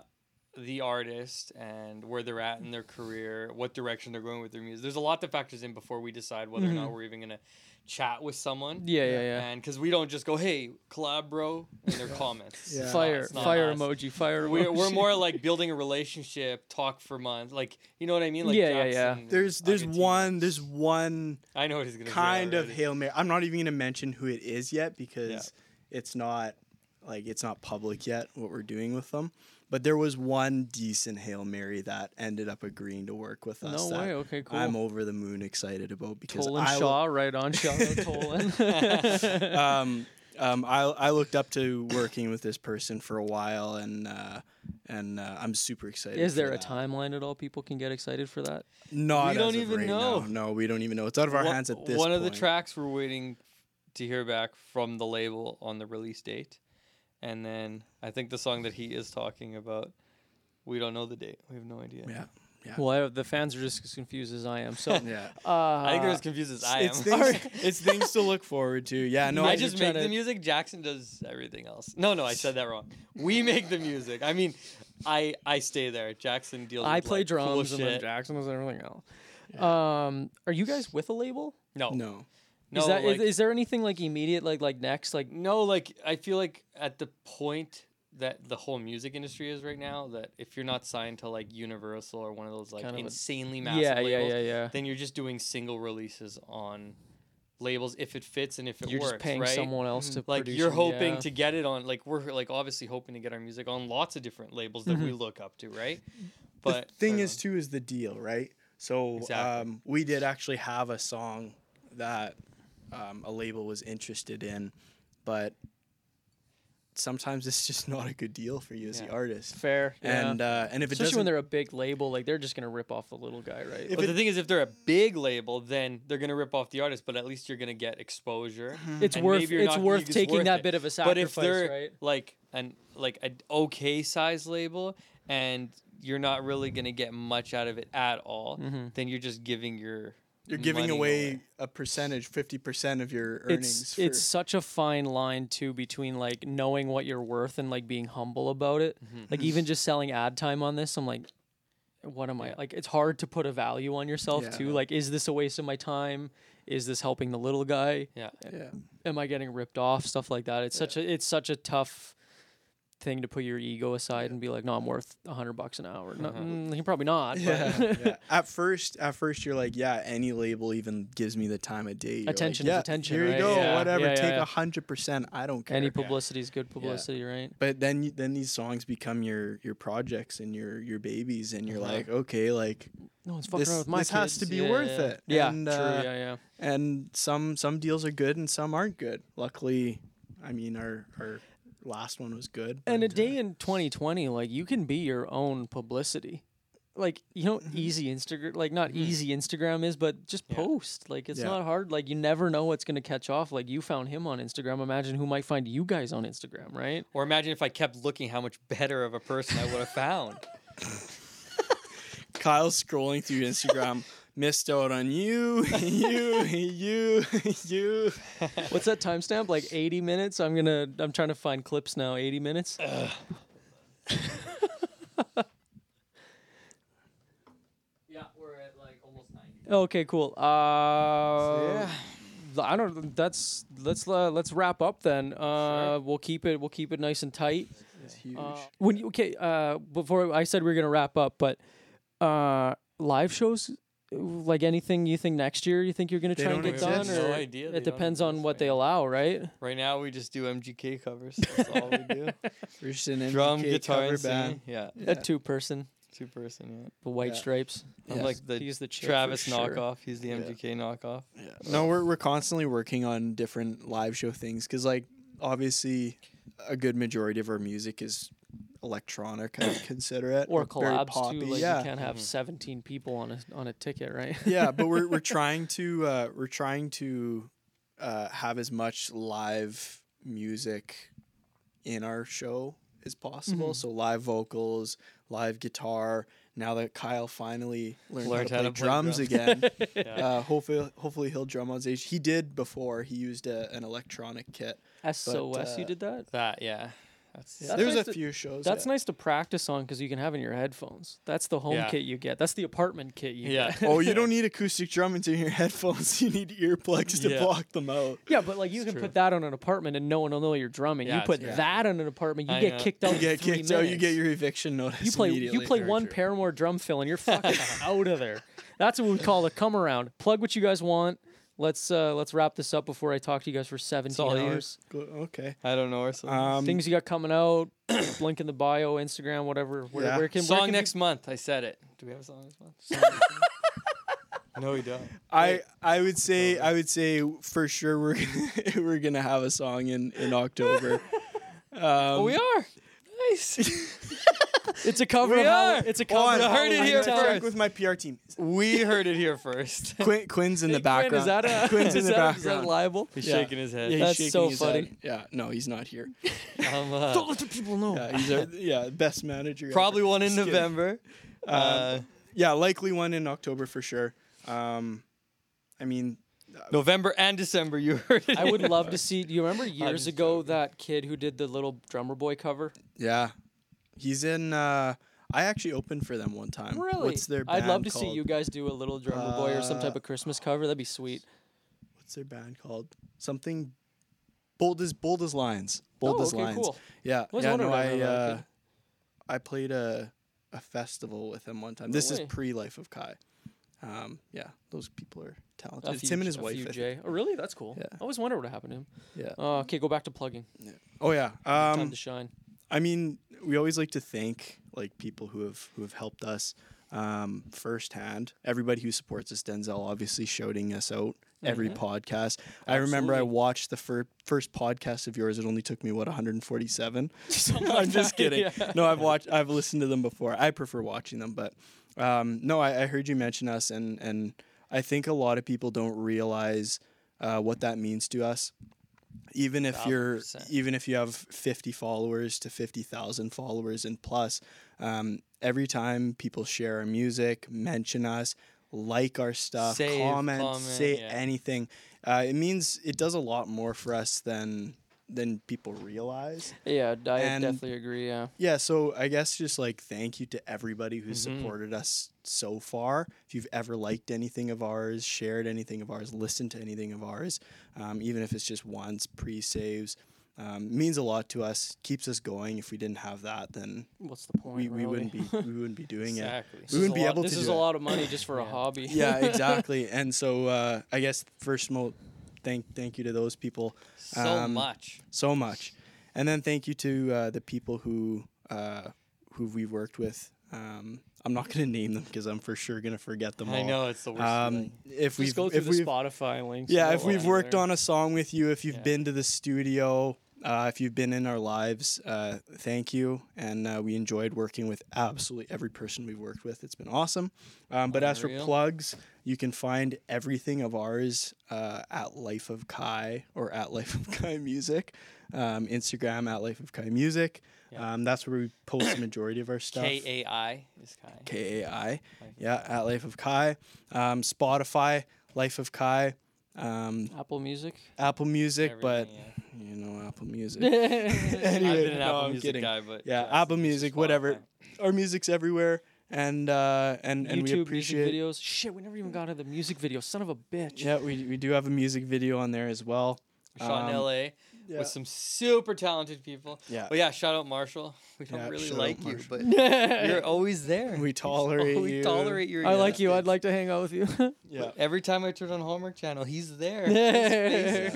S3: the artist and where they're at in their career, what direction they're going with their music. There's a lot that factors in before we decide whether or not we're even gonna chat with someone.
S2: Mm-hmm. yeah, yeah, yeah.
S3: And because we don't just go, hey, collab, bro, in their comments.
S1: Yeah.
S3: It's not-
S2: Fire,
S3: it's not
S2: fire
S3: us.
S2: emoji, fire emoji.
S3: We're, we're more like building a relationship, talk for months. Like, you know what I mean? Like,
S2: Yeah, yeah, yeah.
S3: Jackson and
S1: There's there's
S3: Agati.
S1: one there's one
S3: I know what he's going to
S1: kind of hail mary. I'm not even gonna mention who it is yet because it's not like it's not public yet what we're doing with them. But there was one decent hail mary that ended up agreeing to work with us.
S2: No
S1: that
S3: uh,
S2: way, okay, cool.
S1: I'm over the moon excited about because
S2: Tolan
S1: I
S2: Shaw, right on Shaw Tolan.
S1: um, um, I, I looked up to working with this person for a while, and uh, and uh, I'm super excited.
S2: Is
S1: for
S2: there a
S1: that.
S2: time at all people can get excited for that?
S1: Not
S3: We don't
S1: as of
S3: even
S1: right
S3: know.
S1: now. No, we don't even know. It's out of our
S3: One-
S1: hands at this.
S3: One of the
S1: point.
S3: tracks we're waiting to hear back from the label on the release date. And then I think the song that he is talking about, we don't know the date. We have no idea.
S1: Yeah, yeah,
S2: Well, I, the fans are just as confused as I am. So,
S1: yeah.
S2: uh,
S3: I think they're as confused as I am.
S1: it's things, it's things to look forward to. Yeah, no,
S3: I
S1: I
S3: just
S2: trying
S3: make the
S2: to-
S3: music. Jackson does everything else. No, no, I said that wrong. We make the music. I mean, I I stay there. Jackson deals.
S2: I
S3: with,
S2: play
S3: like, cool
S2: drums and then
S3: shit.
S2: Jackson does everything else. Um, are you guys with a label?
S3: no, no,
S1: no.
S2: is, that,
S3: like,
S2: is, is there anything like immediate, like like next, like
S3: no, like I feel like at the point that the whole music industry is right now, that if you're not signed to like Universal or one of those like
S2: Kind of a-
S3: insanely massive
S2: yeah, yeah,
S3: labels,
S2: yeah, yeah.
S3: then you're just doing single releases on labels if it fits and if it
S2: You're
S3: works.
S2: just paying
S3: right? Mm-hmm.
S2: someone else to
S3: like
S2: produce
S3: you're
S2: it,
S3: hoping
S2: yeah.
S3: to get it on like we're like obviously hoping to get our music on lots of different labels that
S2: Mm-hmm.
S3: we look up to, right? But
S1: the thing
S3: sorry,
S1: is too is the deal, right? So
S3: Exactly.
S1: um, we did actually have a song that um, a label was interested in, but sometimes it's just not a good deal for you as the
S3: Yeah.
S1: artist.
S2: fair.
S1: And
S2: yeah.
S1: uh, and if it
S2: especially when
S1: doesn't-
S2: they're a big label, like they're just gonna rip off the little guy, right?
S1: If
S3: But the thing is, if they're a big label, then they're gonna rip off the artist. But at least you're gonna get exposure.
S2: It's
S3: Mm, and
S2: worth-
S3: maybe you're
S2: it's
S3: not-
S2: worth
S3: it's
S2: taking
S3: worth
S2: that
S3: it.
S2: bit of a
S3: But if
S2: sacrifice,
S3: they're
S2: right?
S3: like an like an okay size label, and you're not really gonna get much out of it at all, then you're just giving your
S1: Mm-hmm. you're giving
S3: money
S1: away, a percentage, fifty percent of your earnings.
S2: it's
S1: for-
S2: it's such a fine line too between like knowing what you're worth and like being humble about it.
S3: Mm-hmm.
S2: Like even just selling ad time on this, I'm like, what am I like? It's hard to put a value on yourself
S1: Yeah.
S2: too. Like, is this a waste of my time? Is this helping the little guy?
S3: Yeah.
S1: yeah.
S2: Am I getting ripped off? Stuff like that. It's such a it's such a tough thing to put your ego aside and be like, no, I'm worth a hundred bucks an hour. No, mm, you're probably not. but-
S1: Uh-huh. Yeah, yeah. At first, at first, you're like, yeah, any label even gives me the time of day. You're like,
S2: Attention is
S1: yeah,
S2: attention,
S1: Here you
S2: right?
S1: go,
S3: Yeah.
S1: whatever.
S2: Yeah, yeah,
S1: Take
S2: yeah.
S1: a hundred percent. I don't care.
S2: Any publicity is good publicity, right?
S1: but then you- then these songs become your your projects and your your babies, and you're
S2: Uh-huh.
S1: like, okay, like
S2: No, it's fucking
S1: this,
S2: around with my
S1: this has to
S2: kids.
S1: be
S2: Yeah,
S1: worth
S2: yeah.
S1: it.
S2: Yeah,
S1: and,
S2: true.
S1: uh,
S2: yeah, yeah.
S1: and some some deals are good and some aren't good. Luckily, I mean, our our last one was good.
S2: And a
S1: but, uh,
S2: day in 2020, like you can be your own publicity. Like you know, easy Instagram, like not easy Instagram is, but just post. Like it's
S1: Mm-hmm. Yeah.
S2: not hard. Like you never know what's gonna catch off. Like you found him on Instagram. Imagine who might find you guys on Instagram, right?
S3: Or imagine if I kept looking, how much better of a person I would have found.
S1: Kyle's scrolling through Instagram. Missed out on you, you, you, you.
S2: What's that timestamp? Like 80 minutes. I'm gonna. I'm trying to find clips now. 80 minutes.
S3: yeah, we're at like almost ninety.
S2: Okay, cool. Uh, I don't. That's let's uh, let's wrap up then. Uh, We'll keep it. We'll keep it nice and tight. Uh,
S1: It's huge.
S2: When you, okay, uh, before I said we were gonna wrap up, but uh, live shows, like anything you think next year, you think you're gonna
S1: They
S2: try and
S1: don't
S2: get
S1: exist.
S2: done, or
S1: No
S3: idea, they
S2: it
S3: don't
S2: depends on
S3: exist,
S2: what they allow, right?
S3: Right now, we just do MGK covers. That's all we do.
S1: We're just an
S3: Drum,
S1: MGK
S3: guitar,
S1: cover
S3: and
S1: band.
S3: singing. Yeah,
S2: A two person,
S3: two person.
S2: the White
S1: Yeah.
S2: Stripes.
S3: Yeah,
S1: Yeah.
S3: I'm like the
S2: He's the chip for
S3: Travis
S2: sure.
S3: knockoff. He's the MGK knockoff.
S1: No, we're we're constantly working on different live show things because, like, obviously, a good majority of our music is electronic. I would consider it
S2: or
S1: very
S2: collabs too.
S1: poppy.
S2: Like
S1: yeah,
S2: you can't
S3: Mm-hmm.
S2: have 17 people on a on a ticket, right?
S1: yeah. But we're we're trying to uh, we're trying to uh, have as much live music in our show as possible.
S2: Mm-hmm.
S1: So live vocals, live guitar. Now that Kyle finally learned,
S3: Learned
S1: how to play drums again,
S3: Yeah.
S1: uh, hopefully, hopefully he'll drum on stage. He did before. He used a, an electronic kit.
S2: SOS, you
S1: uh,
S2: did that.
S3: That yeah. That's
S2: That's
S1: There's
S2: nice
S1: a
S2: to-
S1: few shows.
S2: That's
S1: yeah.
S2: nice to practice on because you can have it in your headphones. That's the home
S3: Yeah.
S2: kit you get. That's the apartment kit you
S3: yeah.
S2: get.
S1: Oh, you don't need acoustic drumming in your headphones. You need earplugs to
S3: Yeah.
S1: block them out.
S2: Yeah, but like you can
S3: true.
S2: put that on an apartment and no one will know you're drumming.
S3: Yeah,
S2: you put
S3: it's-
S2: that on an apartment, you
S3: I
S2: get
S3: know.
S2: kicked out.
S1: You get
S2: in three
S1: kicked out. You get
S2: minutes.
S1: your eviction notice.
S2: You play you
S1: immediately.
S2: play one Paramore drum fill and you're fucking out of there. That's what we call a come around. Plug what you guys want. Let's uh let's wrap this up before I talk to you guys for 17
S3: all you.
S2: hours.
S1: Go- Okay.
S3: I don't know or something.
S1: Um,
S2: Things you got coming out, link in the bio, Instagram, whatever. Where,
S1: Yeah.
S2: where can where
S3: song
S2: can
S3: next month. I said it. Do we have a song next month? no, we don't.
S1: I I would say I would say for sure we're gonna, we're gonna have a song in in October. Um,
S3: oh, we are. Nice.
S2: you- It's a cover.
S3: We
S2: of Hall-
S3: are.
S2: It's a cover.
S3: I
S2: of
S3: heard it
S2: Halloween
S3: here
S1: I'm
S2: Town.
S1: gonna
S3: first.
S1: check with my PR team.
S3: we heard it here first.
S1: Quinn, Quinn's in the
S2: Hey,
S1: background.
S2: Quinn, is that a
S1: Quinn's
S2: is
S1: in the
S2: that- is that
S1: background.
S2: liable?
S3: He's
S1: Yeah.
S3: shaking his head.
S1: Yeah, he's
S2: That's
S1: shaking
S2: so
S1: his
S2: funny.
S1: head. Yeah, no, he's not here.
S3: I'm, uh,
S2: Don't let the people know.
S1: Yeah, he's our yeah best manager. ever.
S3: probably one in
S1: Just kidding. Um,
S3: November. Uh,
S1: Yeah, likely one in October for sure. Um, I mean,
S3: November and December. You heard it.
S2: I would love to see. You remember years
S3: just
S2: ago that kid who did the little drummer boy cover?
S1: yeah, he's in. Uh, I actually opened for them one time. What's their? Band
S2: I'd love to see
S1: called?
S2: you guys do a little drummer boy or some
S1: Uh,
S2: type of Christmas cover. That'd be sweet.
S1: What's their band called? Something. Bold as bold as lines. Bold
S2: Oh,
S1: as
S2: okay,
S1: lines.
S2: cool.
S1: Yeah.
S2: was
S1: yeah.
S2: wondering
S1: No,
S2: about
S1: I
S2: that,
S1: uh,
S2: okay.
S1: I played a a festival with them one time. This is
S2: way.
S1: pre Life of Kai. Um, yeah, those people are talented.
S2: A
S1: it's
S2: few-
S1: him and his
S2: a
S1: wife.
S2: few
S1: I
S2: J. Oh, really? That's cool.
S1: Yeah.
S2: I always wondered what happened to him.
S1: think. Yeah.
S2: Uh, okay, go back to plugging.
S1: Oh yeah.
S2: Time
S1: Um,
S2: to shine.
S1: I mean, we always like to thank like people who have who have helped us um, firsthand. Everybody who supports us, Denzel obviously shouting us out every podcast. I remember I
S2: Mm-hmm. Absolutely.
S1: watched the fir- first podcast of yours. It only took me what 147.
S2: Something like
S1: I'm just
S2: that,
S1: kidding.
S2: yeah.
S1: No, I've watched. I've listened to them before. I prefer watching them, but um, no, I, I heard you mention us, and and I think a lot of people don't realize uh, what that means to us. Even if you're,
S3: 1,000%.
S1: even if you have 50 followers to 50,000 followers and plus, um, every time people share our music, mention us, like our stuff,
S3: Save,
S1: comment,
S3: comment,
S1: say
S3: yeah.
S1: anything, uh, it means it does a lot more for us than than people realize.
S2: Yeah, I
S1: And-
S2: definitely agree. Yeah.
S1: Yeah, so I guess just like thank you to everybody who's
S2: Mm-hmm.
S1: supported us so far. If you've ever liked anything of ours, shared anything of ours, listened to anything of ours, um, even if it's just once, pre saves, um, means a lot to us. Keeps us going. If we didn't have that, then
S2: What's the point?
S1: we, we
S2: really?
S1: wouldn't be we wouldn't be doing it.
S3: Exactly.
S1: We wouldn't be able
S2: this
S1: to
S2: is
S1: do
S2: a
S1: it.
S2: lot of money just for a hobby.
S1: Yeah, exactly. and so uh, I guess first mo- thank thank you to those people
S3: So
S1: Um,
S3: much.
S1: so much. And then thank you to uh, the people who uh, who we've worked with. Um, I'm not going to name them because I'm for sure going to forget them all.
S3: I know it's the worst.
S1: Um,
S3: feeling.
S1: if
S2: Just
S1: we've
S2: go through
S1: if
S2: the
S1: we've
S2: Spotify links.
S1: yeah
S2: and
S1: if
S2: all
S1: we've
S2: that
S1: worked
S2: there.
S1: on a song with you, if you've
S3: Yeah.
S1: been to the studio, uh, if you've been in our lives, uh, thank you. And uh, we enjoyed working with absolutely every person we've worked with. It's been awesome. Um, but as for
S3: Unreal.
S1: plugs, you can find everything of ours uh, at Life of Kai or at Life of Kai Music, um, Instagram at Life of Kai Music.
S3: Yeah.
S1: Um, that's where we post the majority of our stuff.
S3: K A I is kind.
S1: K A I.
S3: Life
S1: Yeah, at Life of Kai. Um, Spotify, Life of Kai. Um,
S2: Apple Music.
S1: Apple Music, but
S3: Everything, yeah.
S1: you know Apple Music.
S2: yeah,
S1: anyway,
S3: I've been an
S1: no,
S3: Apple
S1: I'm
S3: Music
S1: kidding.
S3: guy, but
S1: Yeah,
S3: it's-
S1: Apple
S3: it's
S1: Music,
S3: Spotify.
S1: whatever. Our music's everywhere, and uh, and and we
S2: YouTube music
S1: appreciate.
S2: videos. Shit, we never even got to the music video. Son of a bitch.
S1: Yeah, we, we do have a music video on there as well.
S3: We shot in
S1: Um,
S3: L.A.
S1: yeah.
S3: with some super talented people.
S1: Yeah.
S3: But yeah, shout out Marshall. We don't
S1: Yeah,
S3: really
S1: shout out
S3: like you,
S1: Marshall.
S3: but you're always there.
S1: We tolerate
S3: we
S1: you.
S3: tolerate your.
S2: I like you. I'd
S3: existence.
S2: like to hang out with you.
S1: Yeah.
S3: Every time I turn on Homework Channel, he's there. His face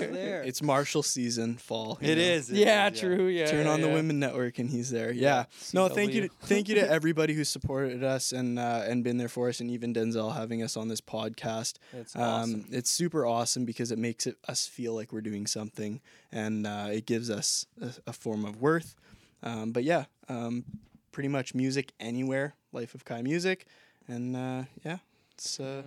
S3: is there.
S1: It's Marshall season, fall. you
S3: It
S1: know.
S3: is, it
S2: yeah,
S3: is,
S2: true. Yeah.
S1: Turn
S2: yeah,
S1: on the
S2: yeah.
S1: Women Network, and he's there. Yeah. No, thank you, to,
S2: CW.
S1: thank you to everybody who supported us and uh, and been there for us, and even Denzel having us on this podcast.
S3: It's
S1: um,
S3: awesome.
S1: It's super awesome because it makes it, us feel like we're doing something, and uh, it gives us a, a form of worth. Um, but yeah, um, pretty much music anywhere, Life of Kai music, and uh, yeah, it's uh,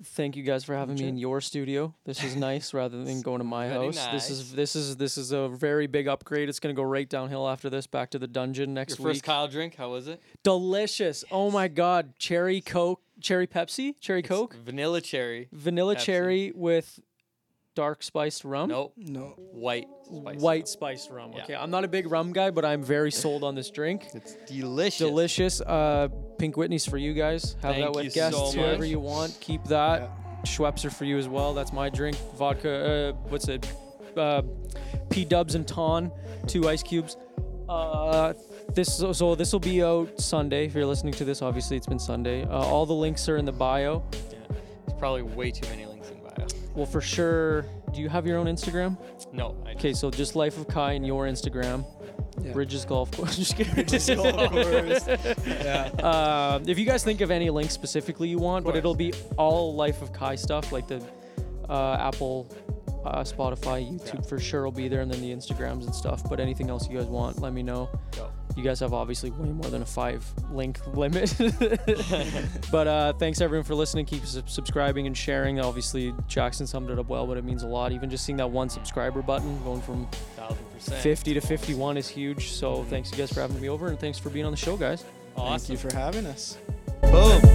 S2: Thank you guys for having me in your studio. This is nice rather than going to my
S3: Very
S2: house. This
S3: nice.
S2: is this is this is a very big upgrade. It's gonna go right downhill after this. Back to the dungeon next
S3: Your first
S2: week.
S3: Kyle drink, how was it?
S2: Delicious. Oh my god. Cherry Coke. Cherry Pepsi. Cherry Coke.
S3: Vanilla cherry.
S2: Vanilla
S3: Pepsi.
S2: cherry with dark spiced rum.
S3: Nope.
S1: no,
S3: White spice.
S2: White spiced rum. Okay, I'm not a big rum guy, but I'm very sold on this drink.
S3: It's delicious.
S2: Delicious. Uh, Pink Whitney's for you guys. Have
S3: Thank
S2: that with
S3: you
S2: guests,
S3: so
S2: whoever
S3: much.
S2: you want. Keep that. Schweppes are for you as well. That's my drink. Vodka. Uh, what's it? Uh, P Dubs and Ton. Two ice cubes. Uh, this so- so this will be out Sunday. If you're listening to this, obviously it's been Sunday. Uh, all the links are in the bio.
S3: Yeah. There's probably way too many links in bio.
S2: Well, for sure. Do you have your own Instagram?
S3: No. I
S2: Okay, so just Life of Kai and your Instagram.
S1: Yeah.
S2: Bridges Golf Course. Just kidding.
S1: of course. yeah,
S2: Um, if you guys think of any links specifically you want, but
S3: course.
S2: it'll be all Life of Kai stuff, like the uh, Apple, uh, Spotify, YouTube
S3: Yeah.
S2: for sure will be there, and then the Instagrams and stuff. But anything else you guys want, let me know.
S3: Dope.
S2: You guys have obviously way more than a five link limit. but uh, thanks everyone for listening. Keep sub- subscribing and sharing. Obviously, Jackson summed it up well, but it means a lot. Even just seeing that one subscriber button going from
S3: thousand percent.
S2: 50 to 51 is huge. So thanks you guys for having me over, and thanks for being on the show, guys.
S1: thank
S3: Awesome.
S1: you for having us.
S3: Boom.